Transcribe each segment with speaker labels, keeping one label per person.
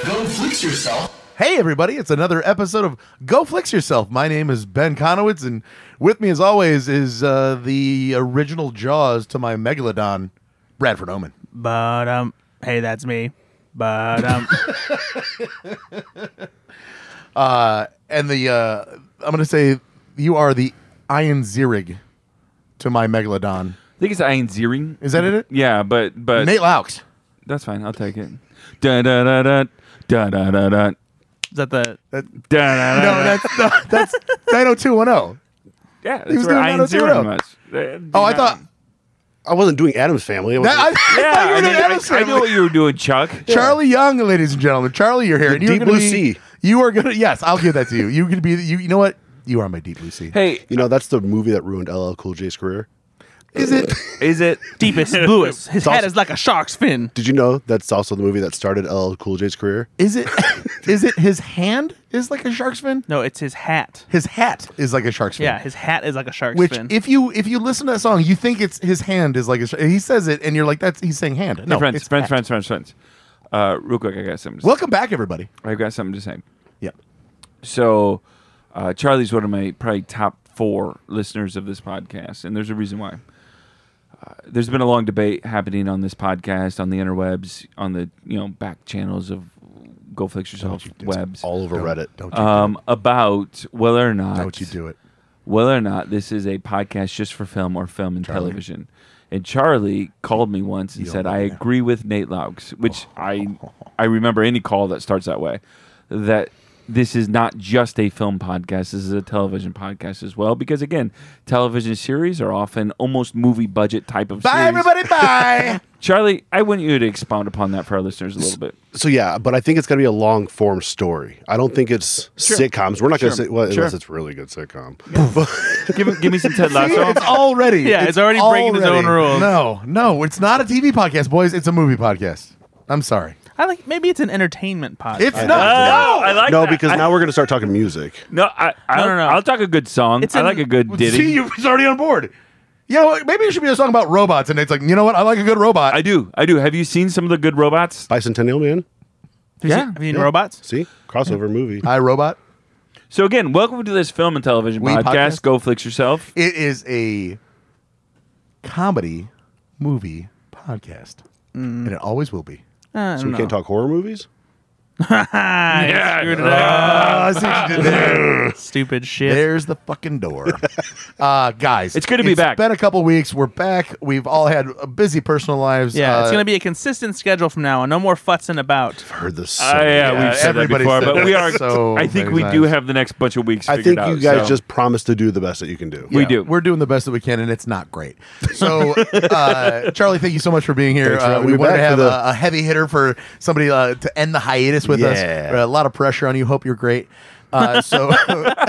Speaker 1: fix yourself.
Speaker 2: Hey, everybody, it's another episode of Go Flix Yourself. My name is Ben Conowitz, and with me, as always, is uh, the original Jaws to my Megalodon, Bradford Oman.
Speaker 3: But um, hey, that's me. But um,
Speaker 2: And the, uh, I'm going to say, you are the Ian Zirig to my Megalodon.
Speaker 4: I think it's Ian Ziering.
Speaker 2: Is that it?
Speaker 4: Yeah, but but
Speaker 2: Nate Laux.
Speaker 4: that's fine. I'll take it. Da da da da da da da da.
Speaker 3: is that the
Speaker 2: That,
Speaker 4: Da, da,
Speaker 2: no,
Speaker 4: da, da.
Speaker 2: that's, no, that's 90210.
Speaker 4: yeah, that's
Speaker 2: was
Speaker 4: where
Speaker 2: doing
Speaker 4: Ian
Speaker 2: 90210.
Speaker 4: Ziering was. That'd be
Speaker 2: Oh, I
Speaker 4: nice.
Speaker 2: thought.
Speaker 1: I wasn't doing Adam's family. I was
Speaker 2: That, I,
Speaker 4: Yeah,
Speaker 2: thought you were
Speaker 4: I,
Speaker 2: doing
Speaker 4: mean, I-
Speaker 2: Adam's
Speaker 4: I
Speaker 2: Family.
Speaker 4: knew what you were doing, Chuck.
Speaker 2: Charlie Young, ladies and gentlemen. Charlie, you're here.
Speaker 1: The
Speaker 2: and you're
Speaker 1: deep
Speaker 2: gonna
Speaker 1: blue
Speaker 2: be-
Speaker 1: sea.
Speaker 2: You are gonna yes, I'll give that to you. You could be you. You know what? You are my deep blue sea.
Speaker 4: Hey,
Speaker 1: you know, that's the movie that ruined LL Cool J's career.
Speaker 2: Is it?
Speaker 4: is it?
Speaker 3: deepest, bluest? His head
Speaker 1: also-
Speaker 3: is like a shark's fin.
Speaker 1: Did you know that's also the movie that started LL Cool J's career?
Speaker 2: Is it? Is it? His hand is like a shark's fin.
Speaker 3: No, it's his hat.
Speaker 2: His hat is like a shark's fin.
Speaker 3: Yeah, his hat is like a shark's
Speaker 2: Which,
Speaker 3: fin.
Speaker 2: if you if you listen to that song, you think it's his hand is like a. Sh- he says it, and you're like, "That's he's saying hand." No,
Speaker 4: Hey, friends,
Speaker 2: it's
Speaker 4: friends,
Speaker 2: hat.
Speaker 4: friends, friends, friends. Uh, real quick, I got something. To
Speaker 2: Welcome back, everybody.
Speaker 4: Say. I got something to say.
Speaker 2: Yeah.
Speaker 4: So, uh, Charlie's one of my probably top four listeners of this podcast, and there's a reason why. Uh, there's been a long debate happening on this podcast, on the interwebs, on the you know back channels of Go Fix Yourself webs,
Speaker 1: All over Reddit. Uh,
Speaker 2: Don't you,
Speaker 4: um, about whether or not
Speaker 2: don't you do it?
Speaker 4: whether or not this is a podcast just for film or film and television. And Charlie called me once and said, "I agree with Nate Laux," which I I remember any call that starts that way. That this is not just a film podcast; this is a television podcast as well. Because again, television series are often almost movie budget type of.
Speaker 2: Bye,
Speaker 4: series.
Speaker 2: everybody. Bye.
Speaker 4: Charlie, I want you to expound upon that for our listeners a little bit.
Speaker 1: So yeah, but I think it's gonna be a long form story. I don't think it's sitcoms. We're not gonna
Speaker 4: Sure.
Speaker 1: say well,
Speaker 4: Sure.
Speaker 1: unless it's really good sitcom.
Speaker 4: Give, me- give me some Ted Lasso.
Speaker 2: it's already.
Speaker 3: Yeah, it's already breaking its own rules.
Speaker 2: No, no, it's not a TV podcast, boys. It's a movie podcast. I'm sorry.
Speaker 3: I like maybe it's an entertainment podcast.
Speaker 2: It's
Speaker 1: I-
Speaker 2: not.
Speaker 4: Oh, I like
Speaker 1: no,
Speaker 4: that.
Speaker 1: because
Speaker 4: I-
Speaker 1: now we're gonna start talking music.
Speaker 4: no, I, I,
Speaker 3: No, no, no.
Speaker 4: I'll talk a good song.
Speaker 3: It's
Speaker 4: I
Speaker 3: an-
Speaker 4: like a good ditty.
Speaker 2: See, you, he's already on board. You know what? Maybe it should be a song about robots, and it's like, you know what? I like a good robot.
Speaker 4: I do. I do. Have you seen some of the good robots?
Speaker 1: Bicentennial Man.
Speaker 3: have you
Speaker 4: yeah,
Speaker 3: seen, have you seen robots?
Speaker 1: See? Crossover movie.
Speaker 2: I robot.
Speaker 4: So again, welcome to this film and television
Speaker 2: We
Speaker 4: podcast.
Speaker 2: podcast?
Speaker 4: Go flicks yourself.
Speaker 2: It is a comedy movie podcast, and it always will be.
Speaker 3: Uh,
Speaker 1: so we can't talk horror movies?
Speaker 4: Yeah.
Speaker 3: screwed it up.
Speaker 1: Oh,
Speaker 2: Ah, I see what you did there.
Speaker 3: Stupid shit.
Speaker 2: There's the fucking door. Uh, guys,
Speaker 4: It's good to be back.
Speaker 2: It's been a couple weeks. We're back. We've all had uh, busy personal lives.
Speaker 3: yeah, it's
Speaker 2: Uh,
Speaker 3: gonna be a consistent schedule from now on. No more futzing about.
Speaker 1: Heard this. so
Speaker 4: Uh, yeah,
Speaker 2: Yeah,
Speaker 4: we've said that
Speaker 2: everybody
Speaker 4: before,
Speaker 2: said
Speaker 4: but we
Speaker 2: that
Speaker 4: are.
Speaker 2: so
Speaker 4: I think
Speaker 2: many
Speaker 4: we do
Speaker 2: times.
Speaker 4: have the next bunch of weeks.
Speaker 1: I
Speaker 4: figured
Speaker 1: think
Speaker 4: out,
Speaker 1: you guys
Speaker 4: so-
Speaker 1: just promised to do the best that you can do.
Speaker 4: we do.
Speaker 2: We're doing the best that we can, and it's not great. So, uh, Charlie, thank you so much for being here.
Speaker 1: Thanks for
Speaker 2: Uh,
Speaker 1: having
Speaker 2: we
Speaker 1: me
Speaker 2: wanted to
Speaker 1: back
Speaker 2: have
Speaker 1: for the-
Speaker 2: a, a heavy hitter for somebody uh, to end the hiatus with us.
Speaker 1: Yeah.
Speaker 2: A lot of pressure on you. Hope you're great. Uh, so,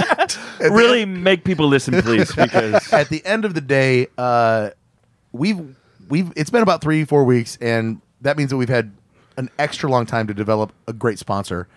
Speaker 4: really make people listen, please, because
Speaker 2: at the end of the day, uh, we've we've it's been about three four weeks, and that means that we've had an extra long time to develop a great sponsor,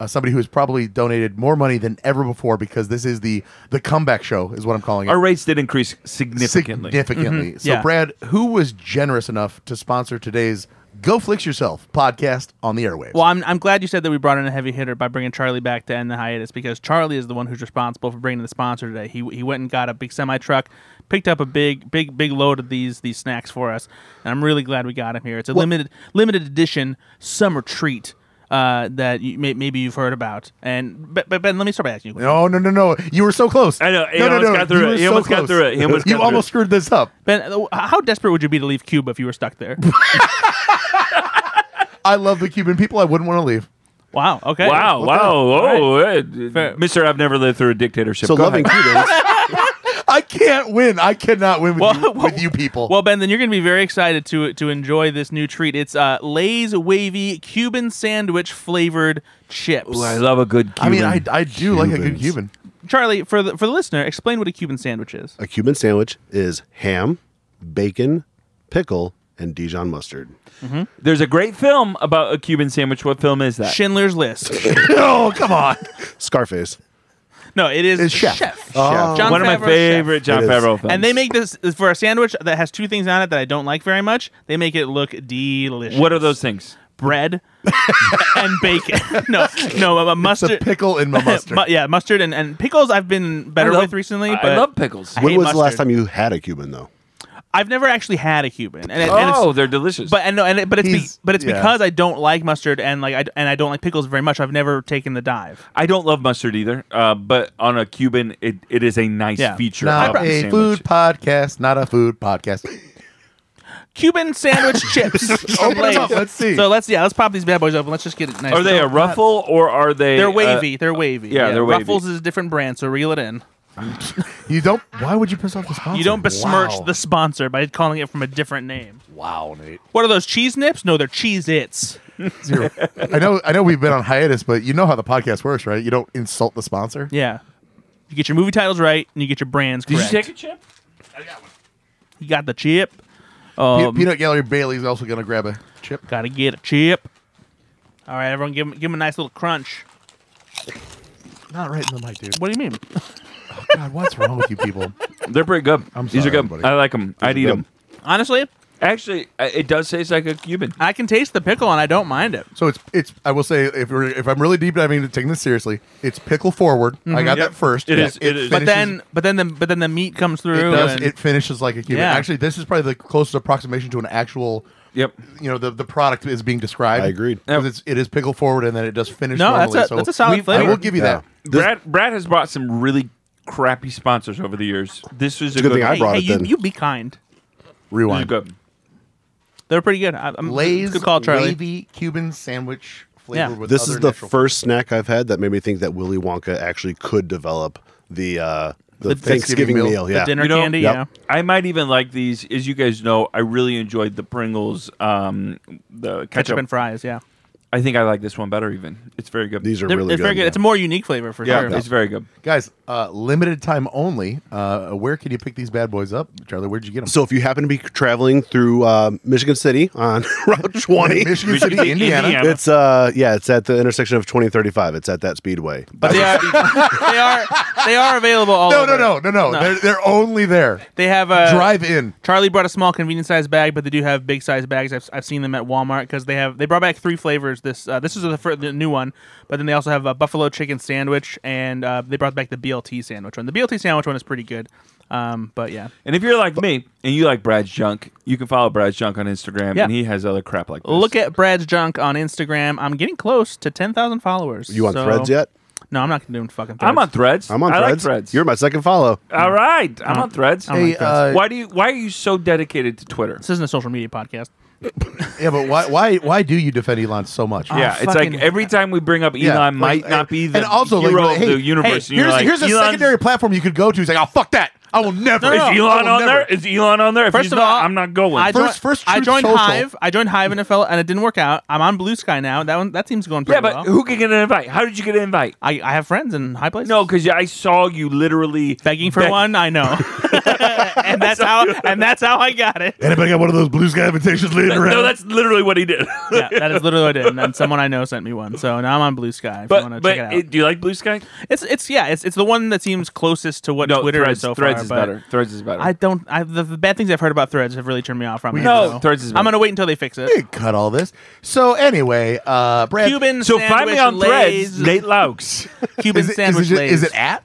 Speaker 2: uh, somebody who has probably donated more money than ever before because this is the the comeback show is what I'm calling it.
Speaker 4: our rates did increase Oh, significantly. Mm-hmm.
Speaker 2: Significantly. So,
Speaker 3: Yeah.
Speaker 2: Brad, who was generous enough to sponsor today's Go Flix Yourself podcast on the airwaves?
Speaker 3: Well, I'm, I'm glad you said that we brought in a heavy hitter by bringing Charlie back to end the hiatus because Charlie is the one who's responsible for bringing the sponsor today. He, he went and got a big semi truck, picked up a big big big load of these these snacks for us, and I'm really glad we got him here. It's a limited limited edition summer treat uh, that you, may, maybe you've heard about. And but, but Ben, let me start by asking you. a question.
Speaker 2: no, no, no, no. You were so close.
Speaker 4: I know. He
Speaker 2: no, no,
Speaker 4: almost
Speaker 2: no.
Speaker 4: got through
Speaker 2: You were
Speaker 4: it. He
Speaker 2: so
Speaker 4: almost got
Speaker 2: close.
Speaker 4: through it. He almost
Speaker 2: you
Speaker 4: got
Speaker 2: almost screwed this up.
Speaker 3: Ben, uh, how desperate would you be to leave Cuba if you were stuck there?
Speaker 2: I love the Cuban people. I wouldn't want to leave.
Speaker 3: wow. Okay.
Speaker 4: Wow!
Speaker 2: What
Speaker 4: wow! Oh, eh,
Speaker 3: Fair.
Speaker 4: Mister, I've never lived through a dictatorship.
Speaker 1: So
Speaker 4: Go
Speaker 1: loving
Speaker 4: ahead.
Speaker 1: Cubans.
Speaker 2: I can't win. I cannot win with,
Speaker 3: Well,
Speaker 2: you,
Speaker 3: well,
Speaker 2: with you people.
Speaker 3: Well, Ben, then you're going to be very excited to to enjoy this new treat. It's uh, Lay's wavy Cuban sandwich flavored chips.
Speaker 4: Ooh, I love a good.
Speaker 2: I
Speaker 4: Cuban.
Speaker 2: mean, I, I do like a good
Speaker 1: Cubans.
Speaker 2: Cuban.
Speaker 3: Charlie, for the for the listener, explain what a Cuban sandwich is.
Speaker 1: A Cuban sandwich is ham, bacon, pickle, and Dijon mustard.
Speaker 4: There's a great film about a Cuban sandwich. What film is that?
Speaker 3: Schindler's List.
Speaker 2: oh, come on.
Speaker 1: Scarface.
Speaker 3: no, it is
Speaker 2: It's chef.
Speaker 1: Oh.
Speaker 3: John
Speaker 4: One of my
Speaker 3: Favreau's Chef.
Speaker 4: favorite
Speaker 1: It
Speaker 4: John
Speaker 1: is.
Speaker 4: Favreau films.
Speaker 3: And they make this for a sandwich that has two things on it that I don't like very much. They make it look delicious.
Speaker 4: What are those things?
Speaker 3: bread and bacon. No, no, uh,
Speaker 2: It's a
Speaker 3: mustard.
Speaker 2: pickle in my mustard.
Speaker 3: Mu- yeah, mustard and, and pickles. I've been better
Speaker 4: love-
Speaker 3: with recently,
Speaker 4: I-
Speaker 3: but
Speaker 4: I love pickles.
Speaker 3: I
Speaker 1: When
Speaker 3: hate
Speaker 1: was the last
Speaker 3: mustard.
Speaker 1: time you had a Cuban though?
Speaker 3: I've never actually had a Cuban, and, it, and it's
Speaker 4: oh, they're delicious.
Speaker 3: But and no, and it, but it's be,
Speaker 2: He's-
Speaker 3: but it's
Speaker 2: yeah.
Speaker 3: because I don't like mustard and like I d- and I don't like pickles very much. I've never taken the dive.
Speaker 4: I don't love mustard either. Uh, but on a Cuban, it, it is a nice
Speaker 3: Yeah.
Speaker 4: feature.
Speaker 2: not
Speaker 4: of the
Speaker 2: a
Speaker 4: sandwich.
Speaker 2: food podcast. Not a food podcast.
Speaker 3: Cuban sandwich chips. or
Speaker 2: Open it up,
Speaker 3: Lay's.
Speaker 2: Oh, let's see.
Speaker 3: So let's yeah, let's pop these bad boys open. Let's just get it nice.
Speaker 4: Are they a ruffle or are they?
Speaker 3: They're
Speaker 4: uh,
Speaker 3: wavy. they're wavy.
Speaker 4: yeah, they're wavy.
Speaker 3: Ruffles is a different brand, so reel it in.
Speaker 2: You don't. Why would you piss off the sponsor?
Speaker 3: You don't besmirch
Speaker 2: Wow.
Speaker 3: the sponsor by calling it from a different name.
Speaker 2: Wow, Nate.
Speaker 3: What are those cheese nips? No, they're cheese its.
Speaker 2: Zero. I know. I know. We've been on hiatus, but you know how the podcast works, right? You don't insult the sponsor.
Speaker 3: Yeah. You get your movie titles right and you get your brands
Speaker 4: did
Speaker 3: correct.
Speaker 4: you take a chip?
Speaker 3: You got the chip.
Speaker 2: Pe-
Speaker 3: Um,
Speaker 2: Peanut Gallery Bailey's also going to grab a chip.
Speaker 3: Gotta get a chip. All right, everyone, give him give him a nice little crunch.
Speaker 2: Not right in the mic, dude.
Speaker 3: What do you mean?
Speaker 2: God, what's wrong with you people?
Speaker 4: They're pretty good.
Speaker 2: I'm
Speaker 4: These
Speaker 2: sorry,
Speaker 4: are good.
Speaker 2: everybody.
Speaker 4: I like them. I'd
Speaker 1: are
Speaker 4: eat
Speaker 1: good.
Speaker 4: them.
Speaker 3: Honestly,
Speaker 4: Actually, I- it does taste like a Cuban.
Speaker 3: I can taste the pickle and I don't mind it.
Speaker 2: So it's it's. I will say if we're if I'm really deep diving into taking this seriously, it's pickle forward.
Speaker 3: Mm-hmm.
Speaker 2: I got
Speaker 4: Yep.
Speaker 2: that first.
Speaker 4: It is- it is.
Speaker 3: But
Speaker 2: finishes-
Speaker 3: then, but then, the, but then the meat comes
Speaker 2: it
Speaker 3: through.
Speaker 2: does.
Speaker 3: and-
Speaker 2: It finishes like a Cuban.
Speaker 3: Yeah.
Speaker 2: Actually, this is probably the closest approximation to an actual.
Speaker 4: Yep.
Speaker 2: You know the, the product is being described.
Speaker 1: I agreed.
Speaker 2: 'Cause it's it is pickle forward and then it does finish.
Speaker 3: no, that's
Speaker 2: normally,
Speaker 3: a
Speaker 2: so
Speaker 3: that's a solid
Speaker 4: we- I
Speaker 2: I
Speaker 3: flavor.
Speaker 2: will give you
Speaker 1: Yeah.
Speaker 2: that.
Speaker 4: Brad Brad has brought some really crappy sponsors over the years. This was a
Speaker 1: good
Speaker 4: good.
Speaker 1: thing I
Speaker 4: one.
Speaker 3: hey,
Speaker 1: brought
Speaker 3: hey,
Speaker 1: it
Speaker 3: you,
Speaker 1: then.
Speaker 3: you be kind.
Speaker 4: This is
Speaker 2: Rewind.
Speaker 4: good.
Speaker 3: They're pretty good. I, I'm,
Speaker 2: Lay's
Speaker 3: good call, Charlie.
Speaker 2: wavy Cuban sandwich flavored
Speaker 3: Yeah.
Speaker 2: with
Speaker 1: This
Speaker 2: other
Speaker 1: is the
Speaker 2: natural-
Speaker 1: first snack I've had that made me think that Willy Wonka actually could develop the uh, the,
Speaker 2: Thanksgiving
Speaker 1: Thanksgiving,
Speaker 2: meal.
Speaker 1: meal.
Speaker 3: The
Speaker 1: Yeah,
Speaker 3: dinner
Speaker 4: You know-
Speaker 3: candy.
Speaker 1: Yep.
Speaker 3: Yeah.
Speaker 4: I might even like these. As you guys know, I really enjoyed the Pringles, um, the ketchup.
Speaker 3: ketchup and fries. Yeah,
Speaker 4: I think I like this one better. Even it's very good.
Speaker 1: these are
Speaker 3: They're-
Speaker 1: really
Speaker 3: it's
Speaker 1: good.
Speaker 3: very good. It's a more unique flavor for
Speaker 4: yeah,
Speaker 3: sure.
Speaker 4: it's very good.
Speaker 2: guys. Uh, limited time only. Uh, where can you pick these bad boys up, Charlie? Where'd you get them?
Speaker 1: So if you happen to be traveling through uh, Michigan City on Route 20,
Speaker 2: Michigan
Speaker 4: Michigan
Speaker 2: City,
Speaker 4: City,
Speaker 2: Indiana.
Speaker 4: Indiana.
Speaker 1: it's uh yeah, it's at the intersection of 2035. It's at that speedway.
Speaker 3: But they are they are they are available all
Speaker 2: No, no,
Speaker 3: over.
Speaker 2: no, no, no.
Speaker 3: No.
Speaker 2: They're, they're only there.
Speaker 3: They have uh,
Speaker 2: Drive in.
Speaker 3: Charlie brought a small convenience size bag, but they do have big size bags. I've, I've seen them at Walmart because they have they brought back three flavors. This uh, this is the, fir- the new one, but then they also have a buffalo chicken sandwich, and uh, they brought back the BLT sandwich one. The BLT sandwich one is pretty good, um, but yeah,
Speaker 4: And if you're like me and you like Brad's junk, you can follow Brad's junk on Instagram,
Speaker 3: Yeah.
Speaker 4: and he has other crap like this.
Speaker 3: look at Brad's junk on Instagram. I'm getting close to ten thousand followers.
Speaker 1: You on
Speaker 3: so-
Speaker 1: Threads yet?
Speaker 3: No, I'm not doing fucking. Threads.
Speaker 4: I'm on Threads.
Speaker 1: I'm on
Speaker 4: I
Speaker 1: Threads.
Speaker 4: Like threads.
Speaker 1: You're my second follow.
Speaker 4: All right. I'm on Threads.
Speaker 3: I'm on Hey, Threads.
Speaker 2: uh,
Speaker 4: why do you? Why are you so dedicated to Twitter?
Speaker 3: This isn't a social media podcast.
Speaker 2: Yeah, but why, why, why do you defend Elon so much?
Speaker 3: I
Speaker 4: Yeah, it's like
Speaker 3: fucking-
Speaker 4: every time we bring up Elon,
Speaker 2: Yeah, like,
Speaker 4: might
Speaker 2: uh,
Speaker 4: not be the
Speaker 2: and also, like,
Speaker 4: hero
Speaker 2: like, hey,
Speaker 4: of the universe.
Speaker 3: hey,
Speaker 4: and you're
Speaker 2: Here's,
Speaker 4: like,
Speaker 2: here's a
Speaker 4: Elon's-
Speaker 2: secondary platform you could go to. It's like, oh, fuck that. I will never.
Speaker 3: No, no,
Speaker 4: Is
Speaker 3: no.
Speaker 2: I
Speaker 4: Elon
Speaker 2: will
Speaker 4: on
Speaker 2: never.
Speaker 4: there? Is Elon on there? If
Speaker 3: First
Speaker 4: he's
Speaker 3: of
Speaker 4: not,
Speaker 3: all,
Speaker 4: I'm not going.
Speaker 3: I joined,
Speaker 2: First- first
Speaker 3: I
Speaker 2: Truth
Speaker 3: joined
Speaker 2: Social.
Speaker 3: Hive. I joined Hive and it fell, and it didn't work out. I'm on Blue Sky now. That one that seems going pretty
Speaker 4: yeah, but
Speaker 3: well.
Speaker 4: who can get an invite? How did you get an invite?
Speaker 3: I, I have friends in high places.
Speaker 4: No, because I saw you literally
Speaker 3: begging for
Speaker 4: beg-
Speaker 3: one. I know, and that's how and that's how I got it.
Speaker 2: Anybody got one of those blue sky invitations later?
Speaker 4: No, that's literally what he did.
Speaker 3: Yeah, that is literally what I did. And then someone I know sent me one, so now I'm on Blue Sky. If you
Speaker 4: but
Speaker 3: want to
Speaker 4: but
Speaker 3: check it out,
Speaker 4: it- do you like Blue Sky?
Speaker 3: it's it's yeah, it's it's the one that seems closest to what
Speaker 4: Uh, No,
Speaker 3: Twitter
Speaker 4: Threads.
Speaker 3: is so
Speaker 4: threads
Speaker 3: far.
Speaker 4: is
Speaker 3: but
Speaker 4: better. Threads is better.
Speaker 3: I don't. I, the, the bad things I've heard about Threads have really turned me off from it.
Speaker 4: No,
Speaker 3: so
Speaker 4: Threads is
Speaker 3: I'm
Speaker 4: better.
Speaker 3: gonna wait until they fix it.
Speaker 2: cut all this. So anyway, uh, Brad,
Speaker 3: Cuban
Speaker 4: so
Speaker 3: sandwich
Speaker 4: find me on
Speaker 3: lays,
Speaker 4: Threads, Nate Laux.
Speaker 3: Cuban
Speaker 2: is it,
Speaker 3: sandwich
Speaker 2: is it,
Speaker 3: lays.
Speaker 2: is it at?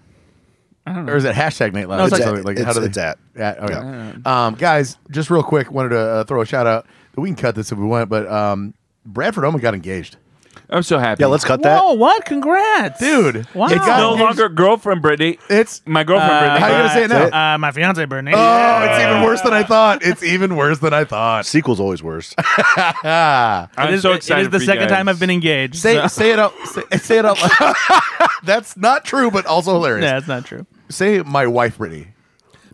Speaker 2: Or is it hashtag Nate Loud?
Speaker 3: No, it's like-
Speaker 2: something
Speaker 1: it's-
Speaker 2: how do they,
Speaker 1: it's at.
Speaker 2: at okay. Um, guys, just real quick, wanted to uh, throw a shout out. We can cut this if we want, but um, Bradford Oman got engaged.
Speaker 4: I'm so happy.
Speaker 1: Yeah, let's cut that.
Speaker 3: Whoa! What? Congrats,
Speaker 2: Dude,
Speaker 3: Wow.
Speaker 2: it got-
Speaker 4: No
Speaker 2: Guys.
Speaker 4: longer girlfriend, Brittany.
Speaker 2: It's
Speaker 4: My girlfriend,
Speaker 3: Uh,
Speaker 4: Brittany.
Speaker 2: How you gonna say it now?
Speaker 3: Uh, my fiance Brittany.
Speaker 2: Oh, it's even worse than I thought. It's even worse than I thought.
Speaker 1: Sequel's always worse.
Speaker 4: I'm
Speaker 3: It is-
Speaker 4: so
Speaker 3: it-
Speaker 4: excited.
Speaker 3: It is the
Speaker 4: for you
Speaker 3: second
Speaker 4: guys.
Speaker 3: time I've been engaged.
Speaker 2: Say,
Speaker 3: so-
Speaker 2: say it out. Say, say it out. loud. That's not true, but also hilarious.
Speaker 3: Yeah, that's not true.
Speaker 2: Say my wife, Brittany.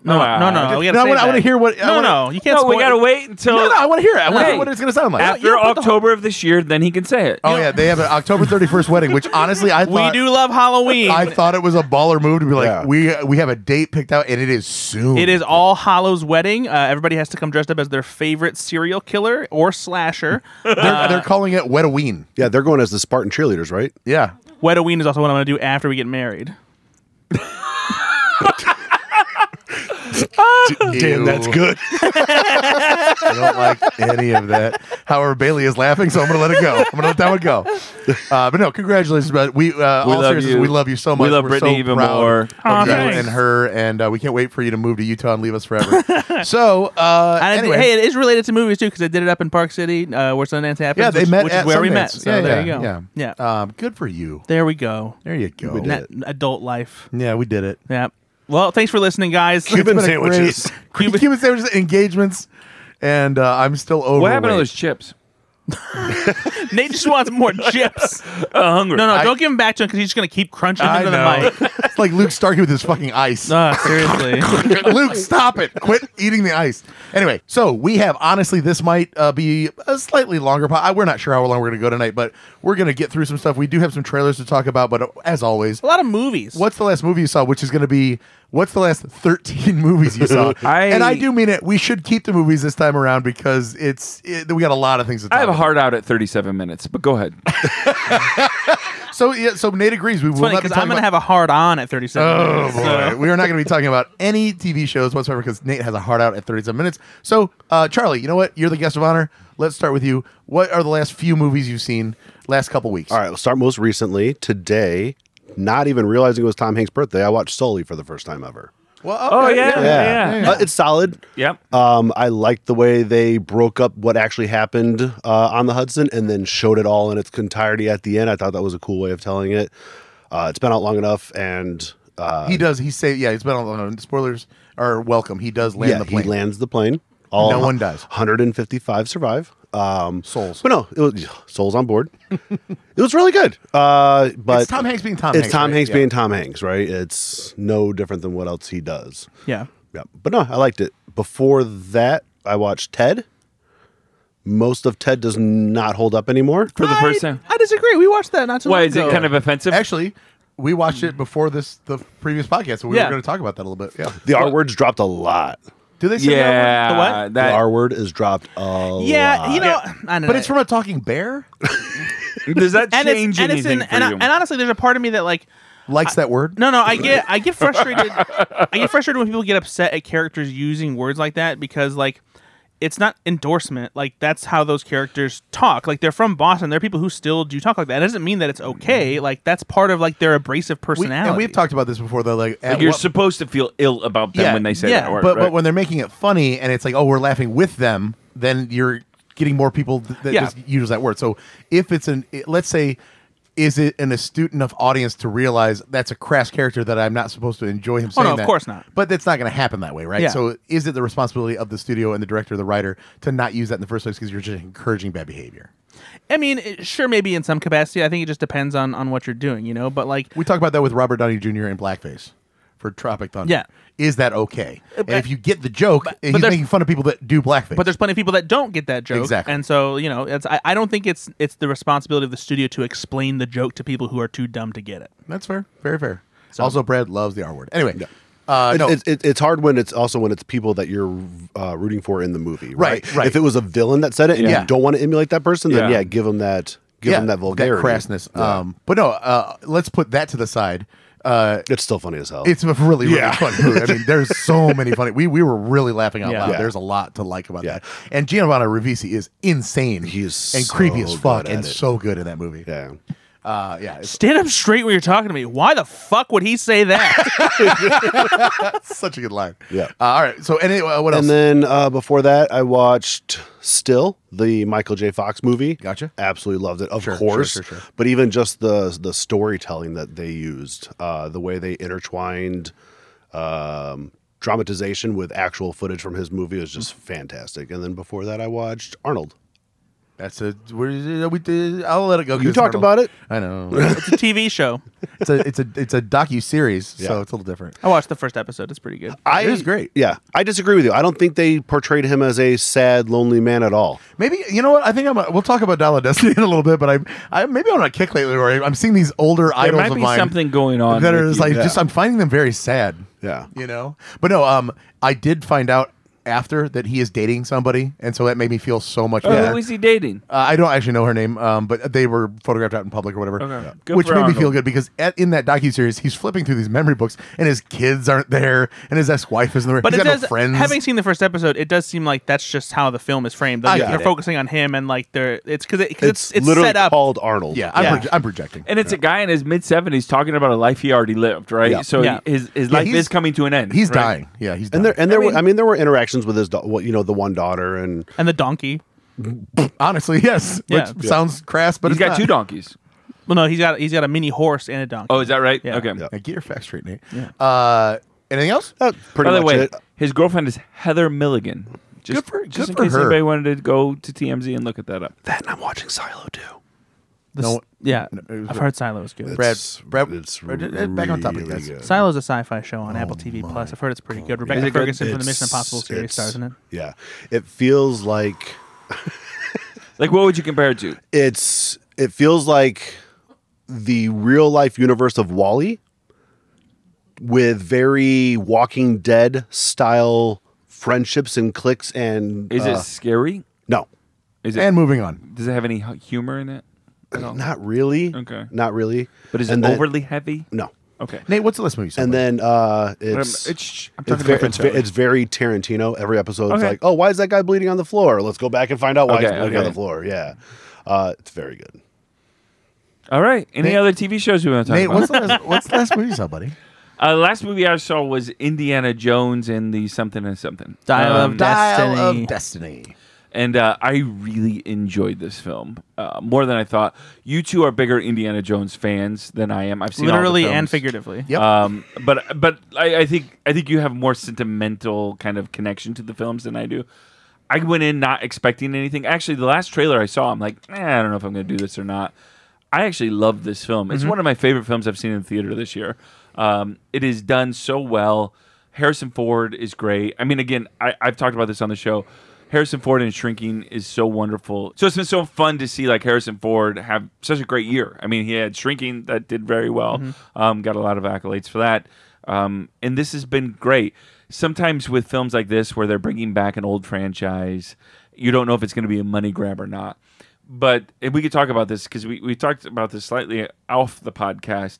Speaker 3: No,
Speaker 4: Wow.
Speaker 3: no, no. no we gotta
Speaker 2: No, I
Speaker 3: save
Speaker 2: wanna- I
Speaker 3: that.
Speaker 2: wanna hear what- I
Speaker 3: No,
Speaker 2: wanna-
Speaker 3: no, you can't.
Speaker 4: No,
Speaker 3: spoil
Speaker 4: we gotta wait until
Speaker 2: No, no, I want to hear it. I want to hear
Speaker 4: Hey.
Speaker 2: what it's going to sound like.
Speaker 4: after October of this year. Then he can say it.
Speaker 2: oh yeah, they have an October thirty first wedding, which honestly I
Speaker 3: We
Speaker 2: thought
Speaker 3: do love Halloween.
Speaker 2: I thought it was a baller move to be like
Speaker 1: Yeah.
Speaker 2: we we have a date picked out and it is soon.
Speaker 3: it is All Hallows Wedding. Uh, everybody has to come dressed up as their favorite serial killer or slasher.
Speaker 2: They're,
Speaker 3: uh,
Speaker 2: they're calling it Wedoween.
Speaker 1: yeah, they're going as the Spartan cheerleaders, right?
Speaker 2: Yeah.
Speaker 3: Wedoween is also what I'm gonna do after we get married.
Speaker 5: Damn, that's
Speaker 2: Ew.
Speaker 5: good.
Speaker 2: I don't like any of that. However, Bailey is laughing, so I'm going to let it go. I'm going to let that one go. Uh, but no, congratulations, but we uh,
Speaker 4: We
Speaker 2: all
Speaker 4: love
Speaker 2: seriousness,
Speaker 4: you.
Speaker 2: we love you so
Speaker 4: We
Speaker 2: much.
Speaker 4: love
Speaker 2: We're
Speaker 4: Brittany
Speaker 2: so
Speaker 4: even
Speaker 2: proud
Speaker 4: more.
Speaker 2: of
Speaker 3: Aw,
Speaker 2: you
Speaker 3: thanks.
Speaker 2: and her, and uh, we can't wait for you to move to Utah and leave us forever. so uh,
Speaker 3: And I think-
Speaker 2: anyway,
Speaker 3: hey, it is related to movies too because I did it up in Park City uh, where Sundance happens.
Speaker 2: yeah, they
Speaker 3: which,
Speaker 2: met
Speaker 3: which
Speaker 2: at
Speaker 3: is where we
Speaker 2: Sundance.
Speaker 3: met. So
Speaker 2: yeah,
Speaker 3: there
Speaker 2: yeah,
Speaker 3: you go.
Speaker 2: Yeah, Um, good for you.
Speaker 3: There we go.
Speaker 2: There you go.
Speaker 1: We did
Speaker 3: Net
Speaker 1: it.
Speaker 3: adult life.
Speaker 2: Yeah, we did it.
Speaker 3: Yeah. Well, thanks for listening, guys.
Speaker 5: Cuban
Speaker 2: It's been a
Speaker 5: sandwiches.
Speaker 2: Great, Cuban, sandwiches, engagements, and uh, I'm still over.
Speaker 4: What happened to those chips?
Speaker 3: Nate just wants more chips.
Speaker 4: Uh, hungry.
Speaker 3: No, no,
Speaker 2: I-
Speaker 3: don't give him back to him because he's just gonna keep crunching
Speaker 2: I
Speaker 3: into
Speaker 2: know.
Speaker 3: the mic.
Speaker 2: it's like Luke Starkey with his fucking ice.
Speaker 3: No, seriously.
Speaker 2: Luke, stop it. Quit eating the ice. Anyway, so we have honestly, this might uh, be a slightly longer pod. I- We're not sure how long we're going to go tonight, but we're going to get through some stuff. We do have some trailers to talk about, but uh, as always,
Speaker 3: A lot of movies.
Speaker 2: what's the last movie you saw? Which is going to be what's the last 13 movies you saw?
Speaker 4: I-
Speaker 2: and I do mean it. We should keep the movies this time around because it's it, we got a lot of things to talk
Speaker 4: I have a
Speaker 2: about.
Speaker 4: hard out at 37 minutes, but go ahead.
Speaker 2: So, yeah, so Nate agrees. We
Speaker 3: It's
Speaker 2: will
Speaker 3: funny
Speaker 2: not be
Speaker 3: because
Speaker 2: talking
Speaker 3: I'm gonna
Speaker 2: about
Speaker 3: have a hard on at 37.
Speaker 2: Oh
Speaker 3: minutes,
Speaker 2: boy,
Speaker 3: so-
Speaker 2: we are not going to be talking about any TV shows whatsoever because Nate has a heart out at 37 minutes. So, uh, Charlie, you know what? You're the guest of honor. Let's start with you. What are the last few movies you've seen last couple weeks?
Speaker 1: All right, we'll start most recently today. Not even realizing it was Tom Hanks' birthday, I watched Sully for the first time ever.
Speaker 2: Well,
Speaker 4: Oh,
Speaker 2: okay.
Speaker 4: yeah. Yeah.
Speaker 1: Uh, it's solid.
Speaker 4: Yep.
Speaker 1: Um, I liked the way they broke up what actually happened uh, on the Hudson and then showed it all in its entirety at the end. I thought that was a cool way of telling it. Uh, it's been out long enough, and uh,
Speaker 2: He does. He say, yeah, it's been on, on spoilers are welcome. He does land
Speaker 1: yeah,
Speaker 2: the plane.
Speaker 1: he lands the plane. All
Speaker 2: No one dies.
Speaker 1: 155 survive. Um,
Speaker 2: Souls.
Speaker 1: but no, it was souls on board. it was really good. Uh, but
Speaker 2: It's Tom Hanks being Tom
Speaker 1: It's
Speaker 2: Hanks,
Speaker 1: Tom
Speaker 2: right?
Speaker 1: Hanks
Speaker 2: Yeah.
Speaker 1: being Tom Hanks, right? It's no different than what else he does.
Speaker 3: Yeah.
Speaker 1: Yeah, but no, I liked it. Before that, I watched Ted. Most of Ted does not hold up anymore.
Speaker 4: For the first time.
Speaker 3: I disagree. We watched that not too
Speaker 4: Why
Speaker 3: long
Speaker 4: is it
Speaker 3: ago.
Speaker 4: kind of offensive?
Speaker 2: Actually, we watched it before this the previous podcast, so we
Speaker 3: Yeah.
Speaker 2: were going to talk about that a little bit. Yeah.
Speaker 1: The R word's dropped a lot.
Speaker 2: Do they say that?
Speaker 4: yeah.
Speaker 3: The what?
Speaker 1: the
Speaker 4: That,
Speaker 1: R word is dropped a lot.
Speaker 3: Yeah, you know, I don't know.
Speaker 2: But it's from a talking bear.
Speaker 4: does that
Speaker 3: and
Speaker 4: change
Speaker 3: it's, and, it's
Speaker 4: anything
Speaker 3: in,
Speaker 4: for
Speaker 3: and, I-
Speaker 4: you?
Speaker 3: and honestly, there's a part of me that like
Speaker 2: Likes that word.
Speaker 3: No, no, I get I get frustrated. I get frustrated when people get upset at characters using words like that because like it's not endorsement. Like that's how those characters talk. Like they're from Boston. They're people who still do talk like that. It doesn't mean that it's
Speaker 4: Mm-hmm.
Speaker 3: okay. Like that's part of like their abrasive
Speaker 2: We,
Speaker 3: personality.
Speaker 2: and we've talked about this before, though. Like, at
Speaker 4: Like, you're
Speaker 2: what-
Speaker 4: supposed to feel ill about them
Speaker 2: Yeah,
Speaker 4: when they say
Speaker 3: yeah,
Speaker 4: that word.
Speaker 2: but
Speaker 4: right?
Speaker 2: but when they're making it funny and it's like oh we're laughing with them then you're getting more people th- that
Speaker 3: Yeah.
Speaker 2: just use that word so if it's an it- let's say is it an astute enough audience to realize that's a crass character that I'm not supposed to enjoy him
Speaker 3: Oh,
Speaker 2: saying
Speaker 3: no, of
Speaker 2: that?
Speaker 3: course not.
Speaker 2: But that's not going to happen that way, right?
Speaker 3: Yeah.
Speaker 2: So is it the responsibility of the studio and the director, the writer, to not use that in the first place because you're just encouraging bad behavior?
Speaker 3: I mean, it- sure, maybe in some capacity. I think it just depends on on what you're doing, you know. But like,
Speaker 2: We talked about that with Robert Downey Jr. in blackface for Tropic Thunder.
Speaker 3: Yeah. Uh,
Speaker 2: Is that okay? and
Speaker 3: but-
Speaker 2: if you get the joke, he's
Speaker 3: there's-
Speaker 2: making fun of people that do blackface.
Speaker 3: but there's plenty of people that don't get that joke,
Speaker 2: Exactly.
Speaker 3: And so you know, it's I, I don't think it's it's the responsibility of the studio to explain the joke to people who are too dumb to get it.
Speaker 2: That's fair. Very fair. Also, Brad loves the R word. Anyway, uh, no,
Speaker 1: It's, it's, it's hard when it's also when it's people that you're uh, rooting for in the movie, right?
Speaker 2: Right, right.
Speaker 1: If it was a villain that said it and
Speaker 2: Yeah.
Speaker 1: you don't want to emulate that person, then
Speaker 4: Yeah.
Speaker 1: yeah, give them that give them that vulgarity,
Speaker 2: crassness. Um, but no, uh, let's put that to the side. Uh,
Speaker 1: It's still funny as hell.
Speaker 2: it's a really, really
Speaker 1: Yeah.
Speaker 2: funny movie. I mean, there's so many funny. We we were really laughing out
Speaker 3: Yeah.
Speaker 2: loud.
Speaker 1: Yeah.
Speaker 2: There's a lot to like about
Speaker 1: Yeah.
Speaker 2: that. And Giovanni Ribisi is insane.
Speaker 1: He is
Speaker 2: and creepy
Speaker 1: so
Speaker 2: as fuck,
Speaker 1: good at
Speaker 2: and
Speaker 1: it.
Speaker 2: so good in that movie.
Speaker 1: yeah.
Speaker 2: uh, yeah, it's
Speaker 3: Stand up straight when you're talking to me. Why the fuck would he say that?
Speaker 2: such a good line.
Speaker 1: Yeah.
Speaker 2: Uh, all right. So anyway, uh, what else?
Speaker 1: And then uh, before that, I watched Still, the Michael J. Fox movie.
Speaker 2: Gotcha.
Speaker 1: Absolutely loved it, of
Speaker 2: Sure, sure,
Speaker 1: course.
Speaker 2: sure, sure.
Speaker 1: But even just the the storytelling that they used, uh, the way they intertwined um, dramatization with actual footage from his movie was just fantastic. And then before that, I watched Arnold.
Speaker 2: That's a. Where is it? We did. I'll let it go.
Speaker 1: You talked about it.
Speaker 2: I know.
Speaker 3: it's a TV show.
Speaker 2: it's a. It's a. It's a docu series, so
Speaker 1: Yeah.
Speaker 2: it's a little different.
Speaker 3: I watched the first episode. It's pretty good.
Speaker 1: I,
Speaker 2: It was great.
Speaker 1: Yeah, I disagree with you. I don't think they portrayed him as a sad, lonely man at all.
Speaker 2: Maybe you know what I think. I'm. A, we'll talk about Dial of Destiny in a little bit, but I'm. I maybe I'm on a kick lately where I'm seeing these older
Speaker 4: there
Speaker 2: idols
Speaker 4: might
Speaker 2: of
Speaker 4: be
Speaker 2: mine
Speaker 4: something going on.
Speaker 2: that
Speaker 4: with
Speaker 2: are just
Speaker 4: you.
Speaker 2: like just. I'm finding them very sad.
Speaker 1: Yeah.
Speaker 2: You know, but no. Um, I did find out after that he is dating somebody, and so that made me feel so much
Speaker 4: Oh,
Speaker 2: better.
Speaker 4: who is he dating?
Speaker 2: Uh, I don't actually know her name, um, but they were photographed out in public or whatever, uh,
Speaker 4: Okay. Good
Speaker 2: which
Speaker 4: for
Speaker 2: made me
Speaker 4: Arnold.
Speaker 2: feel good because at, in that docu series, he's flipping through these memory books, and his kids aren't there, and his ex-wife isn't there.
Speaker 3: But
Speaker 2: he's
Speaker 3: it
Speaker 2: got
Speaker 3: does.
Speaker 2: no friends.
Speaker 3: Having seen the first episode, it does seem like that's just how the film is framed. Like,
Speaker 2: get
Speaker 3: they're
Speaker 2: it.
Speaker 3: focusing on him and like they're it's because it, 'cause it's,
Speaker 1: It's,
Speaker 3: it's
Speaker 1: literally
Speaker 3: set up.
Speaker 1: called Arnold.
Speaker 2: yeah, I'm,
Speaker 3: Yeah.
Speaker 2: proje- I'm projecting.
Speaker 4: And it's a guy in his mid seventies talking about a life he already lived, right?
Speaker 1: Yeah.
Speaker 4: So
Speaker 3: Yeah.
Speaker 4: his his
Speaker 2: Yeah,
Speaker 4: life
Speaker 2: he's-
Speaker 4: is coming to an end.
Speaker 2: He's
Speaker 4: right?
Speaker 2: dying. Yeah, he's dying.
Speaker 1: And there, and there, were, I mean, there were interactions with his, da- well, you know, the one daughter, and
Speaker 3: and the donkey.
Speaker 2: Honestly, yes.
Speaker 3: Yeah.
Speaker 2: Which sounds crass, but
Speaker 4: He's
Speaker 2: it's
Speaker 4: got
Speaker 2: not.
Speaker 4: two donkeys.
Speaker 3: Well, no, he's got he's got a mini horse and a donkey.
Speaker 4: Oh, is that right?
Speaker 3: Yeah.
Speaker 4: Okay.
Speaker 1: Yeah.
Speaker 2: Now, get your facts straight, Nate. Uh, anything else?
Speaker 1: that's pretty
Speaker 4: By the
Speaker 1: much
Speaker 4: way,
Speaker 1: it.
Speaker 4: his girlfriend is Heather Milligan. Just,
Speaker 2: Good for-
Speaker 4: just
Speaker 2: good
Speaker 4: in
Speaker 2: for
Speaker 4: case
Speaker 2: her.
Speaker 4: anybody wanted to go to TMZ and look at that up.
Speaker 1: That and I'm watching Silo too.
Speaker 3: The
Speaker 2: No,
Speaker 3: s- yeah.
Speaker 2: it was-
Speaker 3: I've heard Silo is good.
Speaker 2: Brad,
Speaker 1: It's-
Speaker 2: Brad,
Speaker 1: it's
Speaker 2: Brad, uh, back on topic,
Speaker 1: really
Speaker 2: guys.
Speaker 1: good.
Speaker 3: Silo's a sci-fi show on Apple TV Plus. I've heard it's pretty good. Rebecca
Speaker 4: Is it good?
Speaker 3: Ferguson from the
Speaker 1: It's-
Speaker 3: Mission Impossible series
Speaker 1: it's-
Speaker 3: stars in it.
Speaker 1: Yeah, it feels like
Speaker 4: Like, what would you compare it to?
Speaker 1: it's it feels like the real life universe of Wally with very Walking Dead style friendships and cliques and
Speaker 4: Is
Speaker 1: uh,
Speaker 4: it scary?
Speaker 1: no,
Speaker 4: Is it?
Speaker 2: And moving on.
Speaker 4: does it have any hu- humor in it? At all?
Speaker 1: not really.
Speaker 4: Okay.
Speaker 1: not really.
Speaker 4: But is
Speaker 1: And
Speaker 4: it
Speaker 1: then-
Speaker 4: overly heavy?
Speaker 1: No,
Speaker 4: Okay.
Speaker 2: Nate, what's the last movie? you saw?
Speaker 1: and then uh, it's.
Speaker 4: Um, it's- I'm
Speaker 1: it's
Speaker 4: talking
Speaker 1: ve-
Speaker 4: about
Speaker 1: it's, ve-
Speaker 4: Francella.
Speaker 1: it's very Tarantino. Every episode's
Speaker 4: Okay.
Speaker 1: like, oh, why is that guy bleeding on the floor? Let's go back and find out why he's
Speaker 4: Okay,
Speaker 1: bleeding on
Speaker 4: okay.
Speaker 1: the floor. Yeah, uh, it's very good.
Speaker 4: All right. Any
Speaker 2: Nate-
Speaker 4: other TV shows we want to talk
Speaker 2: Nate,
Speaker 4: about?
Speaker 2: what's the last, what's the last movie you saw, buddy?
Speaker 4: Uh, last movie I saw was Indiana Jones and the something and something.
Speaker 3: Dial of
Speaker 4: Um,
Speaker 2: Dial
Speaker 3: Destiny.
Speaker 2: of Destiny.
Speaker 4: and uh, I really enjoyed this film uh, more than I thought. You two are bigger Indiana Jones fans than I am. I've seen all the
Speaker 3: Literally and
Speaker 4: films.
Speaker 3: figuratively.
Speaker 2: Yep.
Speaker 4: Um, but but I, I think I think you have more sentimental kind of connection to the films than I do. I went in not expecting anything. Actually, the last trailer I saw, I'm like, eh, I don't know if I'm going to do this or not. I actually love this film. It's one of my favorite films I've seen in the theater this year. Um, it is done so well. Harrison Ford is great. I mean, again, I, I've talked about this on the show. Harrison Ford in Shrinking is so wonderful. So it's been so fun to see like Harrison Ford have such a great year. I mean, he had Shrinking that did very well, um, got a lot of accolades for that, um, and this has been great. Sometimes with films like this, where they're bringing back an old franchise, you don't know if it's going to be a money grab or not. But and we could talk about this because we, we talked about this slightly off the podcast.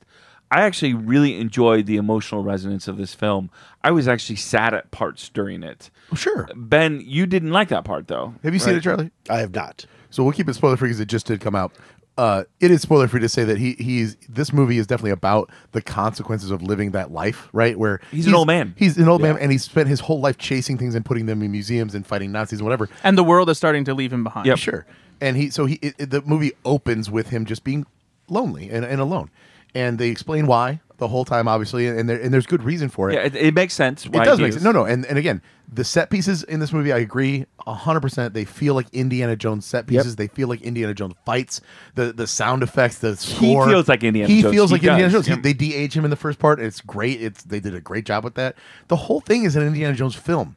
Speaker 4: I actually really enjoyed the emotional resonance of this film. I was actually sad at parts during it.
Speaker 2: oh, Sure.
Speaker 4: Ben, you didn't like that part though.
Speaker 2: Have you seen it, Charlie?
Speaker 1: I have not.
Speaker 2: So we'll keep it spoiler free because it just did come out. Uh, it is spoiler free to say that he he's this movie is definitely about the consequences of living that life, right? Where
Speaker 4: He's an old man.
Speaker 2: He's an old man, and he spent his whole life chasing things and putting them in museums and fighting Nazis and whatever.
Speaker 3: And the world is starting to leave him behind.
Speaker 4: Yep.
Speaker 2: Sure. And he so he it, it- the movie opens with him just being lonely and, and alone, and they explain why the whole time, obviously, and there, and there's good reason for it.
Speaker 4: Yeah, it, it makes sense.
Speaker 2: It
Speaker 4: why
Speaker 2: does
Speaker 4: he
Speaker 2: make
Speaker 4: is.
Speaker 2: sense. No, no, and, and again, the set pieces in this movie, I agree hundred percent. They feel like Indiana Jones set pieces. They feel like Indiana Jones fights. The the sound effects, the score.
Speaker 4: feels like Indiana
Speaker 2: He
Speaker 4: Jones.
Speaker 2: feels
Speaker 4: He
Speaker 2: like Indiana
Speaker 4: does.
Speaker 2: Jones. He-
Speaker 4: Yep.
Speaker 2: they de-age him in the first part. It's great. It's they did a great job with that. The whole thing is an Indiana Jones film.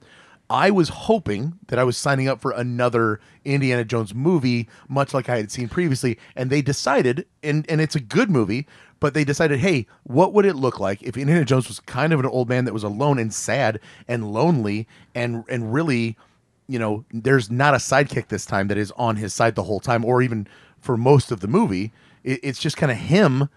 Speaker 2: I was hoping that I was signing up for another Indiana Jones movie, much like I had seen previously, and they decided, and and it's a good movie, but they decided, hey, what would it look like if Indiana Jones was kind of an old man that was alone and sad and lonely and and really you know, there's not a sidekick this time that is on his side the whole time, or even for most of the movie. It, it's just kind of him,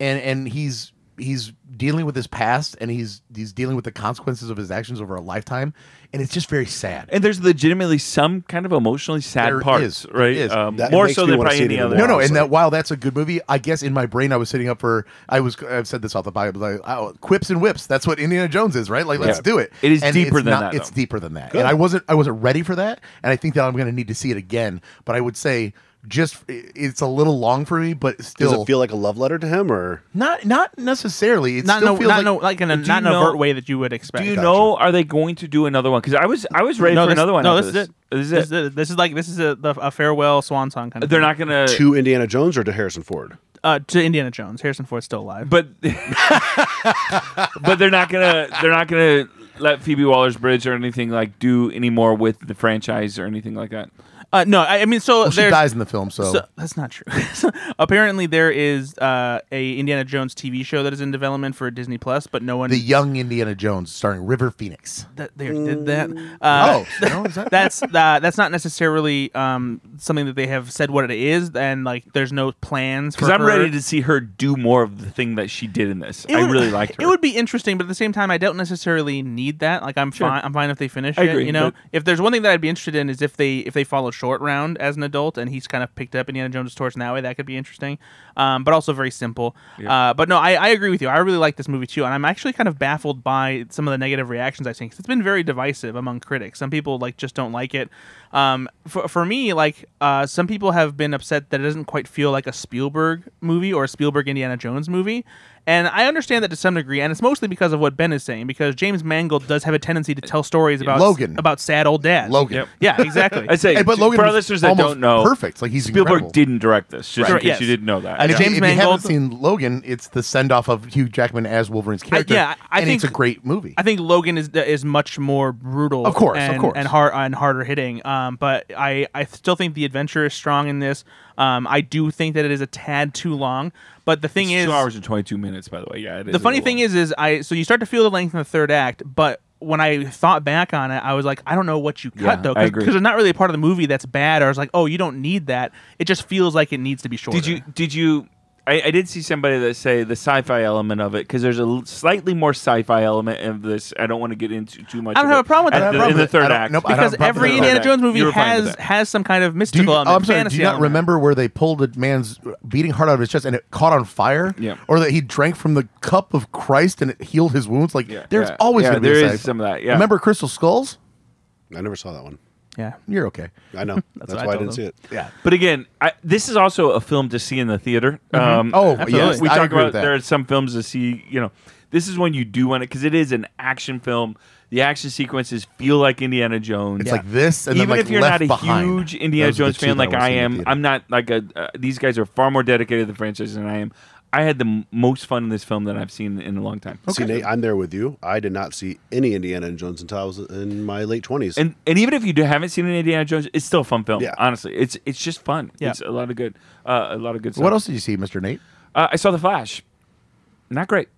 Speaker 2: and and he's he's dealing with his past, and he's he's dealing with the consequences of his actions over a lifetime, and it's just very sad.
Speaker 4: And there's legitimately some kind of emotionally sad
Speaker 2: There
Speaker 4: parts,
Speaker 2: is. There
Speaker 4: right? Um,
Speaker 2: is.
Speaker 1: That
Speaker 4: more
Speaker 1: makes
Speaker 4: so
Speaker 1: me
Speaker 4: than
Speaker 1: wanna
Speaker 4: probably
Speaker 1: see it
Speaker 4: any
Speaker 1: even
Speaker 4: other.
Speaker 1: more.
Speaker 2: no, no,
Speaker 1: honestly.
Speaker 2: and that while that's a good movie, I guess in my brain I was sitting up for I was I've said this off the bio, but I, I, quips and whips. That's what Indiana Jones is, right? Like, let's
Speaker 4: Yeah.
Speaker 2: do it.
Speaker 4: It is
Speaker 2: And
Speaker 4: deeper
Speaker 2: it's
Speaker 4: than
Speaker 2: not-
Speaker 4: that,
Speaker 2: It's
Speaker 4: though.
Speaker 2: deeper than that, and I wasn't I wasn't ready for that, and I think that I'm going to need to see it again. But I would say just it- it's a little long for me, but
Speaker 1: Does
Speaker 2: still
Speaker 1: it feel like a love letter to him, or
Speaker 2: not not necessarily. It
Speaker 3: Not in
Speaker 2: still
Speaker 3: a,
Speaker 2: feels
Speaker 3: not
Speaker 2: like
Speaker 3: in a, like in a,
Speaker 4: Do you
Speaker 3: not in an
Speaker 4: know-
Speaker 3: overt way that you would expect.
Speaker 4: Do you know? Are they going to do another one? Because I was, I was ready
Speaker 3: no,
Speaker 4: for
Speaker 3: this,
Speaker 4: another one.
Speaker 3: No,
Speaker 4: after
Speaker 3: this, is it.
Speaker 4: This is it.
Speaker 3: This is it. This is like this is a, the, a farewell swan song kind of.
Speaker 4: They're
Speaker 3: thing.
Speaker 4: not gonna.
Speaker 1: to Indiana Jones or to Harrison Ford?
Speaker 3: uh, to Indiana Jones. Harrison Ford's still alive.
Speaker 4: but but they're not gonna they're not gonna let Phoebe Waller's Bridge or anything like do any more with the franchise or anything like that.
Speaker 3: Uh, no, I, I mean, so
Speaker 2: Well, she
Speaker 3: there's-
Speaker 2: dies in the film, so,
Speaker 3: So, that's not true. So, apparently, there is uh, a Indiana Jones TV show that is in development for Disney Plus, but no one
Speaker 2: the young Indiana Jones starring River Phoenix.
Speaker 3: that, there did that. Uh,
Speaker 2: oh, no, is that-
Speaker 3: that's uh, that's not necessarily um, something that they have said what it is, and like there's no plans.
Speaker 4: Because
Speaker 3: Because
Speaker 4: I'm ready to see her do more of the thing that she did in this.
Speaker 3: It
Speaker 4: I
Speaker 3: would-
Speaker 4: really liked her.
Speaker 3: It would be interesting, but at the same time, I don't necessarily need that. Like I'm
Speaker 4: Sure.
Speaker 3: fine. I'm fine if they finish
Speaker 4: I
Speaker 3: it.
Speaker 4: agree,
Speaker 3: you know,
Speaker 4: but-
Speaker 3: if there's one thing that I'd be interested in is if they if they follow Short Round as an adult and he's kind of picked up Indiana Jones' torch in that way. That could be interesting, um, but also very simple. Uh, but no, I, I agree with you. I really like this movie too, and I'm actually kind of baffled by some of the negative reactions I've seen 'cause it's been very divisive among critics. Some people like just don't like it. Um, for, for me, like uh, some people have been upset that it doesn't quite feel like a Spielberg movie or a Spielberg Indiana Jones movie. And I understand that to some degree, and it's mostly because of what Ben is saying, because James Mangold does have a tendency to tell stories about
Speaker 2: Logan.
Speaker 3: about sad old dads.
Speaker 2: Logan.
Speaker 4: Yep.
Speaker 3: Yeah, exactly.
Speaker 4: I say,
Speaker 2: Hey, but Logan
Speaker 4: for our
Speaker 2: was
Speaker 4: listeners that
Speaker 2: almost
Speaker 4: don't know,
Speaker 2: perfect. Like he's
Speaker 4: Spielberg
Speaker 2: incredible.
Speaker 4: didn't direct this. Just
Speaker 3: Right.
Speaker 4: in case
Speaker 3: Yes.
Speaker 4: you didn't know that.
Speaker 3: I
Speaker 2: And if,
Speaker 3: James
Speaker 2: you, if
Speaker 3: Mangold-
Speaker 2: you haven't seen Logan, it's the send off of Hugh Jackman as Wolverine's character.
Speaker 3: yeah, I
Speaker 2: and
Speaker 3: think-
Speaker 2: it's a great movie.
Speaker 3: I think Logan is is much more brutal,
Speaker 2: Of course, of
Speaker 3: and,
Speaker 2: course.
Speaker 3: and hard and harder hitting. Um, but I I still think the adventure is strong in this. Um, I do think that it is a tad too long. But the thing
Speaker 4: It's
Speaker 3: is,
Speaker 4: two hours and twenty two minutes. By the way, yeah. It is
Speaker 3: the funny thing is, is I so you start to feel the length in the third act, but when I thought back on it, I was like, I don't know what you cut
Speaker 4: Yeah,
Speaker 3: though,
Speaker 4: I agree.
Speaker 3: because there's not really a part of the movie that's bad. Or I was like, oh, you don't need that. It just feels like it needs to be shorter.
Speaker 4: did you did you? I, I did see somebody that say the sci-fi element of it because there's a l- slightly more sci-fi element of this. I don't want to get into too much.
Speaker 3: I don't
Speaker 4: of
Speaker 3: have a
Speaker 4: it
Speaker 3: problem with
Speaker 4: at
Speaker 3: that. I
Speaker 4: the-
Speaker 3: don't have a
Speaker 4: in the
Speaker 2: problem
Speaker 4: third
Speaker 2: with it. I don't-
Speaker 4: act.
Speaker 2: nope, I don't
Speaker 3: Because
Speaker 2: have a problem
Speaker 3: every
Speaker 2: with
Speaker 3: Indiana
Speaker 4: that.
Speaker 3: Jones movie
Speaker 4: You were fine with
Speaker 3: has
Speaker 4: that.
Speaker 3: has some kind of
Speaker 2: do you, oh,
Speaker 3: mystical element.
Speaker 2: I'm sorry, do
Speaker 3: fantasy
Speaker 2: you not
Speaker 3: element.
Speaker 2: remember where they pulled a man's beating heart out of his chest and it caught on fire?
Speaker 4: Yeah.
Speaker 2: Or that he drank from the cup of Christ and it healed his wounds? Like,
Speaker 4: Yeah,
Speaker 2: there's
Speaker 4: yeah,
Speaker 2: always
Speaker 4: yeah,
Speaker 2: going to be
Speaker 4: there
Speaker 2: a
Speaker 4: is
Speaker 2: sci-fi.
Speaker 4: some of that, yeah.
Speaker 2: Remember Crystal Skulls?
Speaker 1: I never saw that one.
Speaker 3: Yeah.
Speaker 2: You're okay.
Speaker 1: I know. That's,
Speaker 3: what I
Speaker 1: why I,
Speaker 3: told
Speaker 1: didn't
Speaker 3: him.
Speaker 1: see it.
Speaker 2: Yeah.
Speaker 4: But again, I, this is also a film to see in the theater. Um,
Speaker 2: Oh,
Speaker 3: yes,
Speaker 4: we
Speaker 2: I
Speaker 4: talk
Speaker 2: agree
Speaker 4: about
Speaker 2: with that.
Speaker 4: there are some films to see. You know, this is one you do want to because it is an action film. The action sequences feel like Indiana Jones.
Speaker 2: It's like this and
Speaker 4: Even
Speaker 2: then like
Speaker 4: if you're
Speaker 2: left
Speaker 4: not a
Speaker 2: behind.
Speaker 4: huge
Speaker 2: Those
Speaker 4: Indiana
Speaker 2: are the
Speaker 4: Jones
Speaker 2: two
Speaker 4: fan
Speaker 2: that
Speaker 4: like
Speaker 2: wanna
Speaker 4: I
Speaker 2: see in the
Speaker 4: am,
Speaker 2: theater.
Speaker 4: I'm not like a. Uh, these guys are far more dedicated to the franchise than I am. I had the m- most fun in this film that I've seen in a long time.
Speaker 1: See, Nate, I'm there with you. I did not see any Indiana Jones until I was in my late 20s.
Speaker 4: and and even if you do, haven't seen an Indiana Jones, it's still a fun film.
Speaker 1: Yeah.
Speaker 4: Honestly, it's it's just fun.
Speaker 3: Yeah.
Speaker 4: It's a lot of good, uh, a lot of good stuff.
Speaker 2: What else did you see, Mr. Nate?
Speaker 4: Uh, I saw The Flash. Not great.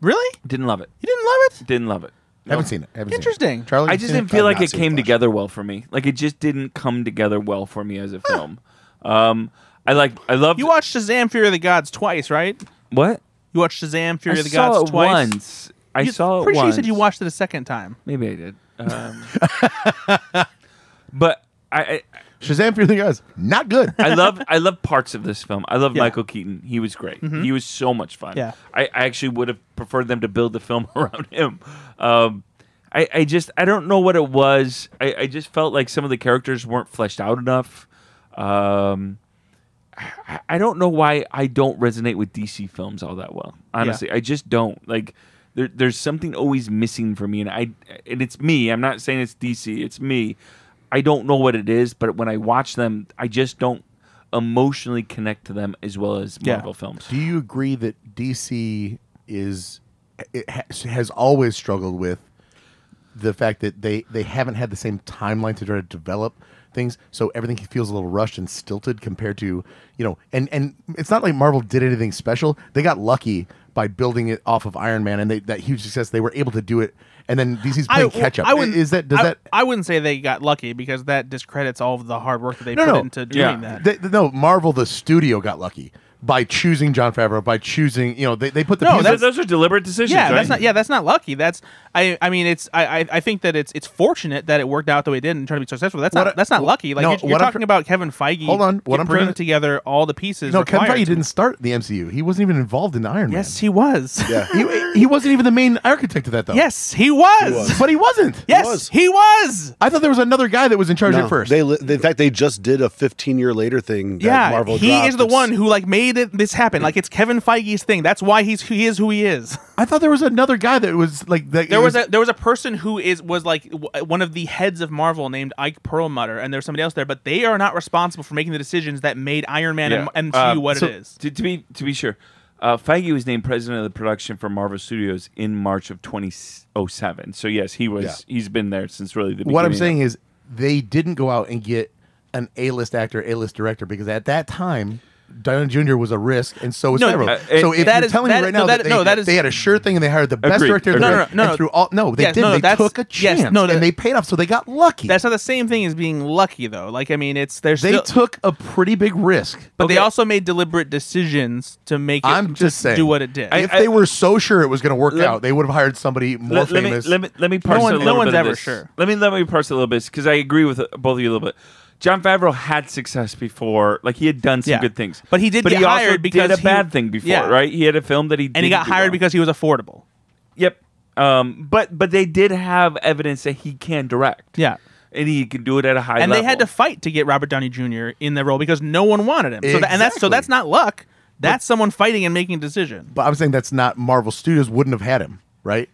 Speaker 3: Really?
Speaker 4: Didn't love it.
Speaker 3: You didn't love it?
Speaker 4: Didn't love it.
Speaker 2: Haven't seen it. Haven't Seen
Speaker 3: Interesting.
Speaker 2: it. Charlie,
Speaker 4: I
Speaker 2: you
Speaker 4: just
Speaker 2: seen it?
Speaker 4: didn't feel
Speaker 1: I've
Speaker 4: like
Speaker 1: not
Speaker 4: it
Speaker 1: seen
Speaker 4: came
Speaker 1: Flash.
Speaker 4: together well for me. Like it just didn't come together well for me as a film. Um, I like I love
Speaker 3: You watched Shazam: Fury of the Gods twice, right?
Speaker 4: what
Speaker 3: You watched Shazam: Fury
Speaker 4: I
Speaker 3: of the
Speaker 4: saw
Speaker 3: Gods
Speaker 4: it
Speaker 3: twice.
Speaker 4: once. I
Speaker 3: You-
Speaker 4: saw it
Speaker 3: pretty sure
Speaker 4: once.
Speaker 3: you said you watched it a second time.
Speaker 4: Maybe I did. Um, but I, I
Speaker 2: Shazam Fear the Guys. Not good.
Speaker 4: I love I love parts of this film. I love
Speaker 3: Yeah. Mm-hmm.
Speaker 4: Michael Keaton. He was great. He was so much fun.
Speaker 3: Yeah.
Speaker 4: I, I actually would have preferred them to build the film around him. Um, I, I just I don't know what it was. I, I just felt like some of the characters weren't fleshed out enough. Um, I, I don't know why I don't resonate with DC films all that well. Honestly, I just don't like. There, there's something always missing for me, and I and it's me. I'm not saying it's DC. It's me. I don't know what it is, but when I watch them, I just don't emotionally connect to them as well as
Speaker 3: Yeah.
Speaker 4: Marvel films.
Speaker 2: Do you agree that DC is it has, has always struggled with the fact that they they haven't had the same timeline to try to develop things, so everything feels a little rushed and stilted compared to you know, and and it's not like Marvel did anything special. They got lucky by building it off of Iron Man and they, that huge success. They were able to do it, and then DC's playing catch up.
Speaker 3: wouldn't-
Speaker 2: is that does
Speaker 3: I-
Speaker 2: that
Speaker 3: I wouldn't say they got lucky because that discredits all of the hard work that they
Speaker 2: No,
Speaker 3: put
Speaker 2: no.
Speaker 3: into doing
Speaker 4: Yeah.
Speaker 3: that.
Speaker 2: They, no, Marvel the studio got lucky by choosing John Favreau by choosing you know they, they put the
Speaker 3: No,
Speaker 2: pieces-
Speaker 4: Those- those are deliberate decisions.
Speaker 3: yeah,
Speaker 4: right?
Speaker 3: that's not. Yeah, that's not lucky. That's. I. I mean, it's. I. I, I think that it's. It's fortunate that it worked out the way it did and turned to be successful. That's
Speaker 2: What
Speaker 3: not.
Speaker 2: I-
Speaker 3: that's not
Speaker 2: wh-
Speaker 3: lucky. Like
Speaker 2: no,
Speaker 3: you're, you're
Speaker 2: what I'm
Speaker 3: talking
Speaker 2: tr-
Speaker 3: about Kevin Feige.
Speaker 2: Hold on, what
Speaker 3: get-
Speaker 2: I'm
Speaker 3: bringing
Speaker 2: trying to-
Speaker 3: together all the pieces.
Speaker 2: No, Kevin
Speaker 3: required
Speaker 2: Feige
Speaker 3: to-
Speaker 2: didn't start the MCU. He wasn't even involved in Iron
Speaker 3: Yes, he was.
Speaker 1: yeah.
Speaker 2: Man. Yes, he, he wasn't even the main architect of that though.
Speaker 3: yes, he was.
Speaker 1: was.
Speaker 2: but he wasn't.
Speaker 3: Yes,
Speaker 1: was.
Speaker 3: he was.
Speaker 2: I thought there was another guy that was in charge
Speaker 1: No,
Speaker 2: at first.
Speaker 1: They, li- in fact, they just did a 15 year later thing. That
Speaker 3: yeah,
Speaker 1: Marvel
Speaker 3: he
Speaker 1: dropped.
Speaker 3: is the
Speaker 1: It's-
Speaker 3: one who like made it, this happen. Like it's Kevin Feige's thing. That's why he's he is who he is.
Speaker 2: I thought there was another guy that was like that
Speaker 3: There was
Speaker 2: it
Speaker 3: a there was a person who is was like w- one of the heads of Marvel named Ike Perlmutter, and there's somebody else there, but they are not responsible for making the decisions that made Iron Man
Speaker 4: Yeah.
Speaker 3: and
Speaker 4: Uh,
Speaker 3: MCU what
Speaker 4: so
Speaker 3: it is.
Speaker 4: To, to be to be sure, uh, Feige was named president of the production for Marvel Studios in March of 2007. So yes, he was.
Speaker 1: Yeah.
Speaker 4: He's been there since really the. Beginning.
Speaker 2: what I'm saying is they didn't go out and get an A-list actor, A-list director, because at that time, Downey Jr. was a risk, and so was
Speaker 4: No,
Speaker 2: Favreau.
Speaker 4: uh, it-
Speaker 2: so if
Speaker 3: that
Speaker 2: you're
Speaker 3: is-
Speaker 2: telling
Speaker 3: that-
Speaker 2: me right
Speaker 3: no,
Speaker 2: now
Speaker 3: that-
Speaker 2: that, they,
Speaker 3: no, that is-
Speaker 2: they had a sure thing and they hired the best
Speaker 4: Agreed,
Speaker 2: director,
Speaker 4: agreed.
Speaker 2: they-
Speaker 4: No, no,
Speaker 3: no, no,
Speaker 2: and
Speaker 3: no.
Speaker 2: through all no, they
Speaker 3: Yes,
Speaker 2: did.
Speaker 3: no, no,
Speaker 2: they
Speaker 3: that's-
Speaker 2: took a
Speaker 3: yes,
Speaker 2: chance,
Speaker 3: no, that-
Speaker 2: and they paid off, so they got lucky.
Speaker 3: That's not the same thing as being lucky, though. Like, I mean, it's there's
Speaker 2: they
Speaker 3: still,
Speaker 2: took a pretty big risk.
Speaker 3: but they
Speaker 4: okay.
Speaker 3: also made deliberate decisions to make it
Speaker 2: I'm just saying,
Speaker 3: do what it did.
Speaker 4: I-
Speaker 2: if they were so sure it was going to work
Speaker 4: Let-
Speaker 2: out, they would have hired somebody more
Speaker 4: let, let
Speaker 2: famous.
Speaker 4: me let me let me parse
Speaker 3: one-
Speaker 4: it a
Speaker 3: no
Speaker 4: little
Speaker 3: one's
Speaker 4: bit of
Speaker 3: ever
Speaker 4: this.
Speaker 3: sure.
Speaker 4: Let me let me parse it a little bit because I agree with uh, both of you a little bit. John Favreau had success before, like he had done some
Speaker 3: Yeah.
Speaker 4: good things,
Speaker 3: But he did
Speaker 4: But
Speaker 3: get
Speaker 4: he also
Speaker 3: hired because
Speaker 4: did a
Speaker 3: he-
Speaker 4: bad thing before,
Speaker 3: yeah.
Speaker 4: right? He had a film that he
Speaker 3: and he got hired because he was affordable.
Speaker 4: yep. Um, but but they did have evidence that he can direct,
Speaker 3: Yeah.
Speaker 4: and he can do it at a high
Speaker 3: and
Speaker 4: level.
Speaker 3: they had to fight to get Robert Downey Jr. in the role because no one wanted him. So that, and that's so
Speaker 2: Exactly.
Speaker 3: that's not luck. That's someone fighting and making a decision.
Speaker 2: but I'm saying that's not Marvel Studios wouldn't have had him, right?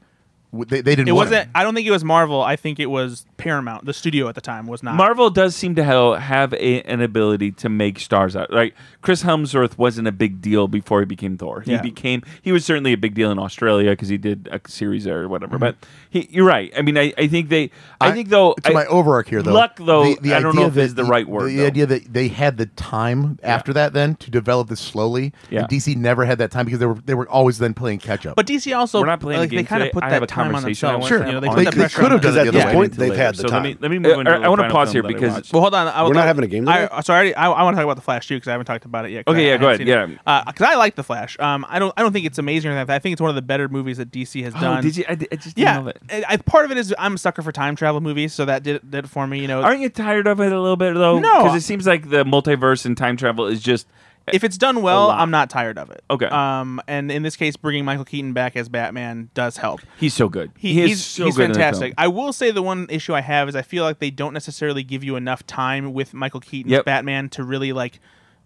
Speaker 2: W- They, they didn't.
Speaker 3: It
Speaker 2: want
Speaker 3: wasn't.
Speaker 2: him.
Speaker 3: I don't think it was Marvel. I think it was Paramount. The studio at the time was not.
Speaker 4: Marvel does seem to have, have a, an ability to make stars out. Like Chris Hemsworth wasn't a big deal before he became Thor. He
Speaker 3: Yeah.
Speaker 4: became he was certainly a big deal in Australia because he did a series there or whatever. But he, you're right. I mean, I, I think they. I, think though
Speaker 2: to
Speaker 4: I-
Speaker 2: my overarch here, though,
Speaker 4: luck though.
Speaker 2: the- the
Speaker 4: I don't
Speaker 2: idea
Speaker 4: know if
Speaker 2: that
Speaker 4: is the right word.
Speaker 2: The
Speaker 4: though.
Speaker 2: idea that they had the time after that, then to develop this slowly.
Speaker 4: Yeah.
Speaker 2: And DC never had that time because they were they were always then playing catch up.
Speaker 3: But DC also
Speaker 4: We're not playing
Speaker 3: like,
Speaker 4: the
Speaker 3: they
Speaker 4: game
Speaker 3: kind
Speaker 4: today.
Speaker 3: of put
Speaker 4: I have
Speaker 3: that
Speaker 4: a
Speaker 3: time on
Speaker 4: conversation I
Speaker 3: themselves.
Speaker 4: wanna
Speaker 3: You know,
Speaker 4: have
Speaker 3: they
Speaker 4: on.
Speaker 3: put
Speaker 2: They-
Speaker 3: that
Speaker 2: they
Speaker 3: pressure
Speaker 2: could
Speaker 3: on
Speaker 2: have done
Speaker 1: Because at
Speaker 2: it
Speaker 3: themselves.
Speaker 2: the
Speaker 1: this
Speaker 2: other way.
Speaker 1: point, they've had the
Speaker 4: So
Speaker 1: time.
Speaker 4: Let me, let me
Speaker 3: Uh,
Speaker 4: move on to
Speaker 3: I-
Speaker 4: the
Speaker 3: I wanna
Speaker 4: final
Speaker 1: pause
Speaker 4: film
Speaker 1: here
Speaker 4: that I
Speaker 1: because-
Speaker 4: watched.
Speaker 3: Well, hold on. I,
Speaker 1: We're not having a game
Speaker 3: I,
Speaker 1: today?
Speaker 3: uh, sorry, I, I want to talk about the Flash too because I haven't talked about it yet. 'cause
Speaker 4: Okay,
Speaker 3: I-
Speaker 4: yeah,
Speaker 3: I
Speaker 4: go
Speaker 3: haven't
Speaker 4: ahead,
Speaker 3: seen it. Uh, 'cause I like the Flash. Um, I don't. I don't think it's amazing or anything. like that. I think it's one of the better movies that DC has
Speaker 4: Oh,
Speaker 3: done.
Speaker 4: did you? I, I just
Speaker 3: Yeah,
Speaker 4: didn't know that.
Speaker 3: and I, part of it is I'm a sucker for time travel movies, so that did did it for me. You know,
Speaker 4: Aren't you tired of it a little bit though?
Speaker 3: No.
Speaker 4: because it seems like the multiverse and time travel is just
Speaker 3: if it's done well,
Speaker 4: lot.
Speaker 3: I'm not tired of it.
Speaker 4: Okay.
Speaker 3: Um, and in this case, bringing Michael Keaton back as Batman does help.
Speaker 4: he's so good.
Speaker 3: He,
Speaker 4: is
Speaker 3: he's
Speaker 4: so
Speaker 3: he's
Speaker 4: good in that film.
Speaker 3: fantastic. I will say the one issue I have is I feel like they don't necessarily give you enough time with Michael Keaton's
Speaker 4: Yep.
Speaker 3: Batman to really like,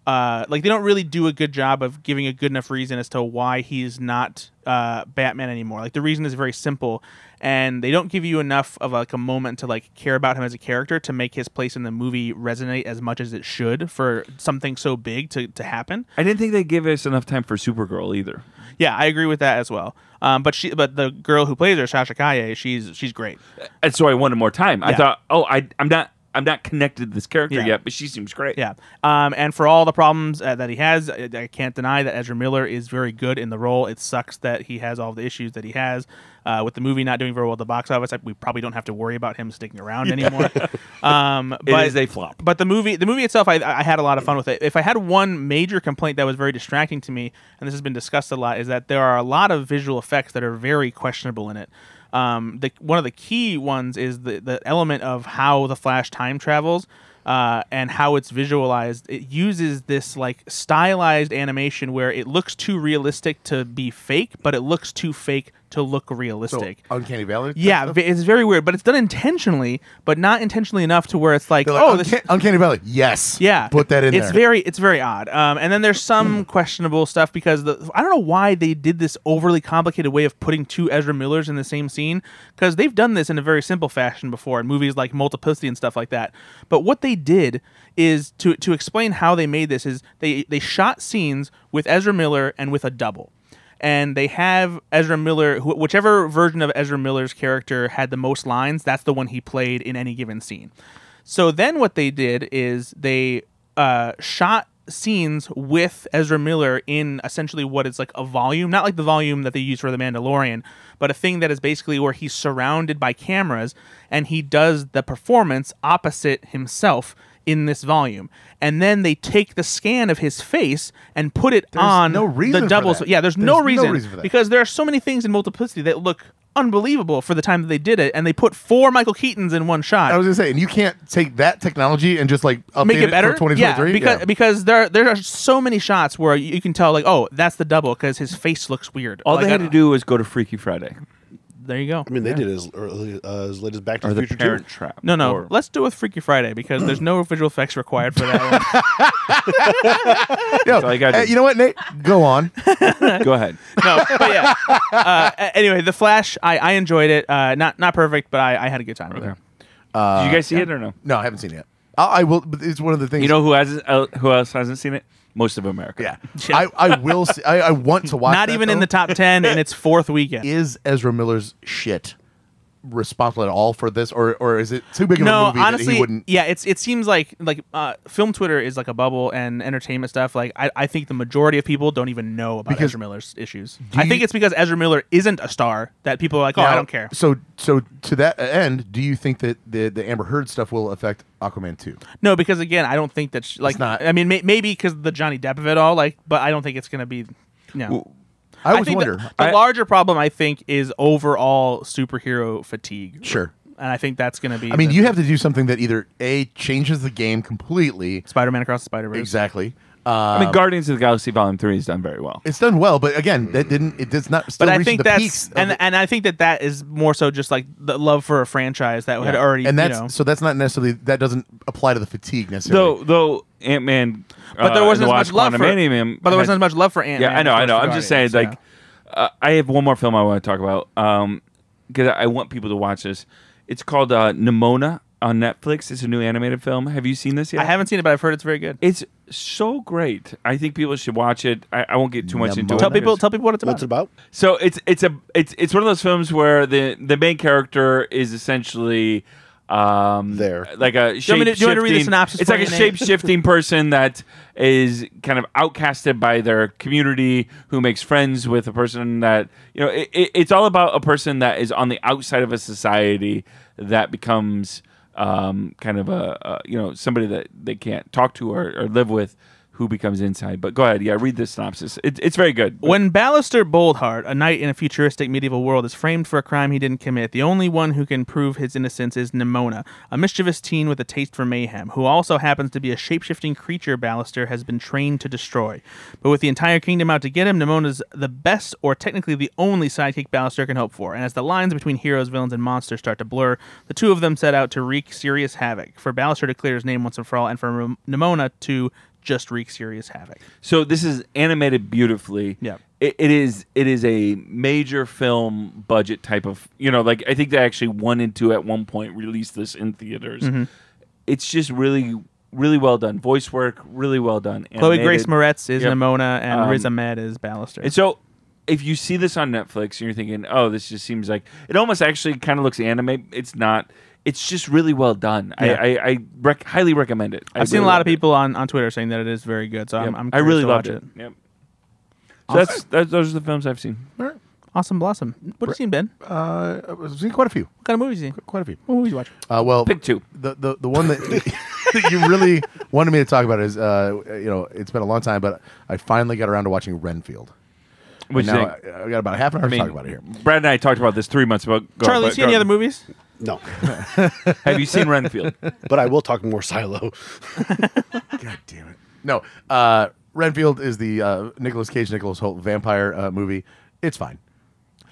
Speaker 3: uh, like they don't really do a good job of giving a good enough reason as to why he's not uh, Batman anymore. Like the reason is very simple, and they don't give you enough of like a moment to like care about him as a character to make his place in the movie resonate as much as it should for something so big to to happen.
Speaker 4: I didn't think they gave us enough time for Supergirl either.
Speaker 3: Yeah, I agree with that as well. Um, but she, but the girl who plays her, Sasha Kaye, she's she's great.
Speaker 4: And so I wanted more time. I
Speaker 3: Yeah.
Speaker 4: thought, oh, I, I'm not, I'm not connected to this character
Speaker 3: Yeah.
Speaker 4: yet, but she seems great.
Speaker 3: Yeah. Um, and for all the problems uh, that he has, I, I can't deny that Ezra Miller is very good in the role. It sucks that he has all the issues that he has. Uh, with the movie not doing very well at the box office, I, we probably don't have to worry about him sticking around anymore. um,
Speaker 4: It
Speaker 3: but
Speaker 4: is a flop.
Speaker 3: but the movie, the movie itself, I, I had a lot of fun with it. If I had one major complaint that was very distracting to me, and this has been discussed a lot, is that there are a lot of visual effects that are very questionable in it. Um, the one of the key ones is the the element of how the Flash time travels. Uh, and how it's visualized, it uses this like stylized animation where it looks too realistic to be fake, but it looks too fake to look
Speaker 2: So,
Speaker 3: realistic.
Speaker 2: Uncanny Valley.
Speaker 3: yeah, ve- it's very weird, but it's done intentionally, but not intentionally enough to where it's like,
Speaker 2: They're like,
Speaker 3: oh, this,
Speaker 2: Unca- Uncanny Valley. Yes.
Speaker 3: yeah,
Speaker 2: Put that in
Speaker 3: it's
Speaker 2: there. Hmm.
Speaker 3: very it's very odd. Um, and then there's some questionable stuff because the I don't know why they did this overly complicated way of putting two Ezra Millers in the same scene because they've done this in a very simple fashion before in movies like Multiplicity and stuff like that. But what they did is to to explain how they made this is they they shot scenes with Ezra Miller and with a double and they have Ezra Miller, wh- whichever version of Ezra Miller's character had the most lines, that's the one he played in any given scene. So then what they did is they uh, shot scenes with Ezra Miller in essentially what is like a volume, not like the volume that they use for The Mandalorian, but a thing that is basically where he's surrounded by cameras and he does the performance opposite himself in this volume. And then they take the scan of his face and put it on
Speaker 2: Ah, no reason
Speaker 3: the
Speaker 2: for
Speaker 3: doubles.
Speaker 2: that.
Speaker 3: Yeah, there's,
Speaker 2: There's
Speaker 3: no,
Speaker 2: no
Speaker 3: reason
Speaker 2: reason for that.
Speaker 3: because there are so many things in multiplicity that look unbelievable for the time that they did it, and they put four Michael Keatons in one shot.
Speaker 2: I was gonna say, and you can't take that technology and just like update
Speaker 3: Make it better,
Speaker 2: for 2023.
Speaker 3: yeah. Because
Speaker 2: Yeah.
Speaker 3: because there there are so many shots where you you can tell like oh that's the double because his face looks weird.
Speaker 4: All
Speaker 3: Like,
Speaker 4: they
Speaker 3: I
Speaker 4: had to
Speaker 3: don't-
Speaker 4: do was go to Freaky Friday
Speaker 3: There you go.
Speaker 1: I mean, they did as early uh, as late as Back to
Speaker 4: or
Speaker 1: the
Speaker 4: the
Speaker 1: Future
Speaker 4: Parent
Speaker 1: too.
Speaker 4: Trap.
Speaker 3: No, no.
Speaker 4: Or-
Speaker 3: Let's do it with Freaky Friday because there's no visual effects required for that. one.
Speaker 2: Yo,
Speaker 4: all you gotta
Speaker 2: hey,
Speaker 4: do.
Speaker 2: you know what, Nate? Go on.
Speaker 4: go ahead.
Speaker 3: no, but yeah. Uh, a- anyway, the Flash, I, I enjoyed it. Uh, not not perfect, but I, I had a good time. With it.
Speaker 4: Did you guys see it or no?
Speaker 2: No, I haven't seen it. yet. I, I will. But it's one of the things.
Speaker 4: You know who has uh, who else hasn't seen it? Most of America.
Speaker 2: yeah. I, I will. See, I, I want to watch.
Speaker 3: Not
Speaker 2: that,
Speaker 3: even in
Speaker 2: though,
Speaker 3: the top ten in its fourth weekend.
Speaker 2: Is Ezra Miller's shit responsible at all for this, or or is it too big of a
Speaker 3: no,
Speaker 2: movie that
Speaker 3: honestly,
Speaker 2: he wouldn't?
Speaker 3: yeah, it's it seems like like uh, film Twitter is like a bubble, and entertainment stuff. Like I, I think the majority of people don't even know about
Speaker 2: Because-
Speaker 3: Ezra Miller's issues.
Speaker 2: Do
Speaker 3: I
Speaker 2: you-
Speaker 3: think it's because Ezra Miller isn't a star that people are like, oh, I
Speaker 2: Now,
Speaker 3: don't care.
Speaker 2: So so to that end, do you think that the the Amber Heard stuff will affect Aquaman two?
Speaker 3: No, because again, I don't think that sh like
Speaker 2: not.
Speaker 3: I mean, may- maybe because the Johnny Depp of it all, like, but I don't think it's gonna be. You know.
Speaker 2: I always
Speaker 3: think
Speaker 2: wonder.
Speaker 3: The, the
Speaker 4: I-
Speaker 3: larger problem, I think, is overall superhero fatigue.
Speaker 2: Sure.
Speaker 3: And I think that's going to be.
Speaker 2: I mean,
Speaker 3: the-
Speaker 2: you have to do something that either a changes the game completely,
Speaker 3: Spider-Man across the Spider-Verse.
Speaker 2: exactly.
Speaker 4: I
Speaker 2: Uh,
Speaker 4: mean, Guardians of the Galaxy Volume Three has done very well.
Speaker 2: it's done well, but again, that didn't. It does not. Still
Speaker 3: Mm. But I
Speaker 2: reach
Speaker 3: think
Speaker 2: the peaks
Speaker 3: that's
Speaker 2: of
Speaker 3: and
Speaker 2: the-
Speaker 3: and I think that that is more so just like the love for a franchise that had
Speaker 4: Yeah.
Speaker 3: already
Speaker 2: and that's
Speaker 3: you know,
Speaker 2: so that's not necessarily that doesn't apply to the fatigue necessarily.
Speaker 4: Though though uh, Ant Man,
Speaker 3: but there wasn't as much love for
Speaker 4: Quantumanium,
Speaker 3: but there wasn't
Speaker 4: had-
Speaker 3: as much love for Ant.
Speaker 4: Yeah, I know, I know. I'm just saying, like, uh, I have one more film I want to talk about because I want people to watch this. It's called uh, Nimona on Netflix. It's a new animated film. Have you seen this yet?
Speaker 3: I haven't seen it, but I've heard it's very good.
Speaker 4: It's so great. I think people should watch it. I, I won't get too much into
Speaker 2: Nimona?
Speaker 4: it.
Speaker 3: tell people, tell people what it's about.
Speaker 1: What's it about?
Speaker 4: So it's it's a it's it's one of those films where the the main character is essentially um
Speaker 1: There.
Speaker 4: like a shape
Speaker 3: you want me to- do you want me to read the synopsis
Speaker 4: It's
Speaker 3: for
Speaker 4: like a
Speaker 3: you,
Speaker 4: shape
Speaker 3: Nate?
Speaker 4: shifting person that is kind of outcasted by their community, who makes friends with a person that you know. It, it, it's all about a person that is on the outside of a society that becomes um kind of a uh, you know somebody that they can't talk to or, or live with. Who becomes inside? But go ahead, yeah. Read the synopsis. It, it's very good.
Speaker 3: When Ballister Boldheart, a knight in a futuristic medieval world, is framed for a crime he didn't commit, the only one who can prove his innocence is Nimona, a mischievous teen with a taste for mayhem, who also happens to be a shapeshifting creature Ballister has been trained to destroy. But with the entire kingdom out to get him, Nimona's the best, or technically the only sidekick Ballister can hope for. And as the lines between heroes, villains, and monsters start to blur, the two of them set out to wreak serious havoc. For Ballister to clear his name once and for all, and for Nimona to just wreak serious havoc.
Speaker 4: So this is animated beautifully.
Speaker 3: Yeah.
Speaker 4: It, it is it is a major film budget type of you know like I think they actually wanted to at one point release this in theaters.
Speaker 3: Mm-hmm.
Speaker 4: It's just really really well done voice work, really well done.
Speaker 3: Chloe
Speaker 4: animated.
Speaker 3: Grace Moretz is
Speaker 4: Yep.
Speaker 3: Nimona, and
Speaker 4: Um,
Speaker 3: Riz Ahmed is Ballister.
Speaker 4: And so if you see this on Netflix and you're thinking, "Oh, this just seems like it almost actually kind of looks anime." It's not. It's just really well done.
Speaker 3: Yeah.
Speaker 4: I I, I rec- highly recommend it. I
Speaker 3: I've seen a
Speaker 4: really
Speaker 3: lot of
Speaker 4: love it.
Speaker 3: people on, on Twitter saying that it is very good. So I'm,
Speaker 4: Yep.
Speaker 3: I'm
Speaker 4: I
Speaker 3: curious
Speaker 4: really
Speaker 3: to
Speaker 4: loved
Speaker 3: watch it.
Speaker 4: it. Yep. So that's, that's those are the films I've seen.
Speaker 3: Awesome Blossom. What have you seen, Ben? What
Speaker 2: uh, I've seen quite a few,
Speaker 3: kind of movies you seen?
Speaker 2: quite a few.
Speaker 3: What movies you watch?
Speaker 2: Uh, well,
Speaker 4: Pick two.
Speaker 2: The the, the one that, that you really wanted me to talk about is uh, you know it's been a long time, but I finally got around to watching Renfield.
Speaker 4: What'd you
Speaker 2: now
Speaker 4: think?
Speaker 2: I, I got about half an hour to
Speaker 4: I mean,
Speaker 2: talk about it here.
Speaker 4: Brad and I talked about this three months ago.
Speaker 3: Charlie, you
Speaker 4: but
Speaker 3: see any
Speaker 4: go-
Speaker 3: other movies?
Speaker 1: No,
Speaker 4: Have you seen Renfield?
Speaker 1: but I will talk more Silo.
Speaker 2: God damn it. No, uh, Renfield is the uh, Nicolas Cage, Nicholas Holt vampire uh, movie. It's fine.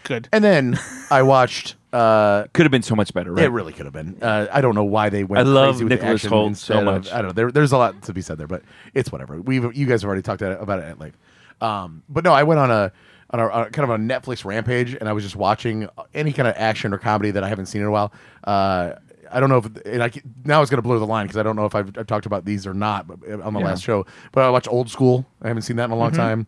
Speaker 3: Good.
Speaker 2: And then I watched. Uh,
Speaker 4: Could have been so much better, right?
Speaker 2: It really could have been. Uh, I don't know why they went.
Speaker 4: I love
Speaker 2: crazy with the
Speaker 4: Nicholas
Speaker 2: action
Speaker 4: Hoult so
Speaker 2: instead of-
Speaker 4: much.
Speaker 2: I don't know. There, there's a lot to be said there, but it's whatever. We have you guys have already talked about it at length. Um, but no, I went on a on a, a kind of a Netflix rampage, and I was just watching any kind of action or comedy that I haven't seen in a while. Uh, I don't know if and I, can- now it's going to blur the line because I don't know if I've, I've talked about these or not but, uh, on the last show. But I watched Old School. I haven't seen that in a long time.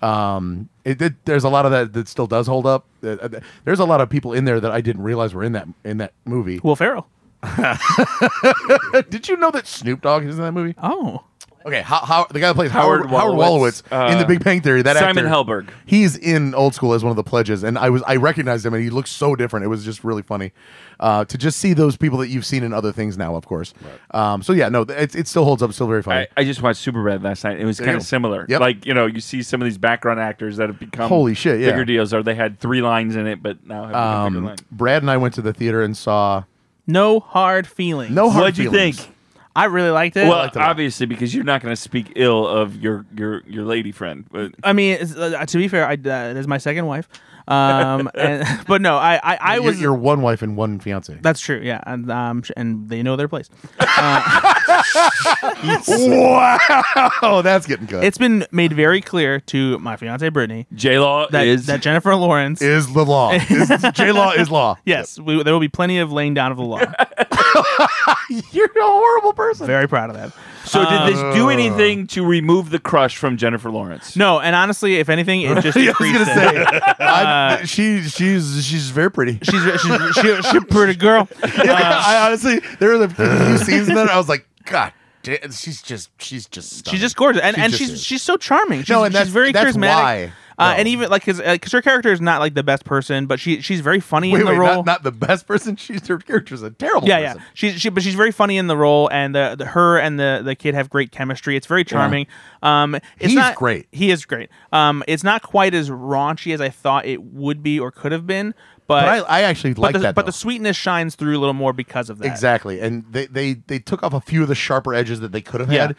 Speaker 2: Um, it did, there's a lot of that that still does hold up. Uh, uh, There's a lot of people in there that I didn't realize were in that in that movie.
Speaker 3: Will Ferrell.
Speaker 2: Did you know that Snoop Dogg is in that movie?
Speaker 3: Oh.
Speaker 2: Okay, how, how the guy that plays Howard Howard
Speaker 4: Howard
Speaker 2: Wolowitz,
Speaker 4: Wolowitz,
Speaker 2: in The
Speaker 4: uh,
Speaker 2: Big Bang Theory, that
Speaker 4: Simon
Speaker 2: actor,
Speaker 4: Helberg.
Speaker 2: he's in Old School as one of the pledges, and I was I recognized him, and he looked so different. It was just really funny uh, to just see those people that you've seen in other things now, of course. Um, so yeah, no, th- it, it still holds up, still very funny.
Speaker 4: I, I just watched Superbad last night. It was kind
Speaker 2: you
Speaker 4: of
Speaker 2: go.
Speaker 4: similar.
Speaker 2: Yep.
Speaker 4: Like you know, you see some of these background actors that have become
Speaker 2: Holy shit, yeah.
Speaker 4: bigger deals, or they had three lines in it, but now have become bigger
Speaker 2: um,
Speaker 4: lines.
Speaker 2: Brad and I went to the theater and saw
Speaker 3: No hard feelings.
Speaker 2: No Hard
Speaker 4: What'd you
Speaker 2: Feelings.
Speaker 4: think?
Speaker 3: I really liked it.
Speaker 4: Well,
Speaker 2: liked it a lot.
Speaker 4: obviously, because you're not going to speak ill of your your your lady friend. But
Speaker 3: I mean, it's, uh, to be fair, I, uh, it is my second wife. Um, and, but no, I, I, I
Speaker 2: your,
Speaker 3: was.
Speaker 2: your one wife and one fiance.
Speaker 3: that's true, yeah, and um, sh- and they know their place.
Speaker 2: wow, that's getting good.
Speaker 3: It's been made very clear to my fiance Brittany
Speaker 4: J Law
Speaker 3: that
Speaker 4: is
Speaker 3: that Jennifer Lawrence
Speaker 2: is the law? J law is law?
Speaker 3: Yes, we, there will be plenty of laying down of the law.
Speaker 2: You're a horrible person.
Speaker 3: Very proud of that.
Speaker 4: So did this
Speaker 2: Uh.
Speaker 4: do anything to remove the crush from Jennifer Lawrence?
Speaker 3: No, and honestly, if anything, it just
Speaker 2: I was
Speaker 3: increased
Speaker 2: gonna
Speaker 3: it.
Speaker 2: say uh, I'm- she she's she's very pretty.
Speaker 3: She's she's she, she a pretty girl. Uh,
Speaker 2: I honestly there were a few scenes in that I was like, God, damn, she's just she's just
Speaker 3: She's
Speaker 2: stunning.
Speaker 3: just gorgeous, and,
Speaker 2: She
Speaker 3: and
Speaker 2: just
Speaker 3: she's
Speaker 2: is.
Speaker 3: she's so charming. She's,
Speaker 2: No, and that's-
Speaker 3: she's very
Speaker 2: that's
Speaker 3: charismatic.
Speaker 2: why,
Speaker 3: Uh,
Speaker 2: though.
Speaker 3: and even like because her character is not like the best person, but she she's very funny
Speaker 2: wait,
Speaker 3: in the
Speaker 2: wait,
Speaker 3: role.
Speaker 2: not, not the best person. She's her character's a terrible
Speaker 3: yeah, yeah.
Speaker 2: person.
Speaker 3: She's she, but she's very funny in the role, and the, the her and the the kid have great chemistry. It's very charming. Um, it's
Speaker 2: He's
Speaker 3: not-
Speaker 2: great.
Speaker 3: He is great. Um, it's not quite as raunchy as I thought it would be or could have been, but
Speaker 2: But I, I actually
Speaker 3: but
Speaker 2: like
Speaker 3: the,
Speaker 2: that.
Speaker 3: but
Speaker 2: though.
Speaker 3: the sweetness shines through a little more because of that.
Speaker 2: Exactly, and they, they they took off a few of the sharper edges that they could have
Speaker 3: Yeah.
Speaker 2: had,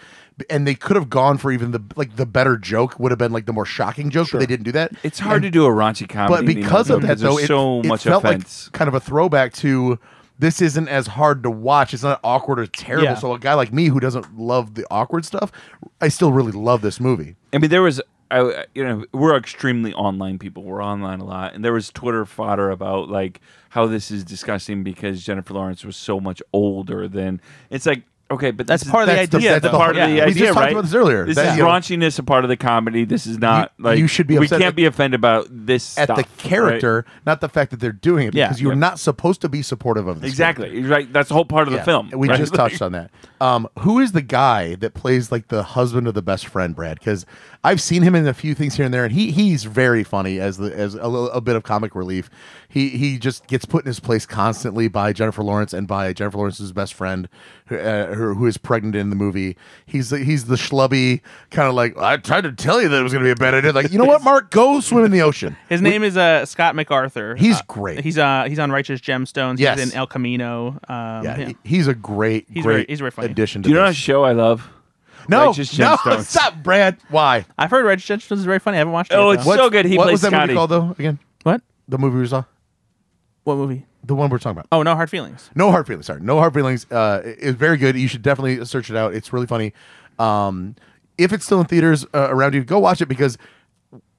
Speaker 2: and they could have gone for even the like the better joke would have been like the more shocking joke, but they didn't do that.
Speaker 4: It's hard to do a raunchy
Speaker 2: but
Speaker 4: comedy.
Speaker 2: because
Speaker 4: anymore
Speaker 2: of that, though,
Speaker 4: there's
Speaker 2: it,
Speaker 4: so
Speaker 2: it
Speaker 4: much
Speaker 2: felt
Speaker 4: offense.
Speaker 2: like kind of a throwback to this isn't as hard to watch. It's not awkward or terrible.
Speaker 3: Yeah.
Speaker 2: So a guy like me who doesn't love the awkward stuff, I still really love this movie.
Speaker 4: I mean, there was, I, you know, we're extremely online people. We're online a lot, and there was Twitter fodder about like how this is disgusting because Jennifer Lawrence was so much older than. It's like okay, but
Speaker 3: That's
Speaker 4: this is-
Speaker 3: part of the
Speaker 2: that's the-
Speaker 3: idea.
Speaker 2: that's
Speaker 4: the
Speaker 2: the
Speaker 4: part
Speaker 2: whole-
Speaker 4: of the
Speaker 2: yeah. We
Speaker 4: idea,
Speaker 2: just talked
Speaker 4: right?
Speaker 2: about this earlier.
Speaker 4: This
Speaker 2: That,
Speaker 4: is
Speaker 2: you know-
Speaker 4: raunchiness, a part of the comedy. This is not
Speaker 2: You-
Speaker 4: like
Speaker 2: you should be
Speaker 4: We
Speaker 2: upset
Speaker 4: can't
Speaker 2: at-
Speaker 4: be offended about this
Speaker 2: At the
Speaker 4: stuff, right?
Speaker 2: character, not the fact that they're doing it,
Speaker 3: Yeah.
Speaker 2: because you're
Speaker 4: Yep.
Speaker 2: not supposed to be supportive of this.
Speaker 4: Exactly, right. That's the whole part of the
Speaker 2: Yeah,
Speaker 4: film.
Speaker 2: We
Speaker 4: right?
Speaker 2: just touched on that. Um, who is the guy that plays like the husband of the best friend, Brad? Because I've seen him in a few things here and there, and he he's very funny as the as a, little, a bit of comic relief. He he just gets put in his place constantly by Jennifer Lawrence and by Jennifer Lawrence's best friend, who, uh, who who is pregnant in the movie. He's the, he's the schlubby kind of like I tried to tell you that it was going to be a bad idea. Like you know what, Mark, go swim in the ocean.
Speaker 3: His name is uh, Scott MacArthur.
Speaker 2: He's
Speaker 3: Uh,
Speaker 2: great.
Speaker 3: He's uh, he's on Righteous Gemstones.
Speaker 2: Yes.
Speaker 3: He's in El Camino. Um,
Speaker 2: Yeah,
Speaker 3: yeah.
Speaker 2: he- he's a great
Speaker 3: He's
Speaker 2: great
Speaker 3: very- he's very funny.
Speaker 2: addition. To
Speaker 4: Do you know
Speaker 2: this.
Speaker 4: a show I love?
Speaker 2: no,
Speaker 4: Righteous
Speaker 2: no,
Speaker 4: Gemstones.
Speaker 2: stop, Brad. Why?
Speaker 3: I've heard Righteous Gemstones is very funny. I haven't watched it.
Speaker 4: Oh,
Speaker 3: yet,
Speaker 4: it's
Speaker 3: though.
Speaker 2: What's-
Speaker 4: so good. He
Speaker 2: what
Speaker 4: plays
Speaker 2: was that movie
Speaker 4: Scotty.
Speaker 2: called though? Again,
Speaker 3: what?
Speaker 2: the movie we saw,
Speaker 3: What movie?
Speaker 2: the one we're talking about.
Speaker 3: Oh, no hard feelings.
Speaker 2: No hard feelings. Sorry, no hard feelings. Uh, it's very good. You should definitely search it out. It's really funny. Um, if it's still in theaters uh, around you, go watch it because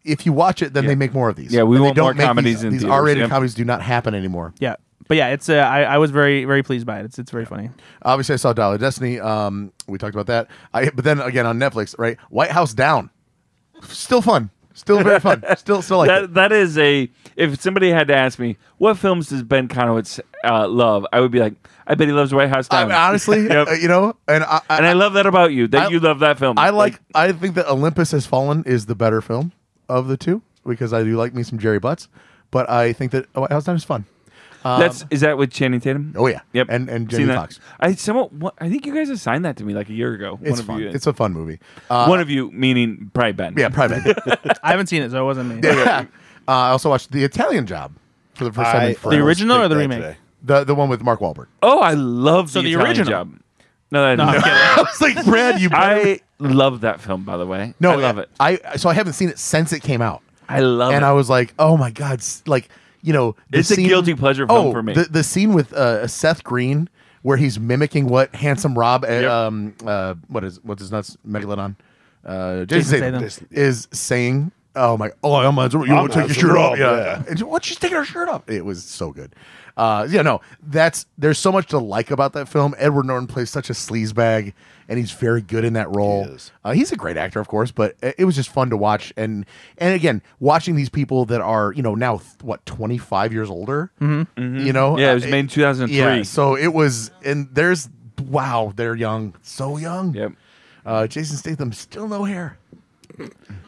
Speaker 2: if you watch it, then they make more of these.
Speaker 4: Yeah, we
Speaker 2: And they
Speaker 4: want more
Speaker 2: make
Speaker 4: comedies
Speaker 2: These,
Speaker 4: in
Speaker 2: these
Speaker 4: theaters,
Speaker 2: R-rated
Speaker 4: yeah.
Speaker 2: comedies do not happen anymore.
Speaker 3: Yeah, but yeah, it's uh, I I was very very pleased by it. It's it's very funny.
Speaker 2: Obviously, I saw Dial of Destiny. Um, we talked about that. I, but then again on Netflix, right? White House Down, still fun, still very fun, still still like it.
Speaker 4: that that is a if somebody had to ask me what films does Ben Conowitz uh, love, I would be like, I bet he loves White House
Speaker 2: I
Speaker 4: Down.
Speaker 2: mean, honestly,
Speaker 4: Yep.
Speaker 2: uh, you know, and I, I,
Speaker 4: and I love that about you that
Speaker 2: I-
Speaker 4: you love that film.
Speaker 2: I like, I think that Olympus Has Fallen is the better film of the two because I do like me some Jerry Butts, but I think that oh, House Down is fun.
Speaker 4: that's is that with Channing Tatum?
Speaker 2: um, Oh, yeah.
Speaker 4: yep,
Speaker 2: And- and
Speaker 4: Seen
Speaker 2: Jamie
Speaker 4: that.
Speaker 2: Foxx.
Speaker 4: I someone what, I think you guys assigned that to me like a year ago. one
Speaker 2: It's
Speaker 4: of
Speaker 2: fun.
Speaker 4: you,
Speaker 2: It's a fun movie. Uh,
Speaker 4: one of you meaning probably Ben.
Speaker 2: yeah, private.
Speaker 3: I haven't seen it, so it wasn't me.
Speaker 2: yeah. Uh, I also watched The Italian Job for the first time.
Speaker 1: I
Speaker 2: in forever.
Speaker 3: The
Speaker 1: almost
Speaker 3: original or
Speaker 1: picked
Speaker 3: the
Speaker 1: that
Speaker 3: remake?
Speaker 1: today.
Speaker 2: the the one with Mark Wahlberg.
Speaker 4: Oh, I love
Speaker 3: So
Speaker 4: the,
Speaker 3: the
Speaker 4: Italian
Speaker 3: original.
Speaker 4: job. No, that
Speaker 3: No, I'm kidding.
Speaker 2: I was like, Brad, you.
Speaker 4: I love that film. By the way,
Speaker 2: no,
Speaker 4: I love it.
Speaker 2: I so I haven't seen it since it came out.
Speaker 4: I love
Speaker 2: and
Speaker 4: it.
Speaker 2: I was like, "Oh my god!" s- Like you know, the
Speaker 4: It's a guilty pleasure film
Speaker 2: oh,
Speaker 4: for me.
Speaker 2: The, the scene with uh, Seth Green where he's mimicking what Handsome Rob, uh,
Speaker 4: Yep.
Speaker 2: um, uh, what is what's his nuts Megalodon, uh, Jason, Statham
Speaker 3: Statham.
Speaker 2: is saying. Oh my! Oh, I'm not. You want to take
Speaker 1: Handsome
Speaker 2: your shirt off?
Speaker 1: Rob,
Speaker 2: Yeah.
Speaker 1: yeah.
Speaker 2: And she- what? She's taking her shirt off. It was so good. Uh, yeah. No, that's there's so much to like about that film. Edward Norton plays such a sleazebag, and he's very good in that role.
Speaker 1: is.
Speaker 2: Uh, he's a great actor, of course, but it it was just fun to watch. And and again, watching these people that are you know now what twenty five years older, you know,
Speaker 4: Mm-hmm. yeah, it
Speaker 2: uh,
Speaker 4: was made in 2003.
Speaker 2: yeah. So it was, and there's wow, they're young, so young.
Speaker 4: Yep.
Speaker 2: Uh, Jason Statham still no hair,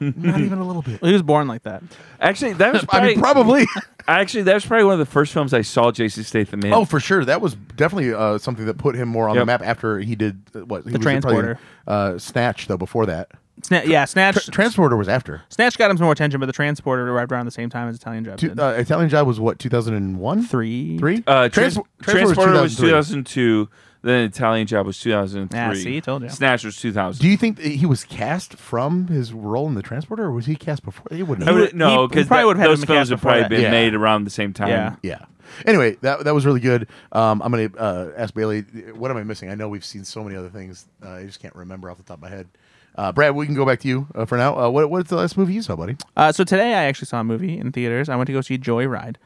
Speaker 2: not even a little bit.
Speaker 3: He was born like that.
Speaker 4: Actually, that was
Speaker 2: I
Speaker 4: probably,
Speaker 2: mean, probably.
Speaker 4: Actually, that was probably one of the first films I saw Jason Statham in.
Speaker 2: Oh, for sure. That was definitely uh, something that put him more on the
Speaker 4: Yep.
Speaker 2: map after he did uh, what he
Speaker 3: The
Speaker 2: was probably in,
Speaker 3: Transporter.
Speaker 2: uh, Snatch though. Before that,
Speaker 3: Sna- yeah, Snatch.
Speaker 2: Transporter was after.
Speaker 3: Snatch got him some more attention, but the Transporter arrived around the same time as Italian Job
Speaker 2: Two,
Speaker 3: did.
Speaker 2: uh, Italian Job was what 2001,
Speaker 3: Three.
Speaker 2: three.
Speaker 4: uh,
Speaker 2: Trans-
Speaker 4: Trans-
Speaker 2: Transporter
Speaker 4: Transporter was
Speaker 2: 2003.
Speaker 4: 2002. Then Italian Job was 2003.
Speaker 3: Ah, see, told you.
Speaker 4: Snatch was 2000.
Speaker 2: Do you think that he was cast from his role in the Transporter, or was he cast before? He wouldn't.
Speaker 4: I
Speaker 2: Have.
Speaker 4: would- no,
Speaker 3: he- he
Speaker 4: because
Speaker 3: probably would've had
Speaker 4: those
Speaker 3: him
Speaker 4: films
Speaker 3: cast
Speaker 4: have
Speaker 3: before
Speaker 4: probably
Speaker 3: that.
Speaker 4: been
Speaker 2: Yeah.
Speaker 4: made around the same time.
Speaker 3: Yeah.
Speaker 2: Yeah. Anyway, that that was really good. Um, I'm gonna uh, ask Bailey. What am I missing? I know we've seen so many other things. Uh, I just can't remember off the top of my head. Uh, Brad, we can go back to you uh, for now. Uh, what what's the last movie you saw, buddy?
Speaker 3: Uh, so today I actually saw a movie in theaters. I went to go see Joyride.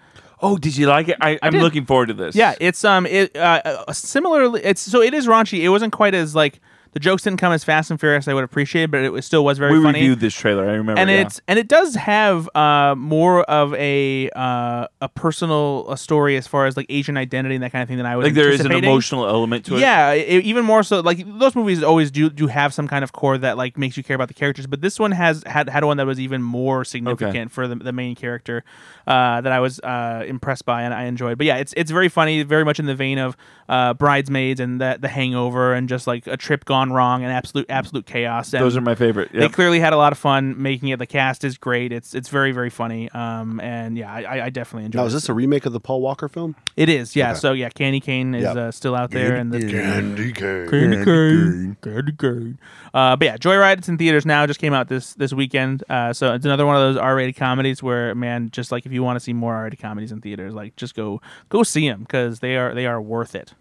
Speaker 4: Oh, did you like it? I, I'm
Speaker 3: did.
Speaker 4: looking forward to this.
Speaker 3: Yeah, it's um, it uh, uh, similarly, it's so it is raunchy. It wasn't quite as like The jokes didn't come as fast and furious as I would appreciate, but it was- still was very
Speaker 4: we
Speaker 3: funny.
Speaker 4: reviewed this trailer. I remember.
Speaker 3: and
Speaker 4: yeah.
Speaker 3: it's and it does have uh, more of a uh, a personal a story as far as like Asian identity and that kind of thing than I was
Speaker 4: like there is an
Speaker 3: anticipating.
Speaker 4: emotional element to it.
Speaker 3: Yeah, e- even more so. Like those movies always do do have some kind of core that like makes you care about the characters, but this one has had had one that was even more significant for the, the main character uh, that I was uh, impressed by and I enjoyed. But yeah, it's it's very funny, very much in the vein of uh, Bridesmaids and the the Hangover and just like a trip gone wrong and absolute absolute chaos. And
Speaker 4: Those are my favorite.
Speaker 3: They
Speaker 4: Yep.
Speaker 3: clearly had a lot of fun making it. The cast is great. It's it's very very funny. Um and yeah, I, I- I definitely enjoyed
Speaker 1: Now, is
Speaker 3: it.
Speaker 1: this a remake of the Paul Walker film?
Speaker 3: It is yeah. So yeah, Candy Cane is
Speaker 1: Yep.
Speaker 3: uh, still out there and the,
Speaker 1: Candy cane.
Speaker 3: Candy cane. Candy cane. Uh, but yeah, Joyride. It's in theaters now. Just came out this this weekend. Uh, so it's another one of those R-rated comedies where, man, just like if you want to see more R-rated comedies in theaters, like just go go see them because they are they are worth it.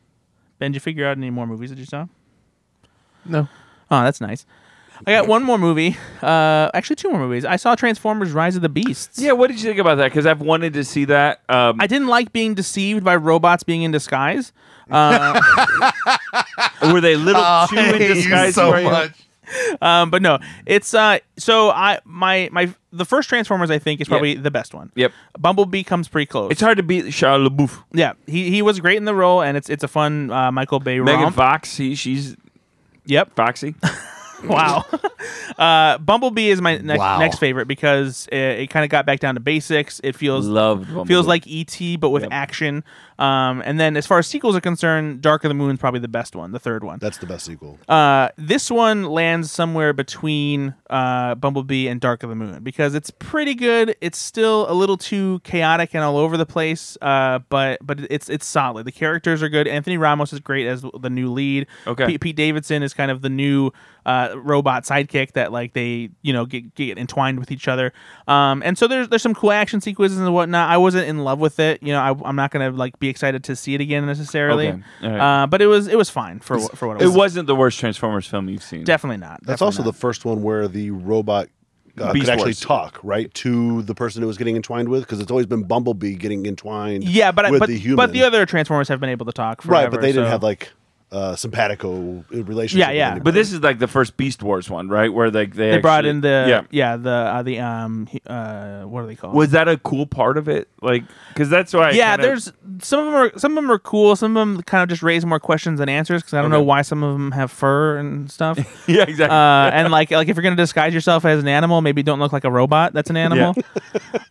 Speaker 3: Ben, did you figure out any more movies that you saw?
Speaker 2: No.
Speaker 3: Oh, that's nice. I got one more movie. Uh, actually, two more movies. I saw Transformers: Rise of the Beasts.
Speaker 4: Yeah. What did you think about that? Because I've wanted to see that. Um,
Speaker 3: I didn't like being deceived by robots being in disguise. Uh,
Speaker 4: were they little
Speaker 3: Oh,
Speaker 4: too
Speaker 2: I
Speaker 4: in
Speaker 2: hate you
Speaker 4: disguise?
Speaker 2: so
Speaker 4: for you?
Speaker 2: much.
Speaker 3: um, but no, it's uh. So I my my the first Transformers I think is probably the best one.
Speaker 4: Yep.
Speaker 3: Bumblebee comes pretty close.
Speaker 4: It's hard to beat Shia LaBeouf.
Speaker 3: yeah, he he was great in the role, and it's it's a fun uh, Michael Bay
Speaker 4: Megan
Speaker 3: romp.
Speaker 4: Fox. He, she's
Speaker 3: yep.
Speaker 4: Foxy.
Speaker 3: Wow. uh, Bumblebee is my next
Speaker 2: Wow.
Speaker 3: next favorite because it, it kind of got back down to basics. It feels
Speaker 4: Loved
Speaker 3: feels
Speaker 4: Bumblebee.
Speaker 3: like ET but with
Speaker 4: Yep.
Speaker 3: action. Um, and then as far as sequels are concerned, Dark of the Moon is probably the best one, the third one.
Speaker 1: That's the best sequel.
Speaker 3: Uh, this one lands somewhere between uh, Bumblebee and Dark of the Moon because it's pretty good. It's still a little too chaotic and all over the place, uh, but but it's it's solid. The characters are good. Anthony Ramos is great as the new lead.
Speaker 4: Okay.
Speaker 3: Pete, Pete Davidson is kind of the new uh, robot sidekick that like they you know get, get entwined with each other. Um, and so there's there's some cool action sequences and whatnot. I wasn't in love with it. You know, I, I'm not gonna like be excited to see it again necessarily.
Speaker 4: Okay. All right.
Speaker 3: Uh, but it was it was fine for wh- for what it,
Speaker 4: It
Speaker 3: was.
Speaker 4: wasn't the worst Transformers film you've seen.
Speaker 3: Definitely not.
Speaker 1: That's
Speaker 3: Definitely
Speaker 1: also
Speaker 3: not.
Speaker 1: the first one where the robot uh,
Speaker 4: Beast
Speaker 1: could actually
Speaker 4: Wars.
Speaker 1: talk right to the person who was getting entwined with, because it's always been Bumblebee getting entwined.
Speaker 3: yeah, but I-
Speaker 1: with
Speaker 3: but,
Speaker 1: the human.
Speaker 3: but the other Transformers have been able to talk forever,
Speaker 1: right, but they didn't
Speaker 3: so-
Speaker 1: have like uh, simpatico relationship.
Speaker 3: Yeah, yeah.
Speaker 1: With
Speaker 4: But this is like the first Beast Wars one, right? Where like they,
Speaker 3: They brought
Speaker 4: actually-
Speaker 3: in the yeah,
Speaker 4: yeah.
Speaker 3: the uh, the um he- uh what are they called?
Speaker 4: Was that a cool part of it? Like, because that's why. I
Speaker 3: yeah,
Speaker 4: kinda-
Speaker 3: there's some of them are some of them are cool. Some of them kind of just raise more questions than answers because I don't know
Speaker 4: Okay.
Speaker 3: why some of them have fur and stuff.
Speaker 4: Yeah, exactly.
Speaker 3: Uh, and like like if you're gonna disguise yourself as an animal, maybe don't look like a robot. That's an animal.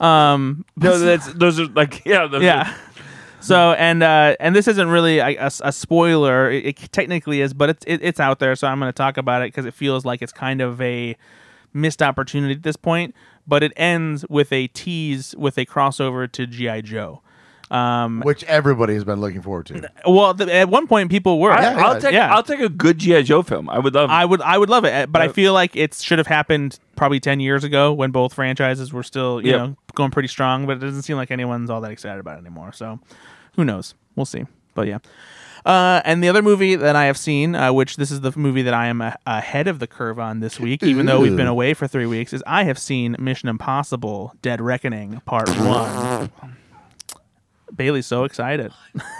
Speaker 3: um,
Speaker 4: no, that's those are like yeah, those
Speaker 3: yeah. So and uh, and this isn't really a, a- a spoiler. It, it technically is, but it's it, it's out there. So I'm going to talk about it because it feels like it's kind of a missed opportunity at this point. But it ends with a tease with a crossover to GI Joe. Um,
Speaker 2: Which everybody has been looking forward
Speaker 4: Uh,
Speaker 2: to.
Speaker 3: well, th- at one point people were.
Speaker 4: Are, I,
Speaker 2: Yeah,
Speaker 4: I'll
Speaker 2: yeah.
Speaker 4: take
Speaker 3: Yeah.
Speaker 4: I'll take a good GI Joe film. I would love.
Speaker 3: I would I would love it, eh, but I feel like it should have happened probably ten years ago when both franchises were still you
Speaker 4: Yep.
Speaker 3: know going pretty strong. But it doesn't seem like anyone's all that excited about it anymore. So who knows? We'll see. But yeah. Uh, and the other movie that I have seen, uh, which this is the movie that I am a- ahead of the curve on this week, even though we've been away for three weeks, is I have seen Mission Impossible: Dead Reckoning Part One. Bailey's so excited.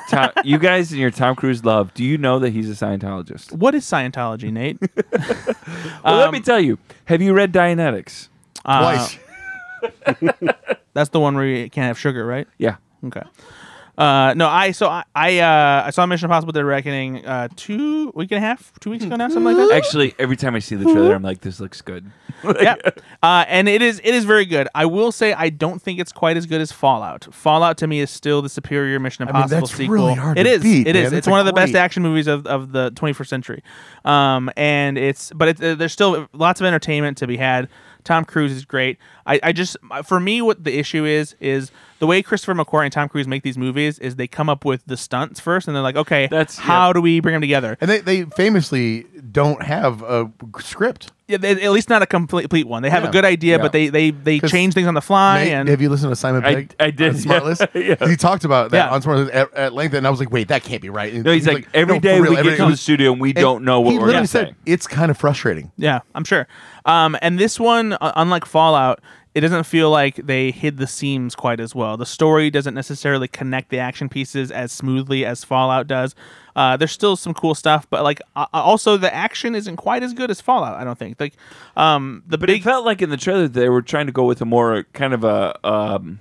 Speaker 4: Tom- you guys and your Tom Cruise love. Do you know that he's a Scientologist?
Speaker 3: What is Scientology, Nate?
Speaker 4: Well, let me tell you. Have you read Dianetics?
Speaker 3: Uh,
Speaker 2: Twice.
Speaker 3: That's the one where you can't have sugar, right?
Speaker 4: Yeah.
Speaker 3: Okay. Uh, no, I so I I, uh, I saw Mission Impossible: Dead Reckoning uh, two week and a half, two weeks ago now, something like that.
Speaker 4: Actually, every time I see the trailer, I'm like, this looks good.
Speaker 3: yeah, uh, and it is it is very good. I will say I don't think it's quite as good as Fallout. Fallout to me is still the superior Mission
Speaker 2: mean,
Speaker 3: Impossible
Speaker 2: that's
Speaker 3: sequel.
Speaker 2: really hard
Speaker 3: It
Speaker 2: to
Speaker 3: is.
Speaker 2: beat,
Speaker 3: it
Speaker 2: man.
Speaker 3: is.
Speaker 2: That's
Speaker 3: It's
Speaker 2: a
Speaker 3: one of the best
Speaker 2: great-
Speaker 3: action movies of, of the 21st century, um, and it's but it, uh, there's still lots of entertainment to be had. Tom Cruise is great. I, I just for me what the issue is is the way Christopher McQuarrie and Tom Cruise make these movies is they come up with the stunts first and they're like, okay,
Speaker 4: That's-
Speaker 3: how do we bring them together?
Speaker 2: And they, they famously don't have a script.
Speaker 3: Yeah, they- at least not a complete complete one. They have
Speaker 2: Yeah.
Speaker 3: a good idea,
Speaker 4: Yeah.
Speaker 3: but they they they
Speaker 2: 'Cause
Speaker 3: change things on the fly.
Speaker 2: Nate,
Speaker 3: and
Speaker 2: have you listened to Simon
Speaker 4: I-
Speaker 2: Pegg?
Speaker 4: I did,
Speaker 2: on Smart
Speaker 4: yeah.
Speaker 2: List.
Speaker 4: Yeah.
Speaker 2: He talked about that
Speaker 3: Yeah.
Speaker 2: on Smart List at, at length, and I was like, "Wait, that can't be right." And
Speaker 4: No, he's,
Speaker 2: he was
Speaker 4: like, every
Speaker 2: "No,
Speaker 4: day
Speaker 2: for real,
Speaker 4: we
Speaker 2: every day
Speaker 4: get to the
Speaker 2: was-
Speaker 4: studio and we
Speaker 2: And
Speaker 4: don't know what
Speaker 2: he
Speaker 4: we're
Speaker 2: literally
Speaker 4: gonna
Speaker 2: said.
Speaker 4: say.
Speaker 2: It's kind of frustrating.
Speaker 3: Yeah, I'm sure. Um, and this one, uh, unlike Fallout, it doesn't feel like they hid the seams quite as well. The story doesn't necessarily connect the action pieces as smoothly as Fallout does. Uh, there's still some cool stuff, but like uh, also the action isn't quite as good as Fallout. I don't think. Like um, the
Speaker 4: But
Speaker 3: big
Speaker 4: it felt like in the trailer they were trying to go with a more kind of a um,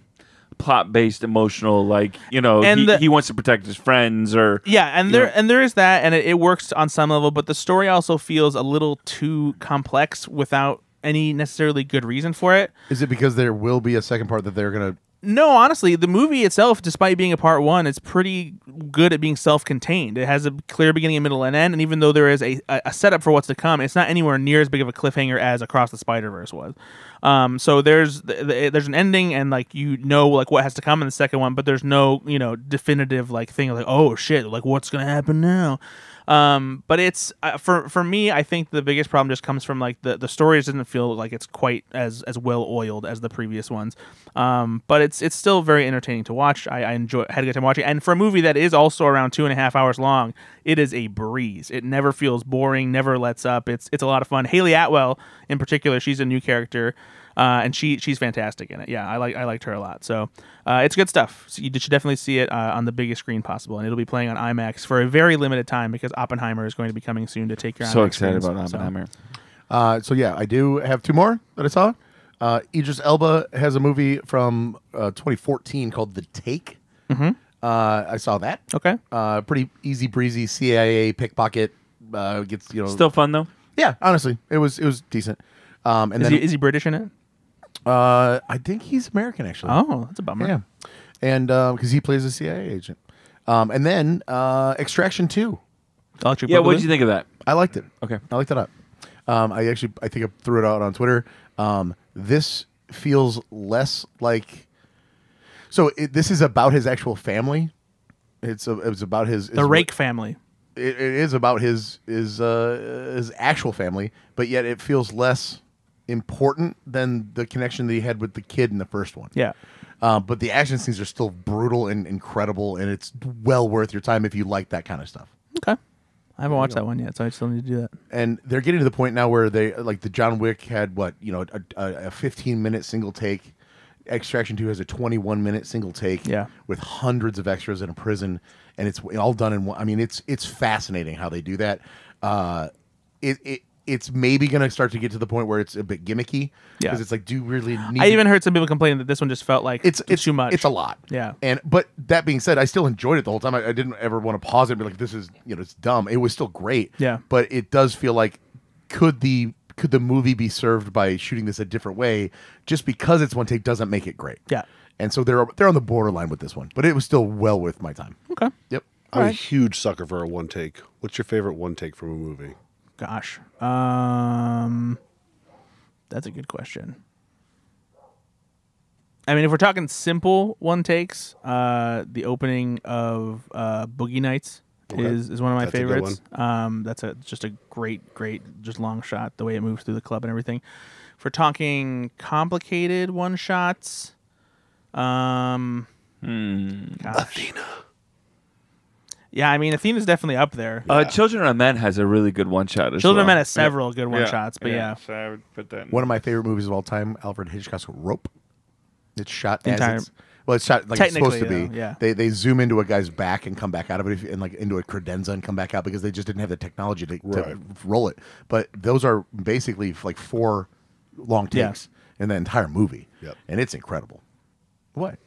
Speaker 4: plot-based, emotional, like you know,
Speaker 3: And
Speaker 4: he,
Speaker 3: the-
Speaker 4: he wants to protect his friends or
Speaker 3: Yeah, and
Speaker 4: you
Speaker 3: there
Speaker 4: know.
Speaker 3: and there is that, and it, it works on some level, but the story also feels a little too complex without any necessarily good reason for it.
Speaker 2: Is it because there will be a second part that they're gonna?
Speaker 3: No, honestly, the movie itself, despite being a part one, it's pretty good at being self-contained. It has a clear beginning, a middle, and end, and even though there is a, a, a setup for what's to come, it's not anywhere near as big of a cliffhanger as Across the Spider Verse was. Um, so there's th- th- there's an ending, and like you know, like what has to come in the second one, but there's no you know definitive like thing like oh shit, like what's gonna happen now. Um, but it's uh, for for me, I think the biggest problem just comes from like the the story just doesn't feel like it's quite as as well oiled as the previous ones. Um, but it's it's still very entertaining to watch. I, I enjoy had a good time watching, and for a movie that is also around two and a half hours long, it is a breeze. It never feels boring, never lets up. It's it's a lot of fun. Haley Atwell in particular, she's a new character. Uh, and she she's fantastic in it. Yeah, I like I liked her a lot. So uh, it's good stuff. So you should definitely see it uh, on the biggest screen possible, and it'll be playing on IMAX for a very limited time because Oppenheimer is going to be coming soon to take your.
Speaker 4: so
Speaker 3: IMAX
Speaker 4: excited
Speaker 3: screens.
Speaker 4: about
Speaker 3: So-
Speaker 4: Oppenheimer.
Speaker 2: Uh, so yeah, I do have two more that I saw. Uh, Idris Elba has a movie from uh, 2014 called The Take. Uh, I saw that.
Speaker 3: Mm-hmm. Okay.
Speaker 2: Uh, pretty easy breezy CIA pickpocket. Uh, gets you know
Speaker 4: Still fun though.
Speaker 2: yeah. Honestly, it was it was decent. Um, and
Speaker 3: Is
Speaker 2: then
Speaker 3: he, is he British in it?
Speaker 2: uh, I think he's American actually.
Speaker 3: Oh, that's a bummer.
Speaker 2: Yeah, and because he plays a CIA agent. Um, and then uh, Extraction Two,
Speaker 3: Electric
Speaker 4: Yeah,
Speaker 3: Boogaloo?
Speaker 4: what did you think of that?
Speaker 2: I liked it.
Speaker 4: Okay.
Speaker 2: I liked it up. Um, I actually I think I threw it out on Twitter. Um, this feels less like. So it, this is about his actual family. It's a, it's about his,
Speaker 3: The
Speaker 2: his-
Speaker 3: Rake family.
Speaker 2: It, it is about his his uh, his actual family, but yet it feels less important than the connection that he had with the kid in the first one.
Speaker 3: Yeah.
Speaker 2: Uh, but the action scenes are still brutal and incredible, and it's well worth your time if you like that kind of stuff.
Speaker 3: Okay. I haven't watched that one yet, so I still need to do that.
Speaker 2: And they're getting to the point now where they like the John Wick had what you know a, a, a 15 minute single take. Extraction Two has a 21 minute single take.
Speaker 3: Yeah.
Speaker 2: with hundreds of extras in a prison, and it's all done in one. I mean, it's it's fascinating how they do that. Uh, it it. It's maybe going to start to get to the point where it's a bit gimmicky
Speaker 3: Yeah.
Speaker 2: because it's like, do you really need?
Speaker 3: I
Speaker 2: to
Speaker 3: even heard some people complaining that this one just felt like
Speaker 2: it's
Speaker 3: t-
Speaker 2: it's
Speaker 3: too much.
Speaker 2: It's a lot.
Speaker 3: Yeah.
Speaker 2: And but that being said, I still enjoyed it the whole time. I, I didn't ever want to pause it and be like, "This is you know, it's dumb." It was still great.
Speaker 3: Yeah.
Speaker 2: But it does feel like could the could the movie be served by shooting this a different way? Just because it's one take doesn't make it great.
Speaker 3: Yeah.
Speaker 2: And so they're they're on the borderline with this one, but it was still well worth my time.
Speaker 3: Okay.
Speaker 2: Yep.
Speaker 1: I'm a huge sucker for a one take. What's your favorite one take from a movie?
Speaker 3: Gosh. Um That's a good question. I mean, if we're talking simple one takes, uh the opening of uh Boogie Nights is is one of my
Speaker 1: That's a good
Speaker 3: favorites. Um that's a just a great great just long shot the way it moves through the club and everything. If we're talking complicated one shots, um gosh. Athena. Yeah, I mean Athena's definitely up there.
Speaker 4: Uh, Children of Men has a really good one shot.
Speaker 3: Children of
Speaker 4: well.
Speaker 3: Men has several good one shots, but yeah.
Speaker 5: So I would put that. In.
Speaker 2: One of my favorite movies of all time, Alfred Hitchcock's Rope. It's shot as
Speaker 3: Entire-
Speaker 2: it's- well, it's shot like it's supposed to be.
Speaker 3: Technically, though, yeah.
Speaker 2: They they zoom into a guy's back and come back out of it, if- and like into a credenza and come back out because they just didn't have the technology to, to
Speaker 1: Right.
Speaker 2: roll it. But those are basically like four long
Speaker 3: Yeah.
Speaker 2: takes in the entire movie.
Speaker 1: Yep.
Speaker 2: and it's incredible. What?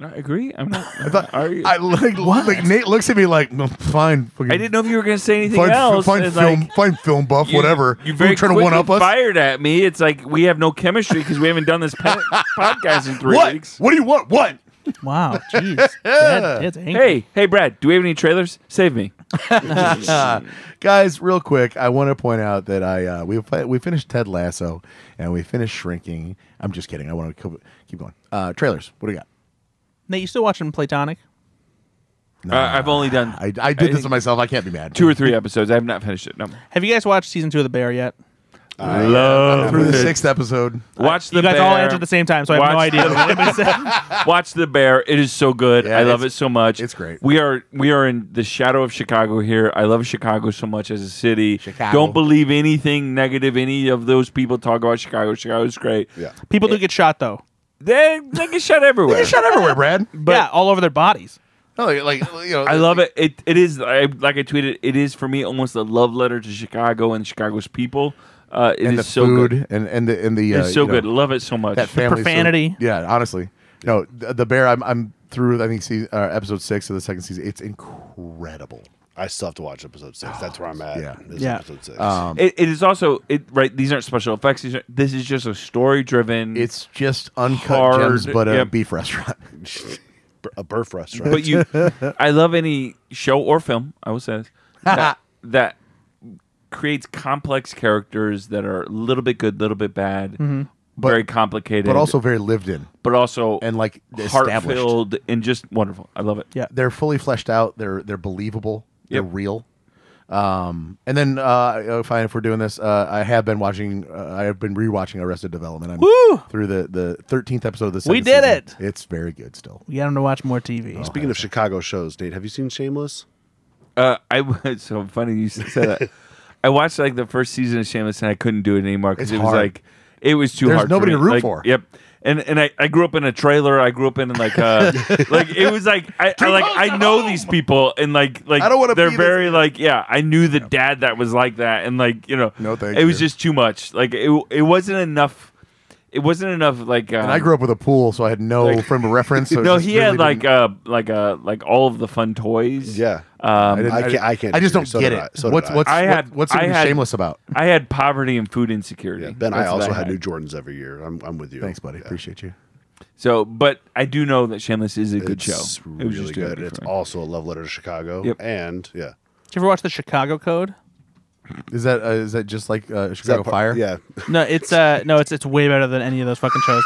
Speaker 4: No, I agree. I'm not. I, are you,
Speaker 2: I like, like Nate looks at me like "No, fine. fucking-
Speaker 4: I didn't know if you were going to say anything
Speaker 2: Fine,
Speaker 4: else.
Speaker 2: fine
Speaker 4: It's
Speaker 2: film,
Speaker 4: like,
Speaker 2: fine film buff,
Speaker 4: you-
Speaker 2: whatever.
Speaker 4: You very
Speaker 2: trying to one up us?
Speaker 4: fired at me. It's like we have no chemistry because we haven't done this pe- podcast in three
Speaker 2: What?
Speaker 4: weeks.
Speaker 2: What do you want? What?
Speaker 3: Wow, jeez, Dad- Dad's angry.
Speaker 4: Hey, hey, Brad. Do we have any trailers? Save me.
Speaker 2: guys real quick i want to point out that i uh, we fi- we finished ted lasso and we finished shrinking i'm just kidding i want to co- keep going uh trailers what do we got
Speaker 3: Nate, you still watching Platonic?
Speaker 4: Uh, I've only done
Speaker 2: i, I did this
Speaker 4: think
Speaker 2: to myself i can't be mad
Speaker 4: two or three episodes. I have not finished it. No.
Speaker 3: Have you guys watched season two of The Bear yet?
Speaker 4: Love
Speaker 2: through the
Speaker 4: it.
Speaker 2: sixth episode.
Speaker 4: Watch the
Speaker 3: you guys
Speaker 4: bear.
Speaker 3: all answered at the same time, so I have no
Speaker 4: Watch
Speaker 3: idea
Speaker 4: the-
Speaker 3: what anybody said.
Speaker 4: Watch the bear. It is so good.
Speaker 2: Yeah,
Speaker 4: I love it
Speaker 2: it's-
Speaker 4: so much.
Speaker 2: it's great.
Speaker 4: We are we are in the shadow of Chicago here. I love Chicago so much as a city.
Speaker 2: Chicago.
Speaker 4: Don't believe anything negative any of those people talk about Chicago. Chicago's great.
Speaker 1: Yeah.
Speaker 3: People do get shot though.
Speaker 4: They they get shot everywhere.
Speaker 2: It's shot everywhere, Brad.
Speaker 3: yeah, all over their bodies.
Speaker 2: No, like you know,
Speaker 4: I love it. It it is I, like I tweeted. It is for me almost a love letter to Chicago and Chicago's people. Uh, it is
Speaker 2: and the
Speaker 4: so
Speaker 2: food
Speaker 4: good.
Speaker 2: and and the and the uh,
Speaker 4: It's so
Speaker 2: you know,
Speaker 4: good. Love it so much.
Speaker 2: that family so-
Speaker 3: profanity.
Speaker 2: yeah, honestly, no, the, the bear. I'm I'm through. I think season, uh, episode six of the second season. It's incredible.
Speaker 1: I still have to watch episode six. That's where I'm at.
Speaker 2: Yeah.
Speaker 1: is
Speaker 3: Yeah.
Speaker 1: Episode six.
Speaker 4: It, it is also it right. These aren't special effects. These are, this is just a story driven.
Speaker 2: It's just uncut
Speaker 4: Hard,
Speaker 2: gems, but a
Speaker 4: yep.
Speaker 2: beef restaurant.
Speaker 1: B- a birth restaurant.
Speaker 4: but you. I love any show or film. I will say this, that, that creates complex characters that are a little bit good, little bit bad, very complicated,
Speaker 2: Mm-hmm. but also very lived in.
Speaker 4: but also
Speaker 2: and, like, established.
Speaker 4: heart-filled and just wonderful. I love it.
Speaker 3: Yeah.
Speaker 2: They're fully fleshed out. They're they're believable. They're
Speaker 4: Yep.
Speaker 2: real. Um, and then uh, if, I, if we're doing this, uh, I have been watching. Uh, I have been rewatching Arrested Development. I'm
Speaker 3: Woo!
Speaker 2: through the the thirteenth episode of the.
Speaker 3: We
Speaker 2: second
Speaker 3: did
Speaker 2: season.
Speaker 3: it!
Speaker 2: It's very good still.
Speaker 3: We got them to watch more
Speaker 4: Oh.
Speaker 3: TV.
Speaker 1: Speaking of Chicago shows, Nate, have you seen Shameless?
Speaker 4: Uh, I was so funny you said that. I watched like the first season of Shameless and I couldn't do it anymore because
Speaker 2: It's
Speaker 4: it was
Speaker 2: hard.
Speaker 4: like it was too
Speaker 2: There's
Speaker 4: hard.
Speaker 2: nobody
Speaker 4: for
Speaker 2: to
Speaker 4: me.
Speaker 2: root
Speaker 4: Like,
Speaker 2: for.
Speaker 4: Yep. And and I, I grew up in a trailer. I grew up in like uh like it was like I, I like I know these people and like like
Speaker 2: I don't wanna
Speaker 4: they're
Speaker 2: be this-
Speaker 4: very like yeah I knew the dad that was like that and like you know
Speaker 2: No, thank
Speaker 4: it was
Speaker 2: you.
Speaker 4: just too much like it it wasn't enough it wasn't enough like um,
Speaker 2: And I grew up with a pool, so I had no
Speaker 4: Like-
Speaker 2: frame of reference. So it
Speaker 4: no
Speaker 2: just
Speaker 4: he
Speaker 2: really
Speaker 4: had like
Speaker 2: didn't-
Speaker 4: uh like uh like all of the fun toys
Speaker 1: Yeah.
Speaker 4: um
Speaker 2: didn't-
Speaker 1: I can't- I can't
Speaker 2: I just
Speaker 1: do it.
Speaker 2: don't
Speaker 1: So
Speaker 2: get
Speaker 1: did
Speaker 2: it.
Speaker 1: I. So did
Speaker 2: what's
Speaker 1: I.
Speaker 2: what's
Speaker 4: I
Speaker 2: what-
Speaker 4: had-
Speaker 2: what's it
Speaker 4: I
Speaker 2: to be
Speaker 4: had-
Speaker 2: shameless about?
Speaker 4: I had poverty and food insecurity.
Speaker 1: Yeah. Ben, I
Speaker 4: That's what
Speaker 1: also had
Speaker 4: had.
Speaker 1: New Jordans every year. I'm, I'm with you.
Speaker 2: Thanks, buddy.
Speaker 1: Yeah.
Speaker 2: Appreciate you.
Speaker 4: So, but I do know that Shameless is a good show.
Speaker 1: It's
Speaker 4: It was
Speaker 1: really
Speaker 4: just too
Speaker 1: good.
Speaker 4: heavy
Speaker 1: It's
Speaker 4: for me.
Speaker 1: also a love letter to Chicago.
Speaker 4: Yep.
Speaker 1: And yeah,
Speaker 3: Did you ever watch the Chicago Code?
Speaker 2: Is that uh, is that just like uh,
Speaker 1: Is that
Speaker 2: Chicago
Speaker 1: part-
Speaker 2: Fire?
Speaker 1: Yeah,
Speaker 3: No, it's uh no, it's it's way better than any of those fucking shows.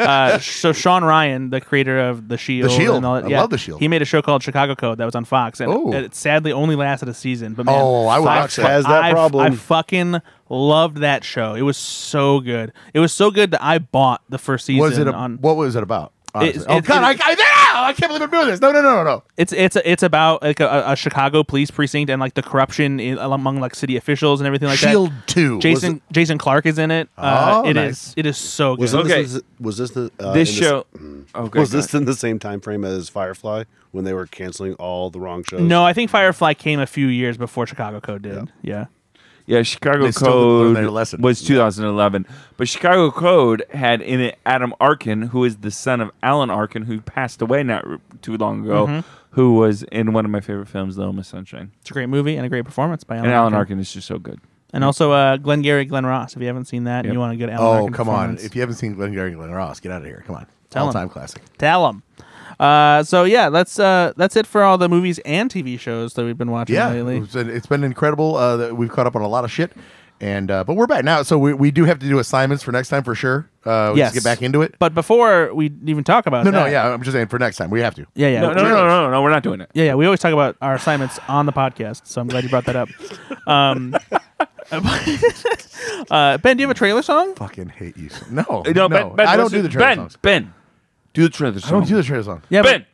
Speaker 3: uh, so Sean Ryan, the creator of The Shield,
Speaker 2: Shield.
Speaker 3: and all that,
Speaker 2: I
Speaker 3: yeah,
Speaker 2: love The Shield.
Speaker 3: He made a show called Chicago Code that was on Fox, and
Speaker 2: Oh.
Speaker 3: it, it sadly only lasted a season. But man,
Speaker 2: Oh, I would
Speaker 1: Fox
Speaker 2: watch
Speaker 1: has that
Speaker 3: I-
Speaker 1: problem.
Speaker 3: I fucking loved that show. It was so good. It was so good that I bought the first season.
Speaker 2: Was it a,
Speaker 3: on
Speaker 2: what was it about? honestly? oh
Speaker 3: it's-
Speaker 2: God,
Speaker 3: it's-
Speaker 2: I, I, ah, I can't believe I'm doing this. No, no, no, no, no.
Speaker 3: it's it's it's about like a, a Chicago police precinct and like the corruption in, among like city officials and everything like
Speaker 2: Shield
Speaker 3: that.
Speaker 2: Two. was
Speaker 3: Jason Jason Clark is in it. Uh,
Speaker 2: Oh,
Speaker 3: it is
Speaker 2: nice.
Speaker 3: it is so good.
Speaker 1: was okay.
Speaker 4: Okay.
Speaker 1: this was this the uh,
Speaker 4: this
Speaker 1: in
Speaker 4: show. Mm. okay,
Speaker 1: was
Speaker 4: go
Speaker 1: this
Speaker 4: ahead.
Speaker 1: in the same time frame as Firefly when they were canceling all the wrong shows?
Speaker 3: No, I think Firefly came a few years before Chicago Code did. Yeah.
Speaker 4: Yeah, Chicago
Speaker 2: They still didn't learn
Speaker 4: Code
Speaker 2: their lesson.
Speaker 4: was 2011, but Chicago Code had in it Adam Arkin, who is the son of Alan Arkin, who passed away not r- too long ago,
Speaker 3: Mm-hmm.
Speaker 4: who was in one of my favorite films, Little Miss Sunshine.
Speaker 3: It's a great movie and a great performance by Alan,
Speaker 4: And Alan Arkin is just so good.
Speaker 3: And also uh, Glengarry Glenn Ross. If you haven't seen that and
Speaker 4: Yep.
Speaker 3: you want to get Alan
Speaker 2: Oh
Speaker 3: Arkin
Speaker 2: come on!
Speaker 3: performance,
Speaker 2: If you haven't seen Glengarry and Glen Ross, get out of here. Come on,
Speaker 3: Tell 'em.
Speaker 2: all time classic.
Speaker 3: tell him. Uh, so yeah, that's uh, that's it for all the movies and TV shows that we've been watching
Speaker 2: Yeah,
Speaker 3: lately.
Speaker 2: it's been, it's been incredible. Uh, that we've caught up on a lot of shit, and uh, but we're back now. So we, we do have to do assignments for next time for sure. Uh, we
Speaker 3: Yes.
Speaker 2: just get back into it.
Speaker 3: But before we even talk about
Speaker 2: No, no,
Speaker 3: that,
Speaker 2: yeah. I'm just saying for next time we have to.
Speaker 3: yeah, yeah,
Speaker 4: No, no, no, no, no, no, we're not doing it.
Speaker 3: Yeah, yeah. We always talk about our assignments on the podcast, so I'm glad you brought that up. Um, uh, ben, do you have a trailer song?
Speaker 2: Fucking hate you. So. No,
Speaker 4: No,
Speaker 2: no,
Speaker 4: ben, ben,
Speaker 2: I don't
Speaker 4: listen-
Speaker 2: do the trailer
Speaker 4: Ben,
Speaker 2: songs.
Speaker 4: Ben, do the trailer song.
Speaker 2: I don't do the trailer song.
Speaker 3: Yeah,
Speaker 4: Ben,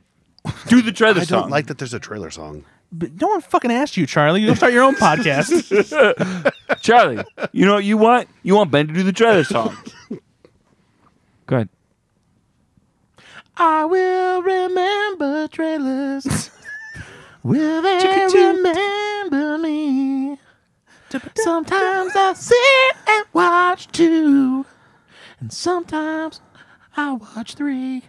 Speaker 4: do the trailer
Speaker 1: I
Speaker 4: song.
Speaker 1: don't like that. There's a trailer song.
Speaker 3: but, but no one fucking asked you, Charlie. You go start your own podcast.
Speaker 4: Charlie, you know what you want? You want Ben to do the trailer song. Go ahead.
Speaker 2: I will remember trailers. will they remember me? Sometimes I sit and watch two, and sometimes I watch three.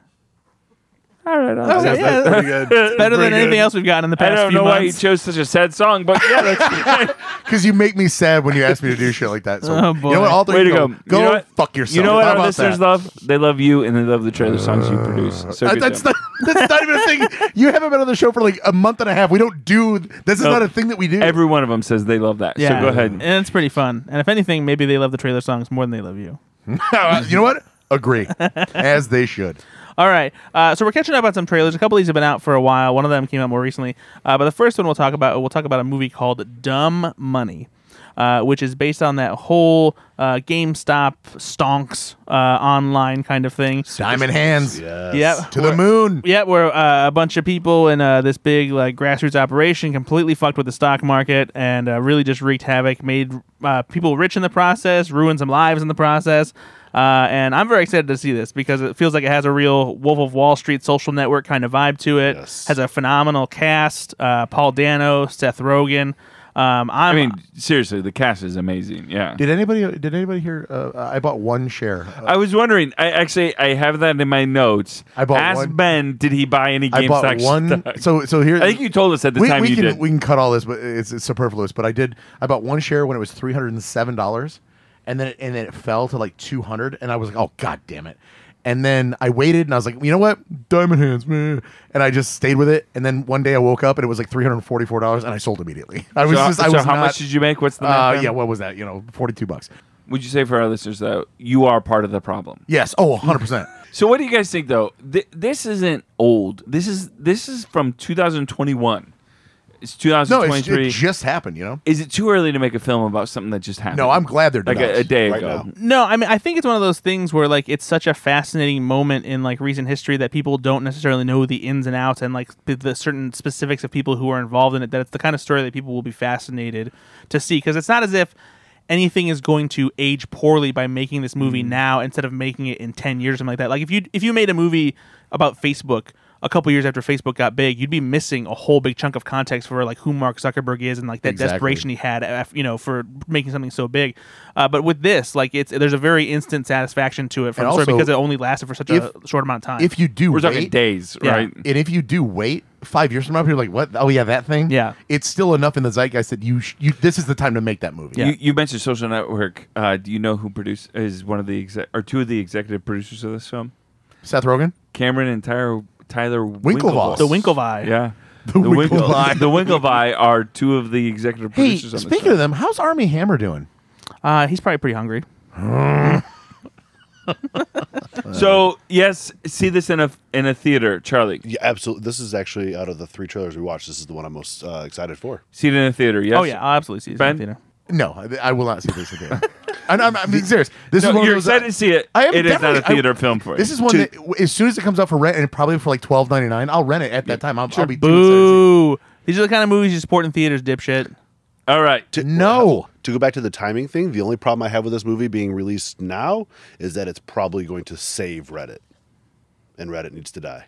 Speaker 4: All right. I'll
Speaker 3: Okay, Oh, yeah,
Speaker 1: Pretty good.
Speaker 3: better than
Speaker 1: Pretty
Speaker 3: anything
Speaker 1: good.
Speaker 3: else we've gotten in the
Speaker 4: I
Speaker 3: past
Speaker 4: don't
Speaker 3: few
Speaker 4: know why you
Speaker 3: months.
Speaker 4: chose such a sad song, but yeah, that's
Speaker 2: Because you make me sad when you ask me to do shit like that. So,
Speaker 3: Oh,
Speaker 2: You know
Speaker 3: boy.
Speaker 2: what? All three
Speaker 4: way
Speaker 2: of
Speaker 4: to
Speaker 2: you
Speaker 4: go.
Speaker 2: Go
Speaker 4: you know what-
Speaker 2: fuck yourself.
Speaker 4: You know what
Speaker 2: How
Speaker 4: our
Speaker 2: about
Speaker 4: listeners
Speaker 2: that?
Speaker 4: love? They love you, and they love the trailer songs you produce. So
Speaker 2: Uh,
Speaker 4: good
Speaker 2: that's,
Speaker 4: job.
Speaker 2: not, that's not even a thing. You haven't been on the show for like a month and a half. We don't do. This is
Speaker 4: No.
Speaker 2: not a thing that we do.
Speaker 4: every one of them says they love that.
Speaker 3: Yeah,
Speaker 4: So go ahead.
Speaker 3: and it's pretty fun. And if anything, maybe they love the trailer songs more than they love you.
Speaker 2: you know what? Agree, as they should.
Speaker 3: All right, uh, so we're catching up on some trailers. A couple of these have been out for a while. One of them came out more recently, uh, but the first one we'll talk about we'll talk about a movie called Dumb Money. uh, which is based on that whole uh, GameStop stonks uh, online kind of thing.
Speaker 2: Diamond hands
Speaker 1: Yes.
Speaker 3: Yep.
Speaker 2: to the moon.
Speaker 3: Yeah, where uh, a bunch of people in uh, this big like grassroots operation completely fucked with the stock market and uh, really just wreaked havoc, made uh, people rich in the process, ruined some lives in the process. Uh, and I'm very excited to see this because it feels like it has a real Wolf of Wall Street social network kind of vibe to it.
Speaker 1: Yes.
Speaker 3: Has a phenomenal cast: uh, Paul Dano, Seth Rogen. Um, I'm,
Speaker 4: I mean, seriously, the cast is amazing. Yeah.
Speaker 2: Did anybody did anybody hear? Uh, I bought one share. Uh,
Speaker 4: I was wondering. I actually I have that in my notes.
Speaker 2: I bought
Speaker 4: Ask
Speaker 2: one-
Speaker 4: Ben, did he buy any
Speaker 2: I
Speaker 4: GameStop
Speaker 2: bought one.
Speaker 4: stock?
Speaker 2: So so here.
Speaker 4: I think you told us at the
Speaker 2: we,
Speaker 4: time
Speaker 2: we
Speaker 4: you
Speaker 2: can
Speaker 4: did.
Speaker 2: we can cut all this, but it's, it's superfluous. But I did. I bought one share when it was three hundred and seven dollars, and then it, and then it fell to like two hundred, and I was like, oh god damn it. And then I waited, and I was like, you know what, diamond hands, man. And I just stayed with it. And then one day I woke up, and it was like three hundred forty-four dollars, and I sold immediately. I was
Speaker 4: so,
Speaker 2: just,
Speaker 4: so
Speaker 2: I was
Speaker 4: how
Speaker 2: not-
Speaker 4: much did you make? What's the math
Speaker 2: Uh,
Speaker 4: on-
Speaker 2: yeah, what was that? You know, forty-two bucks.
Speaker 4: Would you say for our listeners though, you are part of the problem?
Speaker 2: Yes. Oh, 100 percent.
Speaker 4: So what do you guys think though? Th- this isn't old. This is this is from 2021. It's
Speaker 2: No, it's,
Speaker 4: 2023.
Speaker 2: it just happened. You know.
Speaker 4: is it too early to make a film about something that just happened?
Speaker 2: No, I'm glad they're
Speaker 4: like
Speaker 2: doing
Speaker 4: a, a day
Speaker 1: Right
Speaker 4: ago.
Speaker 1: now.
Speaker 3: No, I mean I think it's one of those things where like it's such a fascinating moment in like recent history that people don't necessarily know the ins and outs and like the, the certain specifics of people who are involved in it. That it's the kind of story that people will be fascinated to see because it's not as if anything is going to age poorly by making this movie now instead of making it in ten years or something like that. Like if you if you made a movie about Facebook a couple years after Facebook got big, you'd be missing a whole big chunk of context for like who Mark Zuckerberg is and like that
Speaker 2: Exactly.
Speaker 3: desperation he had, af- you know, for making something so big. Uh, but with this, like, it's there's a very instant satisfaction to it from
Speaker 2: And
Speaker 3: the story
Speaker 2: also,
Speaker 3: because it only lasted for such
Speaker 2: if-
Speaker 3: a short amount of time.
Speaker 2: If you do,
Speaker 4: We're talking
Speaker 2: wait-
Speaker 4: days,
Speaker 3: Yeah.
Speaker 4: right?
Speaker 2: And if you do wait five years from now, people are like, "What? Oh yeah, that thing."
Speaker 3: Yeah.
Speaker 2: it's still enough in the zeitgeist that you, sh- you this is the time to make that movie.
Speaker 3: Yeah.
Speaker 4: You, you mentioned Social Network. Uh, do you know who produce is one of the exec- or two of the executive producers of this film?
Speaker 2: Seth Rogen,
Speaker 4: Cameron and Tyler Tyler
Speaker 2: Winklevoss.
Speaker 4: Winklevoss.
Speaker 3: the Winklevi,
Speaker 4: Yeah. The,
Speaker 2: Winklevi.
Speaker 4: the Winklevi are two of the executive
Speaker 2: hey,
Speaker 4: producers. on
Speaker 2: speaking of them, how's Army Hammer doing?
Speaker 3: uh, he's probably pretty hungry.
Speaker 4: them, Uh, so yes, see this in a in a theater, Charlie.
Speaker 1: Yeah, absolutely. This is actually out of the three trailers we watched. This is the one I'm most uh, excited for.
Speaker 4: See it in a theater. Yes.
Speaker 3: Oh yeah, I'll absolutely see this in
Speaker 4: Ben?
Speaker 3: the theater.
Speaker 2: No, I, I will not see this again. and I'm, I'm being serious. This is
Speaker 4: No,
Speaker 2: one
Speaker 4: you're
Speaker 2: of those, uh,
Speaker 4: excited to see it.
Speaker 2: I am
Speaker 4: it is not a
Speaker 2: definitely- I-
Speaker 4: theater film for you.
Speaker 2: This is one that w- as soon as it comes out for rent and probably for like twelve ninety nine, I'll rent it at that time. I'll, I'll be too excited to
Speaker 3: Boo! These are the kind of movies you support in theaters, dipshit.
Speaker 4: all right.
Speaker 2: see it. No,
Speaker 1: To go back to the timing thing, the only problem I have with this movie being released now is that it's probably going to save Reddit, and Reddit needs to die.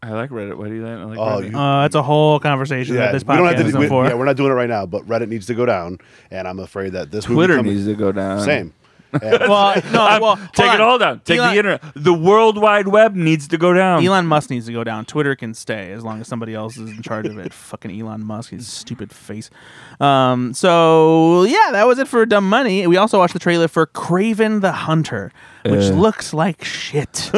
Speaker 4: I like Reddit. What do you like? I like
Speaker 1: Oh,
Speaker 4: Reddit.
Speaker 1: you-
Speaker 3: Uh, that's a whole conversation that this
Speaker 1: we don't have
Speaker 3: podcast
Speaker 1: to.
Speaker 3: Oh, is
Speaker 1: do-
Speaker 3: on
Speaker 1: we-
Speaker 3: for.
Speaker 1: yeah, we're not doing it right now, but Reddit needs to go down, and I'm afraid that this
Speaker 4: Twitter
Speaker 1: movie
Speaker 4: needs to go down.
Speaker 1: same. And-
Speaker 3: well, no, well,
Speaker 4: Take
Speaker 3: hold on.
Speaker 4: it all down. Take
Speaker 3: Elon-
Speaker 4: the internet. The World Wide Web needs to go down.
Speaker 3: Elon Musk needs to go down. Twitter can stay as long as somebody else is in charge of it. Fucking Elon Musk, his stupid face. Um, so yeah, that was it for Dumb Money. We also watched the trailer for Craven the Hunter, which looks like shit.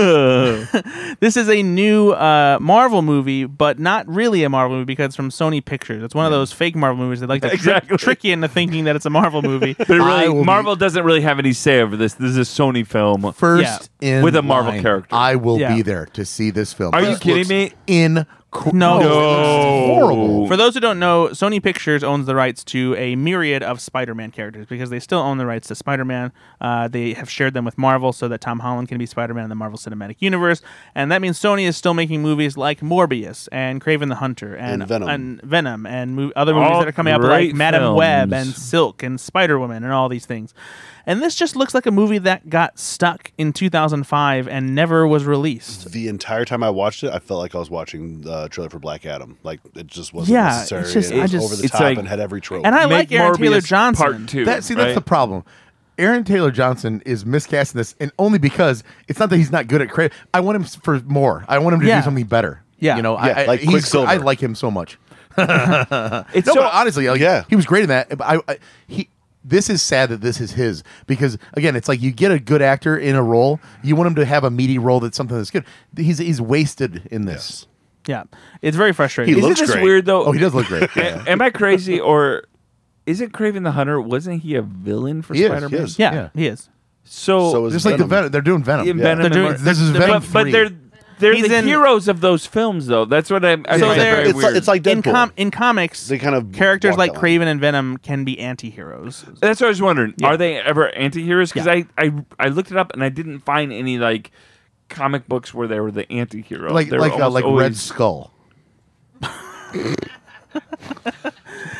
Speaker 3: this is a new uh, Marvel movie, but not really a Marvel movie because it's from Sony Pictures. It's one of those fake Marvel movies that like to
Speaker 4: Exactly.
Speaker 3: trick, trick you into thinking that it's a Marvel movie.
Speaker 4: But it
Speaker 2: I will
Speaker 4: really,
Speaker 2: be-
Speaker 4: Marvel doesn't really have any say over this. This is a Sony film.
Speaker 2: first in
Speaker 4: With a Marvel
Speaker 2: line,
Speaker 4: character.
Speaker 2: I will
Speaker 3: Yeah.
Speaker 2: be there to see this film.
Speaker 4: Are you
Speaker 2: This
Speaker 4: kidding
Speaker 2: looks
Speaker 4: me?
Speaker 2: In
Speaker 3: No.
Speaker 4: No.
Speaker 2: horrible.
Speaker 3: For those who don't know, Sony Pictures owns the rights to a myriad of Spider-Man characters because they still own the rights to Spider-Man. Uh, they have shared them with Marvel so that Tom Holland can be Spider-Man in the Marvel Cinematic Universe, and that means Sony is still making movies like Morbius and Craven the Hunter and,
Speaker 1: And Venom.
Speaker 3: and Venom and mo- other movies
Speaker 4: All
Speaker 3: that are coming up
Speaker 4: great
Speaker 3: like Madam Web
Speaker 4: films.
Speaker 3: and Silk and Spider Woman and all these things. And this just looks like a movie that got stuck in 2005 and never was released.
Speaker 1: the entire time I watched it, I felt like I was watching the trailer for Black Adam. Like it just wasn't
Speaker 3: Yeah,
Speaker 1: necessary.
Speaker 3: it's just-
Speaker 1: it
Speaker 3: I
Speaker 1: was
Speaker 3: just-
Speaker 1: over the
Speaker 4: it's
Speaker 1: top
Speaker 4: like-
Speaker 1: and had every trope.
Speaker 3: And I
Speaker 4: Make
Speaker 3: like Aaron
Speaker 4: Morbius
Speaker 3: Taylor Johnson.
Speaker 4: Part two.
Speaker 2: That see, that's
Speaker 4: right?
Speaker 2: the problem. Aaron Taylor Johnson is miscasting this, and only because it's not that he's not good at creative. I want him s- for more. I want him to
Speaker 3: Yeah.
Speaker 2: do something better.
Speaker 3: Yeah.
Speaker 2: you know,
Speaker 1: Yeah,
Speaker 2: I, I,
Speaker 1: like
Speaker 2: he's-
Speaker 1: Quicksilver.
Speaker 2: I like him so much.
Speaker 4: It's
Speaker 2: No,
Speaker 4: so
Speaker 2: but honestly, like,
Speaker 1: Yeah.
Speaker 2: he was great in that. But I, I he. This is sad that this is his because again, it's like you get a good actor in a role, you want him to have a meaty role that's something that's good. He's he's wasted in this.
Speaker 3: Yeah, it's very frustrating.
Speaker 1: He
Speaker 4: Isn't
Speaker 1: looks
Speaker 4: this
Speaker 1: great.
Speaker 4: weird though?
Speaker 2: Oh, he does look great.
Speaker 4: A- Am I crazy or isn't Craven the Hunter? Wasn't he a villain for
Speaker 1: He is,
Speaker 4: Spider-Man?
Speaker 1: he is.
Speaker 3: yeah,
Speaker 2: Yeah.
Speaker 3: he is.
Speaker 4: So,
Speaker 1: So is-
Speaker 2: Just like the
Speaker 1: Venom.
Speaker 2: Venom, they're doing Venom.
Speaker 4: in Venom
Speaker 3: They're
Speaker 4: and
Speaker 3: doing-
Speaker 4: Mar-
Speaker 2: this is Venom
Speaker 4: but, but
Speaker 2: 3.
Speaker 4: they're They're
Speaker 3: He's
Speaker 4: the
Speaker 3: in-
Speaker 4: heroes of those films, though. That's what I'm. I
Speaker 3: So
Speaker 4: find that
Speaker 3: they're-
Speaker 4: very
Speaker 1: it's,
Speaker 4: weird.
Speaker 1: like, it's like Deadpool.
Speaker 3: in, com- in comics,
Speaker 1: They kind of
Speaker 3: characters
Speaker 1: walk
Speaker 3: like
Speaker 1: that line.
Speaker 3: Craven and Venom can be anti-heroes.
Speaker 4: That's what I was wondering.
Speaker 3: Yeah.
Speaker 4: Are they ever anti-heroes? Because
Speaker 3: Yeah.
Speaker 4: I, I I looked it up and I didn't find any like comic books where they were the anti-hero.
Speaker 2: like
Speaker 4: They were
Speaker 2: like uh,
Speaker 4: almost
Speaker 2: like
Speaker 4: always-
Speaker 2: Red Skull.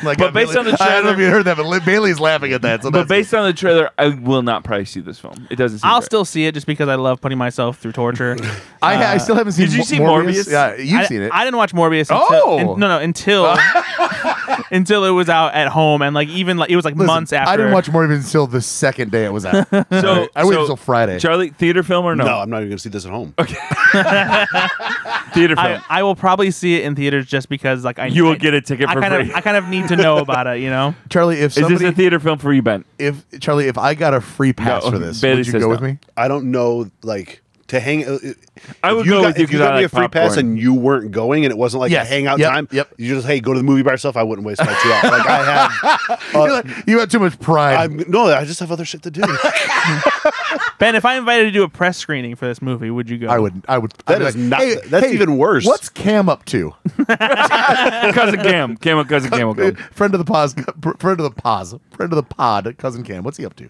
Speaker 2: like,
Speaker 4: But based on
Speaker 2: I don't know
Speaker 4: the
Speaker 2: if
Speaker 4: trailer-
Speaker 2: you heard that, but Li- Bailey's laughing at that. So
Speaker 4: But
Speaker 2: that's
Speaker 4: based on the trailer, I will not probably see this film. It doesn't. Seem
Speaker 3: I'll
Speaker 4: fair.
Speaker 3: still see it just because I love putting myself through torture.
Speaker 2: I, ha- I still haven't seen.
Speaker 4: did you
Speaker 2: Mo-
Speaker 4: see Morbius?
Speaker 2: Yeah, you've
Speaker 3: I,
Speaker 2: seen it.
Speaker 3: I didn't watch Morbius. Until,
Speaker 2: Oh!
Speaker 3: in- no, no, until until it was out at home, and like even like it was like
Speaker 2: Listen,
Speaker 3: months after.
Speaker 2: I didn't watch Morbius until the second day it was out.
Speaker 4: So
Speaker 2: I waited
Speaker 4: so,
Speaker 2: until Friday.
Speaker 4: Charlie, theater film or no?
Speaker 1: No. I'm not even going to see this at home.
Speaker 4: Theater film.
Speaker 3: I, I will probably see it in theaters just because like I
Speaker 4: you will
Speaker 3: I-
Speaker 4: get a ticket
Speaker 3: I
Speaker 4: for
Speaker 3: kind
Speaker 4: free.
Speaker 3: of I kind of need to know about it. You know,
Speaker 2: Charlie, if
Speaker 4: Is this
Speaker 2: somebody,
Speaker 4: a theater film for you, Ben?
Speaker 2: if Charlie, if I got a free pass
Speaker 4: No,
Speaker 2: for this,
Speaker 4: Bailey
Speaker 2: would you
Speaker 4: says
Speaker 2: go
Speaker 4: no.
Speaker 2: with me?
Speaker 1: I don't know, like, to hang. uh,
Speaker 4: I
Speaker 1: if
Speaker 4: would go
Speaker 1: got,
Speaker 4: with you
Speaker 1: If you
Speaker 4: 'cause I
Speaker 1: got me
Speaker 4: like
Speaker 1: a free pass
Speaker 4: popcorn.
Speaker 1: and you weren't going and it wasn't like
Speaker 2: Yes.
Speaker 1: a hangout
Speaker 2: Yep.
Speaker 1: time,
Speaker 2: Yep.
Speaker 1: you just, hey, go to the movie by yourself. I wouldn't waste my two hours. Like, I have.
Speaker 2: You're
Speaker 1: Uh,
Speaker 2: like, you had too much pride.
Speaker 1: I'm, no, I just have other shit to do.
Speaker 3: Ben, if I invited you to do a press screening for this movie, would you go?
Speaker 2: I would. I would.
Speaker 1: That
Speaker 2: I'd be
Speaker 1: is not- that's even worse.
Speaker 2: What's Cam up to?
Speaker 4: cousin Cam, Cam, cousin Cam will go.
Speaker 2: friend of the pause. Friend of the pause. Friend of the pod. Cousin Cam. What's he up to?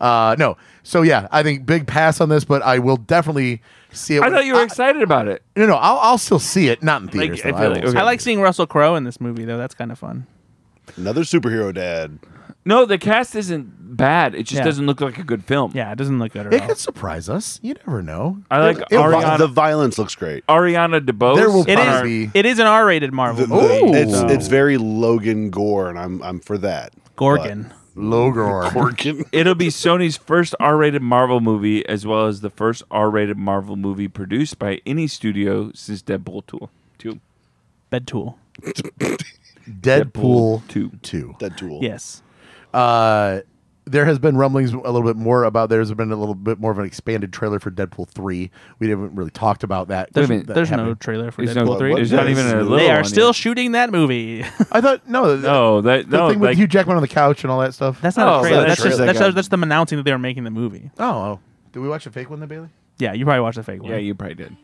Speaker 2: Uh, no. So yeah, I think big pass on this, but I will definitely see it.
Speaker 4: I
Speaker 2: when-
Speaker 4: thought you were excited about it.
Speaker 2: No, no. I'll, I'll still see it. Not in theaters.
Speaker 4: I
Speaker 2: though.
Speaker 4: feel
Speaker 2: I
Speaker 4: like-
Speaker 2: will.
Speaker 4: okay.
Speaker 3: I like seeing Russell Crowe in this movie though. That's kind of fun.
Speaker 1: Another superhero dad.
Speaker 4: No, the cast isn't bad. It just
Speaker 3: Yeah.
Speaker 4: doesn't look like a good film.
Speaker 3: Yeah, it doesn't look good at
Speaker 2: It
Speaker 3: all.
Speaker 2: could surprise us. You never know.
Speaker 4: I like
Speaker 2: It-
Speaker 1: Vi-
Speaker 4: Ariana-
Speaker 1: the violence looks great.
Speaker 4: Ariana DeBose.
Speaker 2: There will
Speaker 3: It
Speaker 2: Fun.
Speaker 3: is.
Speaker 2: Barbie.
Speaker 3: It is an R-rated Marvel.
Speaker 1: The-
Speaker 3: movie.
Speaker 1: the-
Speaker 2: Ooh.
Speaker 1: it's
Speaker 2: No.
Speaker 1: it's very Logan Gore, and I'm I'm for that.
Speaker 3: Gorgon.
Speaker 2: Logor.
Speaker 1: Gorgon.
Speaker 4: It'll be Sony's first R-rated Marvel movie, as well as the first R-rated Marvel movie produced by any studio since Deadpool Two. Two.
Speaker 3: Bed tool.
Speaker 2: Deadpool
Speaker 4: two.
Speaker 2: Two.
Speaker 1: That duel.
Speaker 3: Yes.
Speaker 2: Uh, there has been rumblings a little bit more about. There's been a little bit more of an expanded trailer for Deadpool Three. We haven't really talked about that.
Speaker 3: There's,
Speaker 4: minute,
Speaker 2: that
Speaker 3: there's no
Speaker 2: happened.
Speaker 3: trailer for
Speaker 4: There's,
Speaker 3: Deadpool
Speaker 4: no,
Speaker 1: What-
Speaker 3: 3.
Speaker 1: what
Speaker 4: there's not
Speaker 1: is-
Speaker 4: even a
Speaker 1: They
Speaker 4: little.
Speaker 3: They are
Speaker 4: one
Speaker 3: still
Speaker 4: yet.
Speaker 3: shooting that movie.
Speaker 2: I thought no. th-
Speaker 4: No, that
Speaker 2: the
Speaker 4: no,
Speaker 2: thing
Speaker 4: like,
Speaker 2: with Hugh Jackman on the couch and all that stuff.
Speaker 3: That's not
Speaker 4: Oh,
Speaker 3: a trailer.
Speaker 1: that's
Speaker 3: That's,
Speaker 1: true.
Speaker 3: just
Speaker 1: That
Speaker 3: that's,
Speaker 1: guy-
Speaker 3: that's, them announcing that they were making the movie.
Speaker 2: oh, oh. Did we watch a fake one, then Bailey?
Speaker 3: Yeah, you probably watched the fake one.
Speaker 4: yeah, you probably did.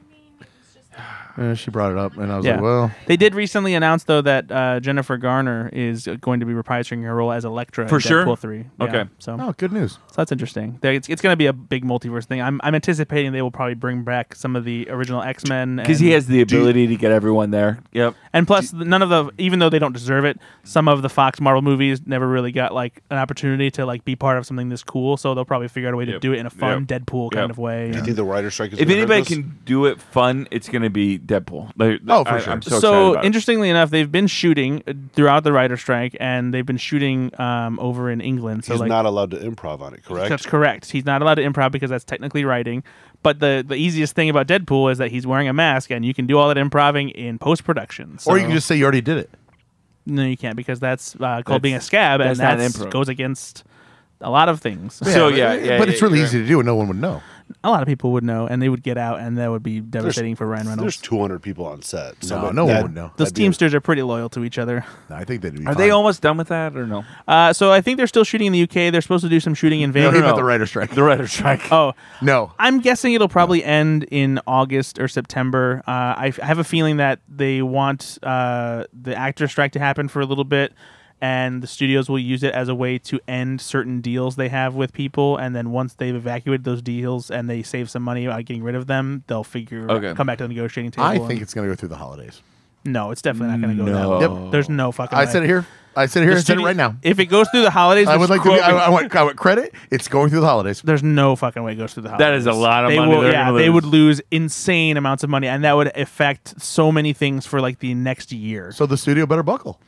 Speaker 2: Uh, she brought it up, and I was
Speaker 3: Yeah.
Speaker 2: like, "Well,
Speaker 3: They did recently announce though that uh, Jennifer Garner is going to be reprising her role as Elektra
Speaker 4: For
Speaker 3: in
Speaker 4: sure?
Speaker 3: Deadpool three. Yeah,
Speaker 4: Okay.
Speaker 3: so
Speaker 2: oh, good news."
Speaker 3: so that's interesting. They- It's, it's going to be a big multiverse thing. I'm, I'm anticipating they will probably bring back some of the original X Men
Speaker 4: Because he has the ability to get everyone there. Yep.
Speaker 3: And plus, none of the even though they don't deserve it, some of the Fox Marvel movies never really got like an opportunity to like be part of something this cool. So they'll probably figure out a way to
Speaker 4: Yep.
Speaker 3: do it in a fun
Speaker 4: Yep.
Speaker 3: Deadpool
Speaker 4: Yep.
Speaker 3: kind of way.
Speaker 1: Do you think the writer strike is?
Speaker 4: If
Speaker 1: gonna hurt
Speaker 4: anybody
Speaker 1: this?
Speaker 4: can do it fun, it's going to be Deadpool. Like,
Speaker 2: Oh, for
Speaker 4: I,
Speaker 2: sure.
Speaker 4: I'm so,
Speaker 3: So,
Speaker 4: excited about it.
Speaker 3: interestingly enough, they've been shooting uh, throughout the writer strike, and they've been shooting um, over in England. So
Speaker 1: he's
Speaker 3: like,
Speaker 1: not allowed to improv on it,
Speaker 3: That's
Speaker 1: correct?
Speaker 3: correct. He's not allowed to improv because that's technically writing. But the the easiest thing about Deadpool is that he's wearing a mask, and you can do all that improving in post production.
Speaker 2: Or you can just say you already did it.
Speaker 3: no, you can't because that's uh, called
Speaker 4: That's-
Speaker 3: being a scab,
Speaker 4: that's
Speaker 3: and
Speaker 4: not
Speaker 3: that
Speaker 4: improv.
Speaker 3: goes against a lot of things.
Speaker 4: So, yeah,
Speaker 2: but,
Speaker 4: yeah,
Speaker 2: but
Speaker 4: yeah,
Speaker 2: it's really
Speaker 4: you're
Speaker 2: easy to do, and no one would know.
Speaker 3: a lot of people would know, and they would get out, and that would be devastating for Ryan
Speaker 1: There's
Speaker 3: Reynolds.
Speaker 1: 200 people on set. So
Speaker 2: no one would know.
Speaker 3: Those
Speaker 1: that'd be-
Speaker 3: Teamsters are pretty loyal to each other.
Speaker 2: I think they'd be.
Speaker 4: Are they almost done with that or no?
Speaker 3: Uh, so I think they're still shooting in the UK. They're supposed to do some shooting in
Speaker 2: No,
Speaker 3: Vancouver.
Speaker 2: about the writer strike.
Speaker 4: The writer strike.
Speaker 3: Oh,
Speaker 2: No,
Speaker 3: I'm guessing it'll probably end in August or September. Uh, I, f- I have a feeling that they want uh, the actor strike to happen for a little bit, and the studios will use it as a way to end certain deals they have with people. And then once they've evacuated those deals and they save some money by getting rid of them, they'll figure
Speaker 4: Okay.
Speaker 3: come back to the negotiating table.
Speaker 2: I
Speaker 3: and-
Speaker 2: think it's going to go through the holidays.
Speaker 3: no, it's definitely not going to go that
Speaker 4: No.
Speaker 3: way.
Speaker 4: Yep.
Speaker 3: There's no fucking.
Speaker 2: I
Speaker 3: way.
Speaker 2: said it here. I said it
Speaker 3: The
Speaker 2: here. I said it
Speaker 3: studi-
Speaker 2: right now.
Speaker 3: If it goes through the holidays,
Speaker 2: I would
Speaker 3: which
Speaker 2: like to. Be,
Speaker 3: quote-
Speaker 2: I, I want. I want credit. It's going through the holidays.
Speaker 3: There's no fucking way it goes through the holidays.
Speaker 4: That is a lot of
Speaker 3: they
Speaker 4: money
Speaker 3: Will,
Speaker 4: they're
Speaker 3: yeah,
Speaker 4: gonna
Speaker 3: they
Speaker 4: lose.
Speaker 3: would lose insane amounts of money, and that would affect so many things for like the next year.
Speaker 2: So the studio better buckle.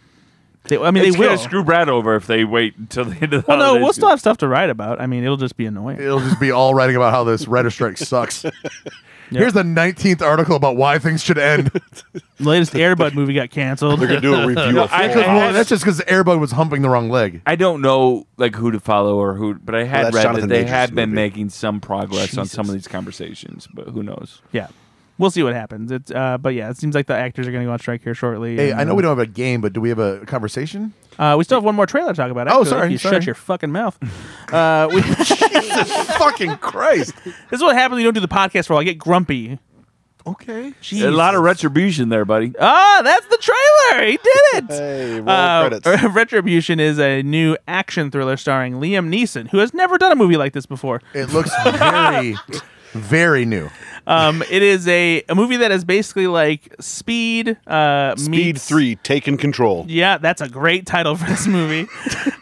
Speaker 3: They- I mean,
Speaker 4: It's
Speaker 3: they will.
Speaker 4: gonna screw Brad over if they wait until the end of the
Speaker 3: well, no,
Speaker 4: holidays.
Speaker 3: we'll still have stuff to write about. I mean, it'll just be annoying.
Speaker 2: It'll just be all writing about how this writer strike sucks. Here's the 19th article about why things should end.
Speaker 3: The latest Airbud movie got canceled.
Speaker 1: They're gonna do a review. of
Speaker 4: I-
Speaker 1: it.
Speaker 4: I-
Speaker 2: Well, that's just because Airbud was humping the wrong leg.
Speaker 4: I don't know like who to follow or who, but I had
Speaker 1: that's
Speaker 4: read
Speaker 1: Jonathan
Speaker 4: that they
Speaker 1: Majors'
Speaker 4: had been
Speaker 1: movie.
Speaker 4: making some progress on some
Speaker 3: Jesus.
Speaker 4: of these conversations, but who knows?
Speaker 3: yeah, we'll see what happens. It's uh, but yeah, it seems like the actors are going to go on strike here shortly.
Speaker 2: Hey, I know we don't have a game, but do we have a conversation?
Speaker 3: Uh, we still have one more trailer to talk about.
Speaker 2: Oh,
Speaker 3: actually,
Speaker 2: sorry,
Speaker 3: if You
Speaker 2: sorry.
Speaker 3: shut your fucking mouth. Uh, we, this
Speaker 2: Fucking Christ.
Speaker 3: is what happens when you don't do the podcast for a while. I get grumpy.
Speaker 2: Okay.
Speaker 4: A lot of retribution there, buddy.
Speaker 3: Oh, that's the trailer. He did it.
Speaker 1: Hey, roll
Speaker 3: Uh,
Speaker 1: credits.
Speaker 3: Retribution is a new action thriller starring Liam Neeson, who has never done a movie like this before.
Speaker 2: It looks very, very new.
Speaker 3: Um, it is a, a movie that is basically like Speed. Uh,
Speaker 1: Speed
Speaker 3: meets-
Speaker 1: three, taken control.
Speaker 3: Yeah, that's a great title for this movie.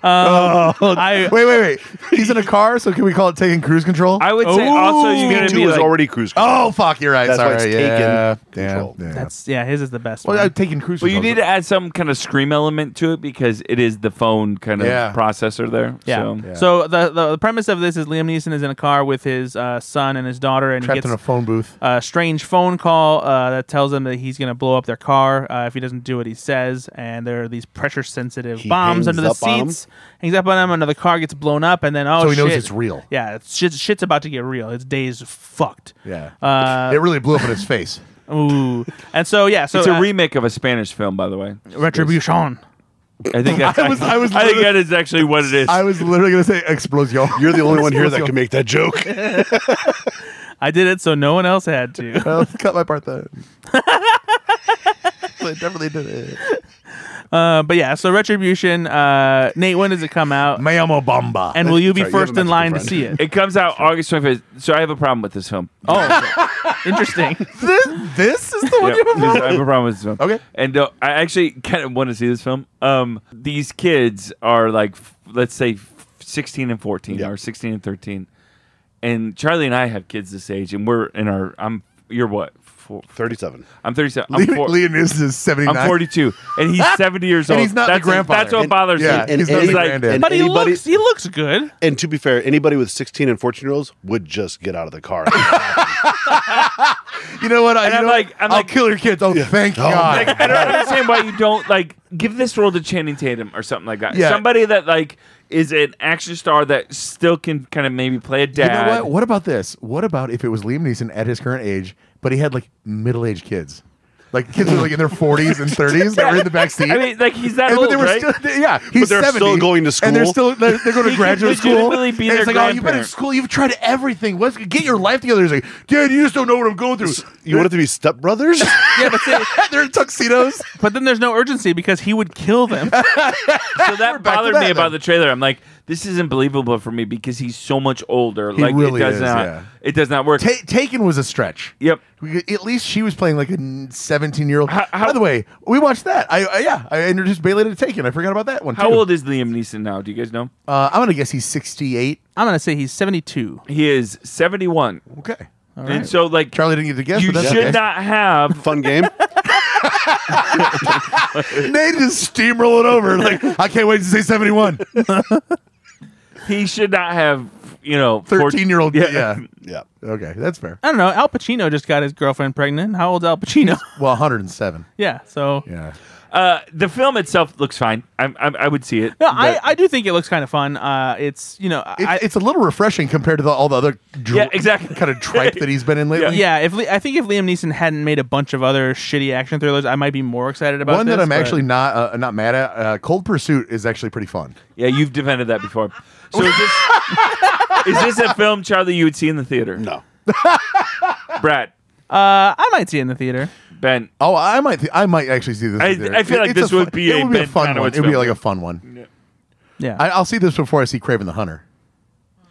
Speaker 3: Um, I,
Speaker 2: Wait, wait, wait. He's in a car, so can we call it taking cruise control?
Speaker 4: I would say also you're going to
Speaker 1: Two
Speaker 4: be
Speaker 1: is
Speaker 4: like,
Speaker 1: already cruise control.
Speaker 2: oh, fuck, you're right.
Speaker 1: That's why
Speaker 2: Sorry.
Speaker 1: it's
Speaker 2: yeah.
Speaker 1: taken
Speaker 2: yeah.
Speaker 1: control.
Speaker 2: yeah.
Speaker 3: that's yeah, his is the best
Speaker 2: well,
Speaker 3: one.
Speaker 2: I'm taking cruise
Speaker 4: Well, you
Speaker 2: control.
Speaker 4: need to add some kind of scream element to it because it is the phone kind of
Speaker 2: Yeah.
Speaker 4: processor there.
Speaker 3: yeah.
Speaker 4: So.
Speaker 3: So, the, the the premise of this is Liam Neeson is in a car with his uh, son and his daughter, and he
Speaker 2: trapped
Speaker 3: gets
Speaker 2: in a phone booth.
Speaker 3: a strange phone call uh, that tells him that he's going to blow up their car uh, if he doesn't do what he says. And there are these pressure sensitive
Speaker 1: He
Speaker 3: bombs
Speaker 1: hangs
Speaker 3: under the
Speaker 1: up on 'em?
Speaker 3: seats. Hangs up on him. Another car gets blown up, and then oh
Speaker 2: So he knows
Speaker 3: shit.
Speaker 2: it's real.
Speaker 3: Yeah, it's, shit, shit's about to get real. His day's fucked.
Speaker 2: Yeah.
Speaker 3: Uh,
Speaker 2: it really blew up in his face.
Speaker 3: ooh. And so yeah, so
Speaker 4: It's a
Speaker 3: uh,
Speaker 4: remake of a Spanish film, by the way.
Speaker 3: retribution.
Speaker 4: I think that's,
Speaker 2: I was- I was
Speaker 4: think that
Speaker 2: literally-
Speaker 4: is actually what it is.
Speaker 2: I was literally going to say explosion.
Speaker 1: You're the only one here that can make that joke.
Speaker 3: I did it so no one else had to.
Speaker 2: Well, cut my part then. but definitely did it.
Speaker 3: Uh, but yeah, so retribution. Uh, Nate, when does it come out?
Speaker 2: Me llamo Bomba.
Speaker 3: And will you be
Speaker 1: Sorry, you have a
Speaker 3: first in
Speaker 1: Mexican
Speaker 3: line to
Speaker 1: friend.
Speaker 3: see it?
Speaker 4: it comes out August 25th. So I have a problem with this film.
Speaker 3: Oh, interesting.
Speaker 2: this, this is the one
Speaker 4: Yeah,
Speaker 2: you have a
Speaker 4: this-
Speaker 2: problem
Speaker 4: I have a problem with this film.
Speaker 2: Okay.
Speaker 4: And uh, I actually kind of want to see this film. Um, these kids are like, f- let's say, f- 16 and 14
Speaker 1: Yeah.
Speaker 4: or 16 and 13. And Charlie and I have kids this age, and we're in our. I'm. You're what? Four,
Speaker 1: Thirty-seven.
Speaker 4: I'm 37. I'm,
Speaker 2: Liam,
Speaker 4: four,
Speaker 2: Liam Neeson is 79.
Speaker 4: I'm 42, and he's 70 years old.
Speaker 2: And he's not the
Speaker 4: that's
Speaker 2: grandfather.
Speaker 4: That's what
Speaker 2: And-
Speaker 4: bothers
Speaker 2: yeah,
Speaker 4: me.
Speaker 2: and- He's not
Speaker 4: and-
Speaker 2: the granddad.
Speaker 1: and
Speaker 3: But he
Speaker 1: anybody-
Speaker 3: looks he looks good.
Speaker 1: And to be fair, anybody with 16 and 14 year olds would just get out of the car.
Speaker 2: You know what? I,
Speaker 4: And
Speaker 2: you
Speaker 4: I'm
Speaker 2: know what?
Speaker 4: like- I'm
Speaker 2: I'll
Speaker 4: like-
Speaker 2: kill your kids. Oh, thank God.
Speaker 4: Like, I don't understand why you don't like give this role to Channing Tatum or something like that.
Speaker 2: Yeah.
Speaker 4: Somebody that like is an action star that still can kind of maybe play a
Speaker 2: you
Speaker 4: dad.
Speaker 2: know what? What about this? What about if it was Liam Neeson at his current age, but he had like middle-aged kids, like kids who were like in their 40s and 30s that were in the back seat?
Speaker 4: I mean, like he's that
Speaker 2: and, but
Speaker 4: old,
Speaker 2: they were
Speaker 4: right?
Speaker 2: still, they- yeah, he's
Speaker 1: they're
Speaker 2: 70,
Speaker 1: still going to
Speaker 2: and they're
Speaker 1: school.
Speaker 2: still they're, they're going to
Speaker 4: He could
Speaker 2: graduate school.
Speaker 4: legitimately be
Speaker 2: and it's
Speaker 4: their
Speaker 2: like, oh, you've been in
Speaker 4: grandparent.
Speaker 2: school, you've tried everything. Let's get your life together. He's like, Dad, you just don't know what I'm going through.
Speaker 1: you want it to be stepbrothers?
Speaker 3: Yeah, but see,
Speaker 2: they're in tuxedos.
Speaker 3: But then there's no urgency because he would kill them.
Speaker 4: so that
Speaker 2: back to
Speaker 4: bothered
Speaker 2: that
Speaker 4: me
Speaker 2: then.
Speaker 4: about the trailer. I'm like, this isn't believable for me because he's so much older. like
Speaker 2: really
Speaker 4: it does
Speaker 2: is,
Speaker 4: not.
Speaker 2: yeah.
Speaker 4: It does not work.
Speaker 2: Ta Taken was a stretch.
Speaker 4: yep.
Speaker 2: We- At least she was playing like a 17 year old.
Speaker 4: How- how-
Speaker 2: By the way, we watched that. I, I yeah, I introduced Bailey to Taken. I forgot about that one.
Speaker 4: How
Speaker 2: too.
Speaker 4: old is Liam Neeson now? Do you guys know?
Speaker 2: Uh, I'm gonna guess he's 68.
Speaker 3: I'm gonna say he's 72.
Speaker 4: He is 71.
Speaker 2: Okay.
Speaker 4: And so like
Speaker 2: Charlie didn't get to guess.
Speaker 4: you
Speaker 2: but that's
Speaker 4: should
Speaker 2: okay.
Speaker 4: not have
Speaker 1: Fun game.
Speaker 2: Nate is steamrolling over. Like I can't wait to say 71.
Speaker 4: he should not have you know
Speaker 2: 13 year old. Yeah.
Speaker 1: Yeah.
Speaker 2: Okay, that's fair.
Speaker 3: I don't know. Al Pacino just got his girlfriend pregnant. How old's Al Pacino?
Speaker 2: Well, 107.
Speaker 3: yeah. So
Speaker 2: Yeah.
Speaker 4: Uh, the film itself looks fine. I'm, I'm, I would see it.
Speaker 3: no, I,
Speaker 4: but-
Speaker 3: I do think it looks kind of fun. Uh, it's you know
Speaker 2: It,
Speaker 3: I,
Speaker 2: it's a little refreshing compared to the, all the other dr-
Speaker 4: Yeah, exactly.
Speaker 2: kind of tripe that he's been in lately.
Speaker 3: yeah. If Li- I think if Liam Neeson hadn't made a bunch of other shitty action thrillers, I might be more excited about
Speaker 2: One
Speaker 3: this,
Speaker 2: that I'm
Speaker 3: but-
Speaker 2: actually not uh, not mad at. Uh, Cold Pursuit is actually pretty fun.
Speaker 4: yeah, you've defended that before. So is this, is this a film, Charlie, you would see in the theater?
Speaker 1: No.
Speaker 4: Brad,
Speaker 3: uh, I might see it in the theater.
Speaker 4: Ben,
Speaker 2: Oh, I might th- I might actually see this.
Speaker 4: I-
Speaker 2: either.
Speaker 4: I feel like
Speaker 2: it's a
Speaker 4: this would
Speaker 2: fun-
Speaker 4: be
Speaker 2: it
Speaker 4: a
Speaker 2: would be a
Speaker 4: Ben
Speaker 2: fun
Speaker 4: Conowitz
Speaker 2: one. It would be
Speaker 4: film.
Speaker 2: like a fun one.
Speaker 3: Yeah.
Speaker 2: I, I'll see this before I see Craven the Hunter.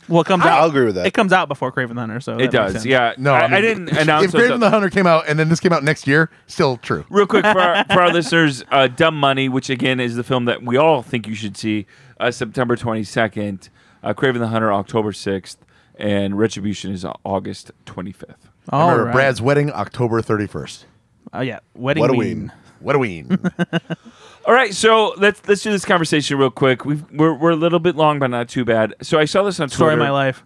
Speaker 3: well, it comes out.
Speaker 1: I'll agree with that.
Speaker 3: It comes out before Craven the Hunter, so that
Speaker 4: it
Speaker 3: makes
Speaker 4: does.
Speaker 3: sense.
Speaker 4: Yeah.
Speaker 2: No,
Speaker 4: I,
Speaker 2: mean,
Speaker 4: I didn't announce
Speaker 2: If Craven
Speaker 4: those-
Speaker 2: the Hunter came out and then this came out next year, still true.
Speaker 4: Real quick for our, for our listeners, uh, Dumb Money, which again is the film that we all think you should see, uh, September 22nd, uh, Craven the Hunter, October 6th, and Retribution is Au- August 25th.
Speaker 3: All
Speaker 2: Remember
Speaker 3: right.
Speaker 2: Brad's wedding, October 31st.
Speaker 3: Oh yeah. Wedding.
Speaker 1: What a
Speaker 3: Ween.
Speaker 1: ween.
Speaker 2: What a ween.
Speaker 4: All right, so let's let's do this conversation real quick. We've, we're, we're a little bit long, but not too bad. So I saw this on Twitter.
Speaker 3: Story of my life.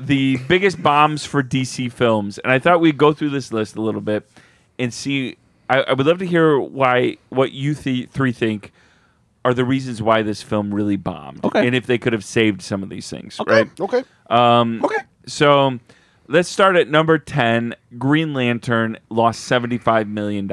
Speaker 4: the biggest bombs for DC films, and I thought we'd go through this list a little bit and see. I, I would love to hear why what you th- three think are the reasons why this film really bombed,
Speaker 3: Okay.
Speaker 4: and if they could have saved some of these things, right?
Speaker 1: Okay.
Speaker 2: okay.
Speaker 4: So let's start at number 10. Green Lantern lost $75 million.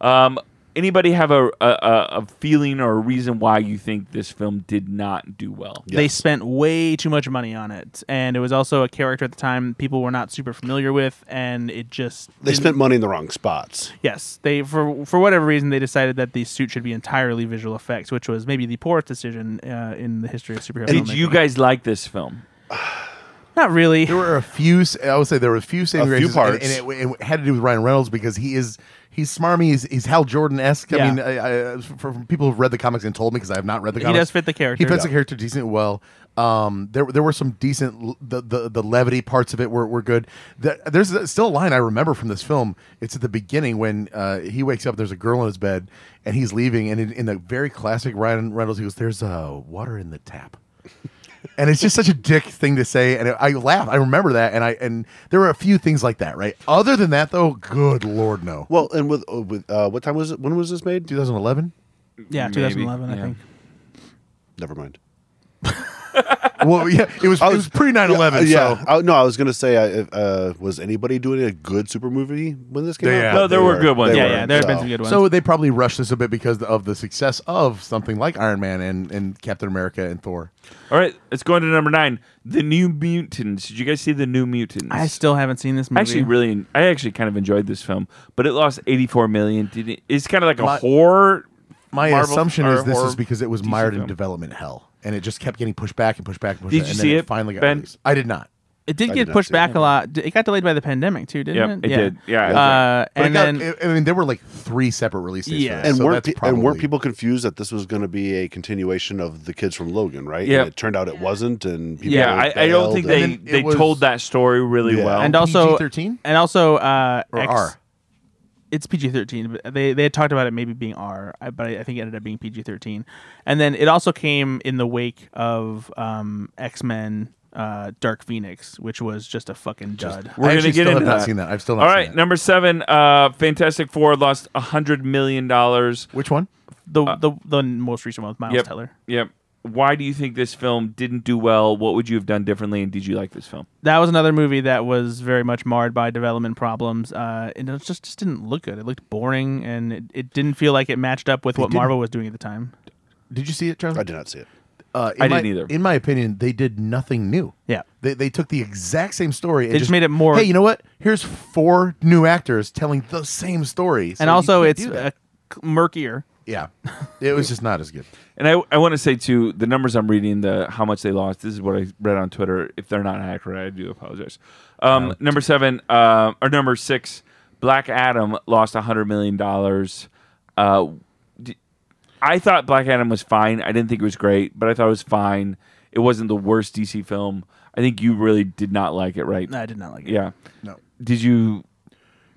Speaker 4: Um, anybody have a, a- a a feeling or a reason why you think this film did not do well?
Speaker 3: They
Speaker 1: Yes.
Speaker 3: spent way too much money on it, and it was also a character at the time people were not super familiar with, and it just
Speaker 1: They
Speaker 3: didn't-
Speaker 1: spent money in the wrong spots.
Speaker 3: Yes, they for for whatever reason they decided that the suit should be entirely visual effects, which was maybe the poorest decision uh, in the history of superhero.
Speaker 4: Did
Speaker 3: filmmaking.
Speaker 4: you guys like this film?
Speaker 3: Not really.
Speaker 2: There were a few. s- I would say there were a few saving
Speaker 1: A few
Speaker 2: graces, and-
Speaker 1: parts.
Speaker 2: and, it, it had to do with Ryan Reynolds because he is he's smarmy. He's, he's Hal Jordan esque. I
Speaker 3: Yeah.
Speaker 2: mean, I, I, for, from people who've read the comics and told me because I have not read the
Speaker 3: He
Speaker 2: comics,
Speaker 3: does fit the character.
Speaker 2: He fits
Speaker 3: Yeah.
Speaker 2: the character decent well. Um, there there were some decent l- the, the the levity parts of it were, were good. The, there's still a line I remember from this film. It's at the beginning when uh, he wakes up. There's a girl in his bed and he's leaving. And in, in the very classic Ryan Reynolds, he goes, "There's uh, water in the tap." and it's just such a dick thing to say and i laugh i remember that and i and there were a few things like that right other than that though good lord no
Speaker 1: Well, and with uh, with uh, what time was it? When was this made?
Speaker 2: 2011
Speaker 3: yeah,
Speaker 4: Maybe,
Speaker 3: 2011, I
Speaker 4: yeah.
Speaker 3: think.
Speaker 1: Never mind.
Speaker 2: well yeah it was,
Speaker 1: I
Speaker 2: it was pre 9-11
Speaker 1: Uh, Yeah,
Speaker 2: so
Speaker 1: I, no, I was gonna say, uh, if, uh, was anybody doing a good super movie when this came
Speaker 2: Yeah.
Speaker 1: out?
Speaker 2: No,
Speaker 1: But
Speaker 4: there
Speaker 1: they
Speaker 4: were good ones.
Speaker 1: they
Speaker 3: Yeah,
Speaker 1: were,
Speaker 3: yeah, there have been
Speaker 1: so.
Speaker 3: some good ones.
Speaker 2: so they probably rushed this a bit because of the success of something like iron man and, and captain america and thor
Speaker 4: All right, let's go into number nine. The New Mutants. Did you guys see the New Mutants?
Speaker 3: I still haven't seen this
Speaker 4: I
Speaker 3: movie.
Speaker 4: actually really, I actually kind of enjoyed this film, but it lost 84 million. Did it, it's kind of like a
Speaker 2: My-
Speaker 4: horror.
Speaker 2: my
Speaker 4: Marvel-
Speaker 2: assumption
Speaker 4: or
Speaker 2: is this
Speaker 4: horror
Speaker 2: is because it was
Speaker 4: DC
Speaker 2: mired in
Speaker 4: film.
Speaker 2: development hell and it just kept getting pushed back and pushed back and pushed
Speaker 4: Did
Speaker 2: back
Speaker 4: you
Speaker 2: and
Speaker 4: see
Speaker 2: then
Speaker 4: it,
Speaker 2: it finally got
Speaker 4: Ben?
Speaker 2: released i did not
Speaker 3: it did
Speaker 1: I
Speaker 3: get
Speaker 1: did not
Speaker 3: pushed
Speaker 1: see it.
Speaker 3: back a lot. D- It got delayed by the pandemic too, didn't it?
Speaker 4: Yep, it did. Yeah, it was
Speaker 3: Uh,
Speaker 2: but
Speaker 3: and
Speaker 2: it got,
Speaker 3: then
Speaker 2: I mean there were like three separate releases for
Speaker 3: Yeah.
Speaker 2: this,
Speaker 1: And
Speaker 2: so
Speaker 1: weren't
Speaker 2: that's
Speaker 1: pe- and weren't
Speaker 2: probably-
Speaker 1: people confused that this was going to be a continuation of the kids from Logan, right?
Speaker 4: Yeah.
Speaker 1: And it turned out it wasn't, and people
Speaker 4: Yeah, I, I
Speaker 1: bailed
Speaker 4: don't think
Speaker 1: and-
Speaker 4: they,
Speaker 2: And then
Speaker 4: they
Speaker 2: it was-
Speaker 4: told that story really
Speaker 1: Yeah.
Speaker 4: well.
Speaker 3: and also
Speaker 2: PG-13?
Speaker 3: and also uh,
Speaker 2: Or
Speaker 3: X-
Speaker 2: R?
Speaker 3: It's PG thirteen. But they they had talked about it maybe being R, I- but I, I think it ended up being PG thirteen. And then it also came in the wake of um, X Men uh, Dark Phoenix, which was just a fucking dud.
Speaker 4: We're
Speaker 2: I
Speaker 4: gonna
Speaker 2: actually
Speaker 4: get
Speaker 2: still have
Speaker 4: into
Speaker 2: not
Speaker 4: that.
Speaker 2: seen that. I've still not
Speaker 4: All
Speaker 2: seen
Speaker 4: right,
Speaker 2: that.
Speaker 4: number seven. Uh, Fantastic Four lost 100 million dollars.
Speaker 2: Which one?
Speaker 3: the, the the most recent one with Miles
Speaker 4: Yep.
Speaker 3: Teller.
Speaker 4: Yep. Why do you think this film didn't do well? What would you have done differently? And did you like this film?
Speaker 3: That was another movie that was very much marred by development problems. Uh, and it just just didn't look good. It looked boring, and it, it didn't feel like it matched up with what
Speaker 2: didn't-
Speaker 3: Marvel was doing at the time.
Speaker 2: Did you see it, Charlie?
Speaker 1: I did not see it.
Speaker 2: Uh, in
Speaker 4: I
Speaker 2: my-
Speaker 4: didn't either.
Speaker 2: In my opinion, they did nothing new.
Speaker 3: Yeah.
Speaker 2: They, they took the exact same story. and
Speaker 3: They just made it more-
Speaker 2: Hey, you know what? Here's four new actors telling the same story. So
Speaker 3: and
Speaker 2: you
Speaker 3: also,
Speaker 2: can't
Speaker 3: it's
Speaker 2: do
Speaker 3: uh,
Speaker 2: that.
Speaker 3: c- murkier.
Speaker 2: yeah, it was just not as good.
Speaker 4: And I, I want to say too, the numbers I'm reading, the how much they lost. This is what I read on Twitter. If they're not accurate, I do apologize. Um, number seven, uh, or number six, Black Adam lost 100 million dollars. Uh, d- I thought Black Adam was fine. I didn't think it was great, but I thought it was fine. It wasn't the worst DC film. I think you really did not like it, right?
Speaker 3: No, I did not like it.
Speaker 4: Yeah.
Speaker 2: No,
Speaker 4: Did you?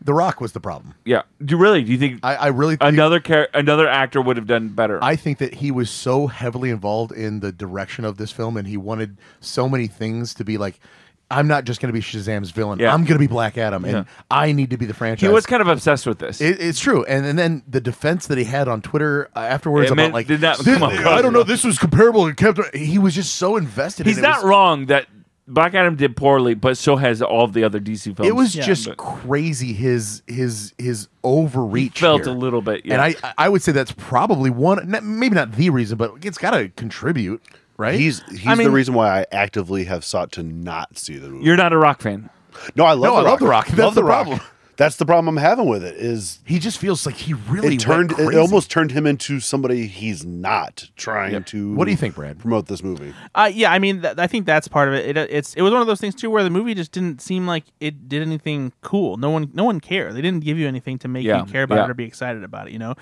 Speaker 2: The Rock was the problem.
Speaker 4: Yeah. Do you really? Do you think
Speaker 2: I, I really think,
Speaker 4: another char- another actor would have done better?
Speaker 2: I think that he was so heavily involved in the direction of this film, and he wanted so many things to be like. I'm not just going to be Shazam's villain.
Speaker 4: Yeah.
Speaker 2: I'm going to be Black Adam, and I need to be the franchise.
Speaker 4: he was kind of obsessed with this.
Speaker 2: It, it's true, and and then the defense that he had on Twitter uh, afterwards
Speaker 4: It
Speaker 2: about
Speaker 4: meant-
Speaker 2: like
Speaker 4: did not
Speaker 2: "This-
Speaker 4: come across
Speaker 2: I don't know.
Speaker 4: well."
Speaker 2: This was comparable to Captain. He was just so invested.
Speaker 4: He's
Speaker 2: in it. It
Speaker 4: not
Speaker 2: was-
Speaker 4: wrong that Black Adam did poorly, but so has all of the other DC films.
Speaker 2: It was
Speaker 3: Yeah,
Speaker 2: just
Speaker 4: but-
Speaker 2: crazy. His his his overreach
Speaker 4: felt
Speaker 2: here.
Speaker 4: a little bit, yeah.
Speaker 2: and I I would say that's probably one, not- maybe not the reason, but it's got to contribute, right?
Speaker 1: He's he's the
Speaker 3: mean-
Speaker 1: reason why I actively have sought to not see the movie.
Speaker 4: You're not a rock fan.
Speaker 1: no, I love the
Speaker 2: No, I love
Speaker 1: Rock.
Speaker 2: The Rock. That's
Speaker 1: love
Speaker 2: the
Speaker 1: the Rock.
Speaker 2: problem.
Speaker 1: That's the problem I'm having with it. Is
Speaker 2: he just feels like he really
Speaker 1: it turned
Speaker 2: went
Speaker 1: it
Speaker 2: crazy.
Speaker 1: almost turned him into somebody he's not trying to.
Speaker 2: What do you think, Brad?
Speaker 1: Promote this movie.
Speaker 3: Uh, yeah, I mean, th- I think that's part of it. it. It's it was one of those things too, where the movie just didn't seem like it did anything cool. No one, no one cared. They didn't give you anything to make
Speaker 4: Yeah,
Speaker 3: you care about
Speaker 4: yeah.
Speaker 3: it or be excited about it. You know,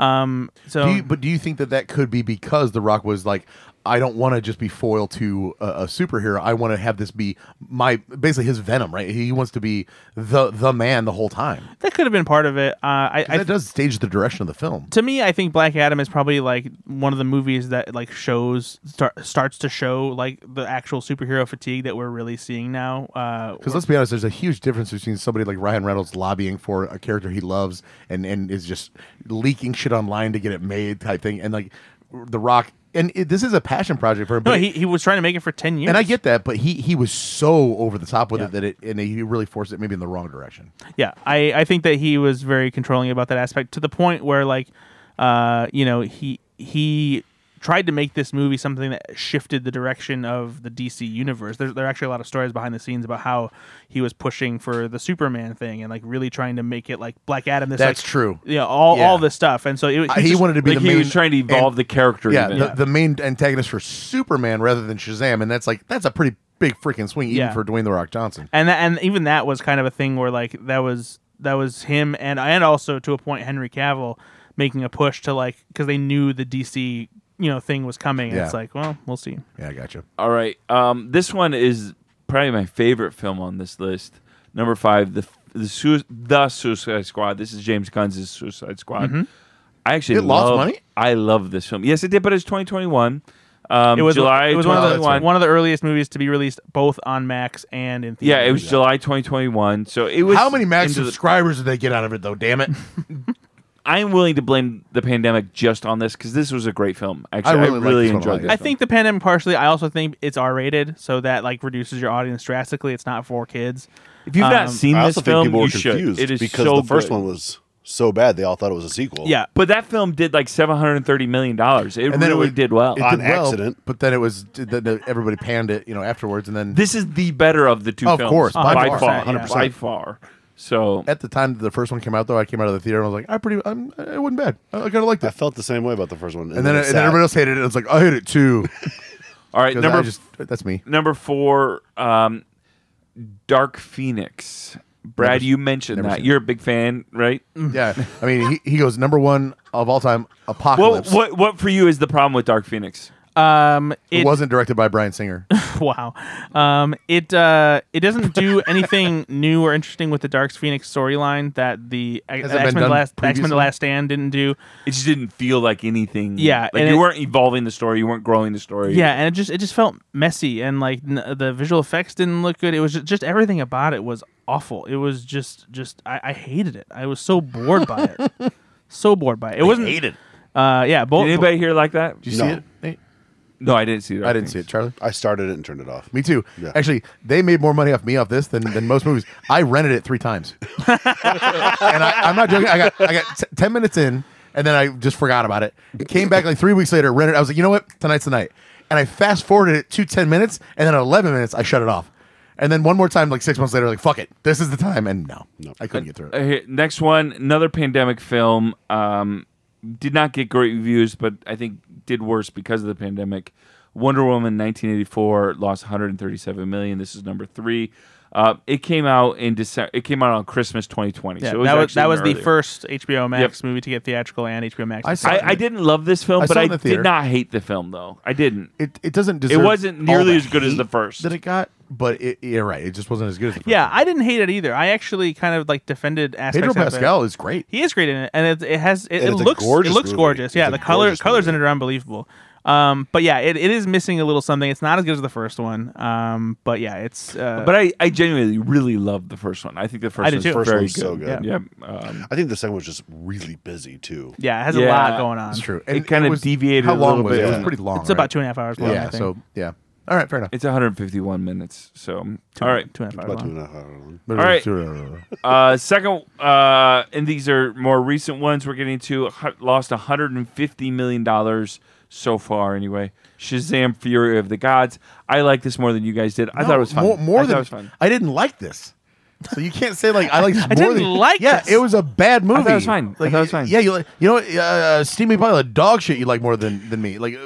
Speaker 3: um, so
Speaker 2: Do you, but do you think that that could be because The Rock was like, I don't want to just be foil to a, a superhero. I want to have this be my basically his venom, right? He wants to be the the man the whole time.
Speaker 3: that could have been part of it. Uh, I, I
Speaker 2: And that does stage the direction of the film.
Speaker 3: to me, I think Black Adam is probably like one of the movies that like shows start, starts to show like the actual superhero fatigue that we're really seeing now. Uh,
Speaker 2: Because let's be honest, there's a huge difference between somebody like Ryan Reynolds lobbying for a character he loves and and is just leaking shit online to get it made type thing, and like The Rock and it, this is a passion project for him.
Speaker 3: No,
Speaker 2: but
Speaker 3: he, he was trying to make it for ten years.
Speaker 2: and I get that, but he he was so over the top with
Speaker 3: Yeah.
Speaker 2: it that it and he really forced it maybe in the wrong direction.
Speaker 3: Yeah, I, I think that he was very controlling about that aspect to the point where like, uh, you know, he he tried to make this movie something that shifted the direction of the DC universe. There, there are actually a lot of stories behind the scenes about how he was pushing for the Superman thing and like really trying to make it like Black Adam. This
Speaker 2: That's
Speaker 3: like,
Speaker 2: true.
Speaker 3: Yeah, all
Speaker 2: Yeah.
Speaker 3: all this stuff, and so it, was-
Speaker 2: Uh, he
Speaker 3: just-
Speaker 2: wanted to be
Speaker 4: like
Speaker 2: the
Speaker 4: he
Speaker 2: main.
Speaker 4: was trying to evolve
Speaker 2: and-
Speaker 4: the character.
Speaker 2: yeah,
Speaker 4: even.
Speaker 2: the, the main antagonist for Superman rather than Shazam, and that's like that's a pretty big freaking swing even
Speaker 3: Yeah.
Speaker 2: for Dwayne the Rock Johnson.
Speaker 3: and that, and even that was kind of a thing where like that was that was him and and also to a point Henry Cavill making a push to like because they knew the DC you know thing was coming. And it's
Speaker 2: Yeah.
Speaker 3: like well we'll see.
Speaker 2: Yeah, I got you.
Speaker 4: All right. Um, this one is probably my favorite film on this list. Number five, the the, Su- the Suicide Squad. This is James Gunn's Suicide Squad. I actually
Speaker 2: Mm-hmm. It lost
Speaker 4: love-
Speaker 2: money?
Speaker 4: I love this film. Yes, it did, but it's 2021. Um,
Speaker 3: It was
Speaker 4: July
Speaker 3: it was one of the
Speaker 4: 2021.
Speaker 3: one of the earliest movies to be released both on Max and in
Speaker 4: yeah,
Speaker 3: theaters.
Speaker 4: it was July 2021. So it was.
Speaker 2: How many Max
Speaker 4: into the-
Speaker 2: subscribers did they get out of it though? Damn it!
Speaker 4: I'm willing to blame the pandemic just on this because this was a great film. Actually, I
Speaker 2: really
Speaker 4: really,
Speaker 2: like this one a lot,
Speaker 4: enjoyed
Speaker 2: yeah.
Speaker 4: this.
Speaker 3: I think the pandemic partially. I also think it's R rated, so that like reduces your audience drastically. It's not for kids.
Speaker 4: if you've
Speaker 3: um,
Speaker 4: not seen
Speaker 1: I
Speaker 4: this
Speaker 1: also think
Speaker 4: film,
Speaker 1: people
Speaker 4: you
Speaker 1: were
Speaker 4: should.
Speaker 1: confused
Speaker 4: It is
Speaker 1: because
Speaker 4: so
Speaker 1: the first
Speaker 4: good.
Speaker 1: one was so bad they all thought it was a sequel.
Speaker 3: Yeah,
Speaker 4: But that film did like seven hundred and thirty million dollars. It
Speaker 2: And then it
Speaker 4: really
Speaker 2: was-
Speaker 4: did well.
Speaker 2: It
Speaker 1: On
Speaker 2: did well,
Speaker 1: accident.
Speaker 2: but then it was then everybody panned it, you know, afterwards, and then
Speaker 4: this is the better of the two.
Speaker 2: Of
Speaker 4: films,
Speaker 2: course,
Speaker 4: by,
Speaker 2: by
Speaker 4: far,
Speaker 2: far,
Speaker 4: by
Speaker 3: 100%.
Speaker 4: far. So
Speaker 2: at the time that the first one came out, though, I came out of the theater and I was like, I pretty, I'm, it wasn't bad. I, I kind of liked
Speaker 1: I
Speaker 2: it.
Speaker 1: felt the same way about the first one.
Speaker 2: And then,
Speaker 1: it
Speaker 2: and then everybody else hated it. And it's like, I hate it too.
Speaker 4: all right,
Speaker 2: 'Cause
Speaker 4: number
Speaker 2: I just, that's me.
Speaker 4: number four, um, Dark Phoenix. Brad, you mentioned that
Speaker 2: seen Mm-hmm.
Speaker 4: you're a big fan, right?
Speaker 2: Yeah. I mean, he, he goes number one of all time,
Speaker 4: Well,
Speaker 2: Apocalypse.
Speaker 4: what what for you is the problem with Dark Phoenix?
Speaker 3: um,
Speaker 2: It
Speaker 3: it
Speaker 2: wasn't directed by Brian Singer.
Speaker 3: wow. Um, it uh, it doesn't do anything new or interesting with the Dark Phoenix storyline that the X
Speaker 2: it been
Speaker 3: Men the
Speaker 2: done
Speaker 3: Last X Men the
Speaker 2: previously?
Speaker 3: Last Stand didn't do.
Speaker 4: It just didn't feel like anything.
Speaker 3: Yeah,
Speaker 4: like
Speaker 3: and
Speaker 4: you
Speaker 3: it-
Speaker 4: weren't evolving the story, you weren't growing the story.
Speaker 3: Yeah, and it just it just felt messy and like n- the visual effects didn't look good. It was just, just everything about it was awful. It was just just I, I hated it. I was so bored by it. So bored by it. It wasn't hated. Uh, yeah, both.
Speaker 4: Did anybody here like that?
Speaker 2: Did you
Speaker 1: No.
Speaker 2: see it? Nate?
Speaker 4: No, I didn't see that.
Speaker 2: I didn't see it, Charlie.
Speaker 1: I started it and turned it off.
Speaker 2: Me too.
Speaker 1: Yeah.
Speaker 2: Actually, they made more money off me off this than, than most movies. I rented it three times, and I, I'm not joking. I got I got t- ten minutes in, and then I just forgot about it. Came back like three weeks later, rented. it. I was like, you know what, tonight's the night. And I fast forwarded it to ten minutes, and then at eleven minutes, I shut it off. And then one more time, like six months later, like fuck it, this is the time. And no, I couldn't get through
Speaker 4: Uh,
Speaker 2: it.
Speaker 4: here- next one, another pandemic film. Um, did not get great reviews, but I think did worse because of the pandemic. Wonder Woman 1984 lost 137 million. This is number three. Uh, it came out in December. It came out on Christmas 2020.
Speaker 3: Yeah,
Speaker 4: so it was
Speaker 3: that was
Speaker 4: actually
Speaker 3: that was
Speaker 4: earlier.
Speaker 3: the first HBO Max movie to get theatrical and HBO Max.
Speaker 2: I
Speaker 3: at the
Speaker 2: saw
Speaker 3: same
Speaker 4: I,
Speaker 2: it.
Speaker 3: time.
Speaker 4: I didn't love this film,
Speaker 2: I
Speaker 4: but
Speaker 2: saw it
Speaker 4: I
Speaker 2: in the
Speaker 4: did
Speaker 2: theater.
Speaker 4: not hate the film though. I didn't.
Speaker 2: It, it doesn't deserve.
Speaker 4: wasn't
Speaker 2: all
Speaker 4: nearly
Speaker 2: the
Speaker 4: as good as
Speaker 2: hate
Speaker 4: the first.
Speaker 2: that it got, but it, yeah, right. It just wasn't as good as the first.
Speaker 3: Yeah, I didn't hate it either. I actually kind of like defended aspects.
Speaker 2: Pedro
Speaker 3: of it.
Speaker 2: Pascal is great.
Speaker 3: He is great in it, and it, it has it,
Speaker 1: And
Speaker 3: it
Speaker 1: it's a
Speaker 3: looks
Speaker 1: gorgeous
Speaker 3: it looks
Speaker 1: movie.
Speaker 3: gorgeous. Yeah,
Speaker 1: It's a
Speaker 3: the color
Speaker 1: gorgeous
Speaker 3: colors in it
Speaker 1: movie.
Speaker 3: are unbelievable. Um, but yeah, it, it is missing a little something. It's not as good as the first one. Um, but yeah, it's uh,
Speaker 4: But I, I genuinely really loved the first one. I think the first
Speaker 3: did
Speaker 4: one's
Speaker 3: too.
Speaker 4: very
Speaker 3: First
Speaker 4: good.
Speaker 1: one's so good.
Speaker 4: Yeah. Um,
Speaker 1: I think the second was just really busy too.
Speaker 3: yeah, it has a
Speaker 4: Yeah.
Speaker 3: lot going on.
Speaker 2: That's true.
Speaker 4: It kinda
Speaker 2: was-
Speaker 4: deviated
Speaker 2: How
Speaker 4: a
Speaker 2: long
Speaker 4: little
Speaker 2: was it?
Speaker 1: bit.
Speaker 2: It was
Speaker 1: Yeah.
Speaker 2: pretty long.
Speaker 3: It's about
Speaker 2: right?
Speaker 3: two and a half hours long. I
Speaker 2: Yeah.
Speaker 3: think.
Speaker 2: So yeah. All right. Fair enough.
Speaker 4: it's 151 minutes. So
Speaker 3: Two-
Speaker 4: all right.
Speaker 3: two and a half hours
Speaker 1: About two
Speaker 3: long.
Speaker 1: and a half hours.
Speaker 4: right. Uh, second, uh, and these are more recent ones we're getting to. Hu- Lost 150 million dollars so far, anyway. Shazam: Fury of the Gods. I like this more than you guys did. I thought it was fun.
Speaker 2: more, more
Speaker 4: I thought
Speaker 2: than
Speaker 4: it was fun.
Speaker 2: I didn't like this. So you can't say like I like this more
Speaker 3: didn't
Speaker 2: than
Speaker 3: like
Speaker 2: Yeah,
Speaker 3: this.
Speaker 2: it was a bad movie.
Speaker 4: it was fine. I
Speaker 2: Like,
Speaker 4: thought it was fine.
Speaker 2: Yeah, you like you know what, uh, steamy pile of dog shit. You like more than than me. Like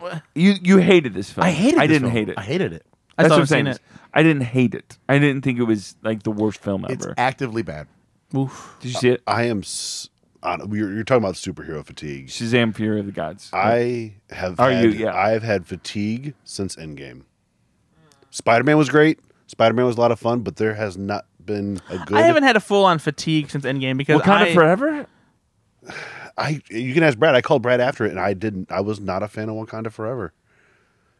Speaker 2: uh,
Speaker 4: You you hated this film.
Speaker 2: I hated.
Speaker 4: I
Speaker 2: this
Speaker 4: didn't
Speaker 2: film.
Speaker 4: hate it.
Speaker 2: I hated it.
Speaker 3: I
Speaker 4: That's
Speaker 3: still
Speaker 4: what I'm
Speaker 3: haven't seen
Speaker 4: saying. is I didn't hate it. I didn't think it was like the worst film
Speaker 2: It's uh,
Speaker 4: ever.
Speaker 2: actively bad.
Speaker 3: Oof.
Speaker 4: did you see it?
Speaker 1: I am. S- on, you're, you're talking about superhero fatigue.
Speaker 4: Shazam: Fury of the Gods.
Speaker 1: I have.
Speaker 4: Are
Speaker 1: had,
Speaker 4: you- yeah.
Speaker 1: I've had fatigue since Endgame. Spider Man was great. Spider Man was a lot of fun, but there has not been a good.
Speaker 3: I haven't had a full on fatigue since Endgame because
Speaker 4: what kind
Speaker 3: I-
Speaker 4: of forever?
Speaker 1: I you can ask Brad. I called Brad after it, and I didn't. I was not a fan of Wakanda Forever.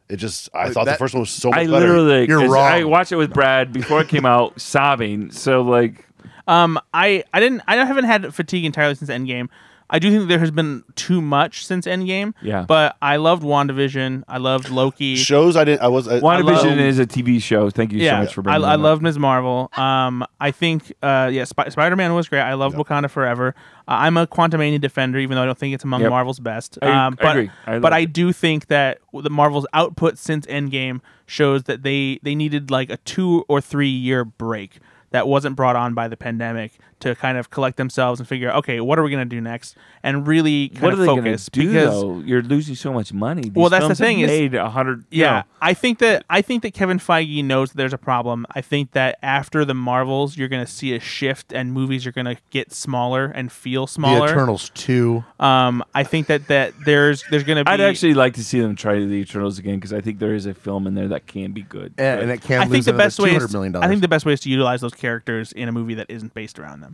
Speaker 1: It just. I thought
Speaker 2: that-
Speaker 1: the first one was so much
Speaker 4: I
Speaker 1: better.
Speaker 4: literally.
Speaker 2: You're
Speaker 4: as-
Speaker 2: wrong.
Speaker 4: I watched it with Brad before it came out, sobbing. So like.
Speaker 3: Um, I I didn't I haven't had fatigue entirely since Endgame. I do think there has been too much since Endgame.
Speaker 4: Yeah.
Speaker 3: But I loved WandaVision. I loved Loki.
Speaker 1: Shows I didn't. I was. I,
Speaker 4: WandaVision
Speaker 3: love-
Speaker 4: is a TV show. Thank you so much for bringing
Speaker 3: I,
Speaker 4: that
Speaker 3: I
Speaker 4: up.
Speaker 3: love Ms. Marvel. Um, I think, uh, yeah, Sp- Spider Man was great. I love Wakanda Forever. Uh, I'm a Quantumania defender, even though I don't think it's among
Speaker 4: Yep.
Speaker 3: Marvel's best.
Speaker 4: I- I
Speaker 3: um, but
Speaker 4: agree. I
Speaker 3: but
Speaker 4: loved
Speaker 3: I
Speaker 4: it.
Speaker 3: do think that the Marvel's output since Endgame shows that they they needed like a two or three year break that wasn't brought on by the pandemic to kind of collect themselves and figure, okay, what are we going to do next, and really kind
Speaker 4: What are
Speaker 3: of
Speaker 4: they going
Speaker 3: focus
Speaker 4: to do
Speaker 3: because.
Speaker 4: though? You're losing so much money. These
Speaker 3: Well, that's the
Speaker 4: films have
Speaker 3: thing is-
Speaker 4: made a hundred. you
Speaker 3: Yeah,
Speaker 4: know,
Speaker 3: I think that I think that Kevin Feige knows that there's a problem. I think that after the Marvels, you're going to see a shift, and movies are going to get smaller and feel
Speaker 2: The
Speaker 3: smaller.
Speaker 2: Eternals two.
Speaker 3: Um, I think that that there's there's going to be.
Speaker 4: I'd actually like to see them try the Eternals again because I think there is a film in there that can be good.
Speaker 2: And,
Speaker 4: But
Speaker 2: and it can
Speaker 3: I
Speaker 2: lose
Speaker 3: think the
Speaker 2: another
Speaker 3: best way.
Speaker 2: $200
Speaker 3: Is,
Speaker 2: million.
Speaker 3: I think the best way is to utilize those characters in a movie that isn't based around them.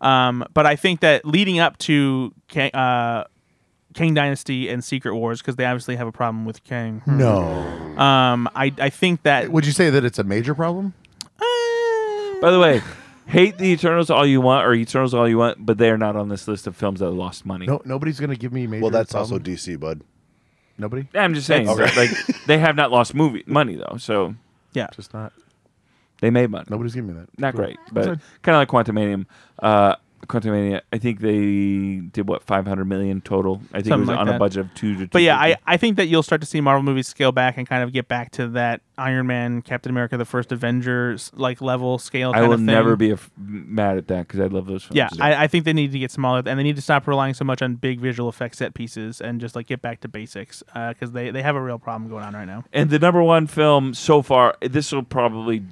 Speaker 3: Um, but I think that leading up to Kang, uh, Kang Dynasty and Secret Wars, because they obviously have a problem with Kang.
Speaker 2: no.
Speaker 3: Um, I I think that. uh,
Speaker 2: Would you say that it's a major problem?
Speaker 4: By the way, hate the Eternals all you want or Eternals all you want, but they are not on this list of films that lost money.
Speaker 2: No, nobody's going to give me major.
Speaker 1: well, that's
Speaker 2: problem.
Speaker 1: also DC, bud.
Speaker 2: nobody.
Speaker 4: I'm just saying,
Speaker 1: Okay.
Speaker 4: that, like they have not lost movie money though, so
Speaker 3: yeah.
Speaker 2: Just not.
Speaker 4: they made money.
Speaker 2: Nobody's giving me that.
Speaker 4: Not great, but kind of like Quantumanium. Uh, Quantumania, I think they did what 500 million total. I think it
Speaker 3: Something
Speaker 4: was
Speaker 3: like
Speaker 4: on a
Speaker 3: that.
Speaker 4: budget of two to.
Speaker 3: But yeah, I,
Speaker 4: 250.
Speaker 3: I think that you'll start to see Marvel movies scale back and kind of get back to that Iron Man, Captain America, the first Avengers like level scale. Kind
Speaker 4: I will
Speaker 3: of thing.
Speaker 4: never be a f- mad at that because I love those films.
Speaker 3: Yeah, I, I think they need to get smaller, and they need to stop relying so much on big visual effects set pieces and just like get back to basics because they they have a real problem going on right now.
Speaker 4: And the number one film so far, this will probably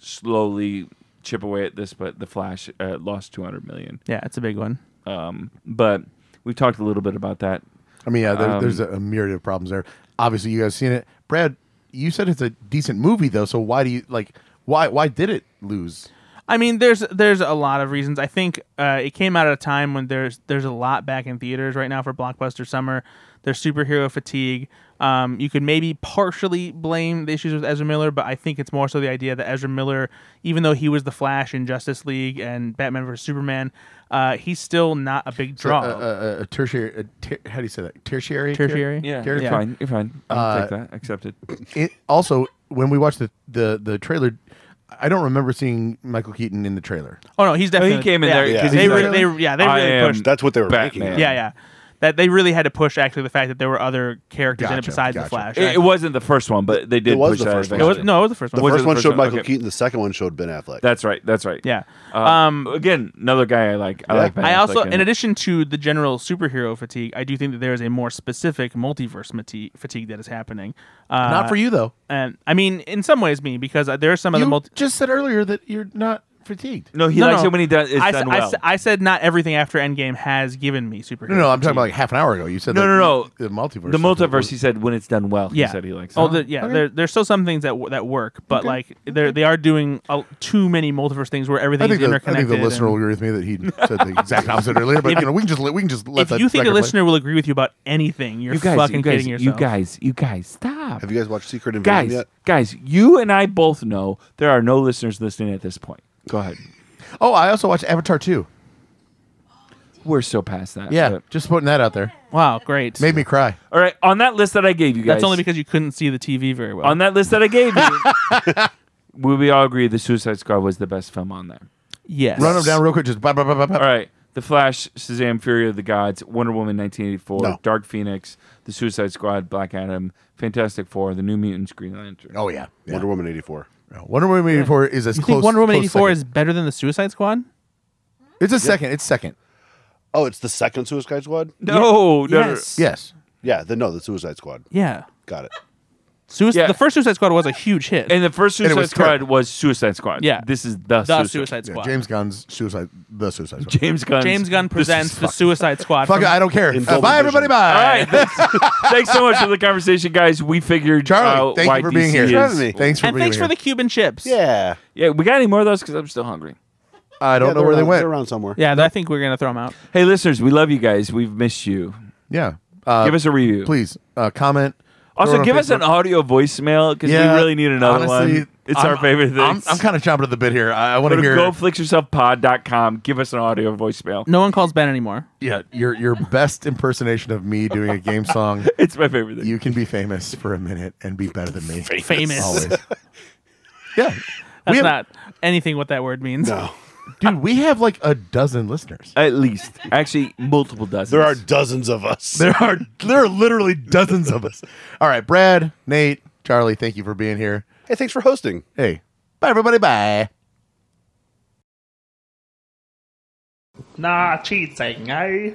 Speaker 4: slowly chip away at this, but The Flash uh, lost 200 million.
Speaker 3: Yeah, it's a big one.
Speaker 4: Um, but we talked a little bit about that.
Speaker 2: I mean, yeah, there,
Speaker 4: Um,
Speaker 2: there's a, a myriad of problems there. Obviously, you guys seen it, Brad. You said it's a decent movie though, so why do you like? Why why did it lose?
Speaker 3: I mean, there's there's a lot of reasons. I think uh, it came out at a time when there's there's a lot back in theaters right now for blockbuster summer. There's superhero fatigue. Um, you could maybe partially blame the issues with Ezra Miller, but I think it's more so the idea that Ezra Miller, even though he was the Flash in Justice League and Batman vs Superman, uh, he's still not a big draw.
Speaker 2: A, a, a, a tertiary. A ter- how do you say that? Tertiary. char-
Speaker 3: Tertiary?
Speaker 4: Yeah,
Speaker 2: Tertiary.
Speaker 4: you're fine. Uh, You're fine. I'll take that. Accepted.
Speaker 2: it also when we watched the, the the trailer i don't remember seeing michael keaton in the trailer
Speaker 3: oh no, he's definitely
Speaker 4: he came in
Speaker 3: yeah,
Speaker 4: there 'cause
Speaker 3: They,
Speaker 4: he's
Speaker 3: re-
Speaker 4: like,
Speaker 3: they- yeah, they
Speaker 4: "I
Speaker 3: really
Speaker 4: am
Speaker 3: pushed.
Speaker 1: That's what they were
Speaker 4: Batman.
Speaker 1: making.
Speaker 3: yeah, yeah. That they really had to push actually the fact that there were other characters in it
Speaker 2: Gotcha,
Speaker 3: besides the
Speaker 2: gotcha.
Speaker 3: Flash.
Speaker 4: It, it wasn't the first one, but they did
Speaker 1: It was
Speaker 4: push
Speaker 1: the
Speaker 4: that
Speaker 1: first one.
Speaker 3: It was-
Speaker 4: eventually.
Speaker 3: no, it was the first one.
Speaker 1: The
Speaker 4: Was it
Speaker 1: first
Speaker 4: the
Speaker 1: one
Speaker 4: first
Speaker 1: showed
Speaker 4: one?
Speaker 1: Michael
Speaker 4: Okay.
Speaker 1: Keaton. The second one showed Ben Affleck.
Speaker 4: That's right. That's right.
Speaker 3: Yeah.
Speaker 4: Uh,
Speaker 3: Um,
Speaker 4: again, another guy I like. I
Speaker 1: Yeah.
Speaker 4: like. Ben
Speaker 3: I also,
Speaker 4: Affleck
Speaker 3: in addition to the general superhero fatigue, I do think that there is a more specific multiverse mati- fatigue that is happening. Uh,
Speaker 2: not for you though
Speaker 3: And I mean, in some ways, me because uh, there are some of
Speaker 2: you
Speaker 3: the multi.
Speaker 2: just said earlier that you're not fatigued
Speaker 4: no, he
Speaker 3: No,
Speaker 4: likes
Speaker 3: no.
Speaker 4: it when he does. It's
Speaker 3: I, s-
Speaker 4: done
Speaker 3: I
Speaker 4: well.
Speaker 3: s- I said not everything after Endgame has given me superhero.
Speaker 2: no no i'm talking
Speaker 3: fatigue.
Speaker 2: about like half an hour ago you said
Speaker 4: No,
Speaker 2: that
Speaker 4: no, no.
Speaker 2: the multiverse
Speaker 4: the multiverse. He said when it's done well.
Speaker 3: Yeah.
Speaker 4: He said he likes.
Speaker 3: Oh,
Speaker 4: it.
Speaker 3: the, yeah.
Speaker 2: okay.
Speaker 3: There, there's still some things that w- that work, but like they're they are doing uh, too many multiverse things where
Speaker 2: I
Speaker 3: everything's
Speaker 2: think, the, I
Speaker 3: interconnected.
Speaker 2: think the listener
Speaker 3: and-
Speaker 2: will agree with me that he said the exact opposite earlier, but you know we can just let- we can just let
Speaker 3: if
Speaker 2: that
Speaker 3: you think a
Speaker 2: record play.
Speaker 3: listener will agree with you about anything, you're
Speaker 4: you guys,
Speaker 3: fucking
Speaker 4: you guys,
Speaker 3: kidding
Speaker 4: you
Speaker 3: yourself.
Speaker 4: guys, you guys, stop.
Speaker 1: Have you guys watched Secret Invasion
Speaker 4: guys,
Speaker 1: yet?
Speaker 4: guys, you and I both know there are no listeners listening at this point. Go ahead.
Speaker 2: Oh, I also watched Avatar two.
Speaker 4: We're so past that.
Speaker 2: Yeah,
Speaker 4: but-
Speaker 2: just putting that out there.
Speaker 3: Wow, great.
Speaker 2: Made me cry.
Speaker 4: all right. On that list that I gave you guys,
Speaker 3: That's only because you couldn't see the TV very well.
Speaker 4: on that list that I gave you, will we all agree the Suicide Squad was the best film on there?
Speaker 3: yes.
Speaker 2: Run them down real quick. Just blah, blah, blah, blah, blah.
Speaker 4: All right. The Flash, Shazam, Fury of the Gods, Wonder Woman 1984,
Speaker 1: No.
Speaker 4: Dark Phoenix, The Suicide Squad, Black Adam, Fantastic Four, The New Mutants, Green Lantern.
Speaker 2: Oh yeah, yeah.
Speaker 1: Wonder Woman eighty four.
Speaker 2: Wonder Woman eighty four is as
Speaker 3: You
Speaker 2: close.
Speaker 3: think Wonder Woman
Speaker 2: close
Speaker 3: eighty four
Speaker 2: second.
Speaker 3: is better than the Suicide Squad?
Speaker 2: It's a second. It's second.
Speaker 1: Oh, it's the second Suicide Squad.
Speaker 4: No, no, no.
Speaker 3: Yes.
Speaker 2: Yes.
Speaker 1: Yeah, the, no, the Suicide Squad.
Speaker 3: Yeah.
Speaker 1: Got it.
Speaker 3: Suic-
Speaker 4: Yeah.
Speaker 3: The first Suicide Squad was a huge hit.
Speaker 4: And the first
Speaker 2: And it
Speaker 4: Suicide
Speaker 2: was
Speaker 4: Squad
Speaker 2: terrible.
Speaker 4: was Suicide Squad.
Speaker 3: Yeah.
Speaker 4: This is the,
Speaker 3: the Suicide
Speaker 2: Yeah,
Speaker 3: Squad.
Speaker 2: James Gunn's suicide. The suicide. Squad.
Speaker 4: James Gunn.
Speaker 3: James Gunn presents the Suicide Squad.
Speaker 2: Fuck
Speaker 3: from-
Speaker 2: it, I don't care.
Speaker 1: In
Speaker 2: Uh,
Speaker 1: double
Speaker 2: bye, everybody.
Speaker 1: vision.
Speaker 2: Bye.
Speaker 4: All right. Thanks, thanks so much for the conversation, guys. We figured
Speaker 2: Charlie,
Speaker 4: out
Speaker 2: thank
Speaker 4: why
Speaker 2: you for being
Speaker 4: DC
Speaker 2: here.
Speaker 4: is-
Speaker 1: Thanks for having me.
Speaker 2: Thanks for
Speaker 3: And
Speaker 2: being
Speaker 3: thanks
Speaker 2: here.
Speaker 3: for the Cuban chips.
Speaker 1: Yeah.
Speaker 4: Yeah, we got any more of those? Because I'm still hungry.
Speaker 2: I don't
Speaker 1: Yeah,
Speaker 2: know where
Speaker 1: they're
Speaker 2: they
Speaker 1: around- They're
Speaker 2: went.
Speaker 1: around somewhere.
Speaker 3: Yeah, I think we're gonna throw them out.
Speaker 4: Hey, listeners, we love you guys. We've missed you.
Speaker 2: Yeah. Uh,
Speaker 4: Give us a review.
Speaker 2: please uh, comment
Speaker 4: Also,
Speaker 2: it on
Speaker 4: give us an
Speaker 2: Facebook.
Speaker 4: audio voicemail because
Speaker 2: Yeah,
Speaker 4: we really need another
Speaker 2: honestly,
Speaker 4: one. It's
Speaker 2: I'm-
Speaker 4: our favorite thing.
Speaker 2: I'm, I'm kind of chomping at the bit here. I, I want
Speaker 4: Go
Speaker 2: to
Speaker 4: to
Speaker 2: hear.
Speaker 4: goflixyourselfpod.com. Give us an audio voicemail.
Speaker 3: No one calls Ben anymore.
Speaker 2: yeah, your your best impersonation of me doing a game song.
Speaker 4: It's my favorite thing.
Speaker 2: You can be famous for a minute and be better than me.
Speaker 3: Famous.
Speaker 1: Oh,
Speaker 2: Always. yeah,
Speaker 3: That's
Speaker 2: we have,
Speaker 3: not anything what that word means.
Speaker 1: No.
Speaker 2: dude. We have like a dozen listeners.
Speaker 4: At least. Actually, multiple dozens.
Speaker 1: There are dozens of us.
Speaker 2: There are there are literally dozens of us. All right, Brad, Nate, Charlie, thank you for being here.
Speaker 1: Hey, thanks for hosting.
Speaker 2: Hey, bye everybody. Bye.
Speaker 5: Nah, cheat thing, eh?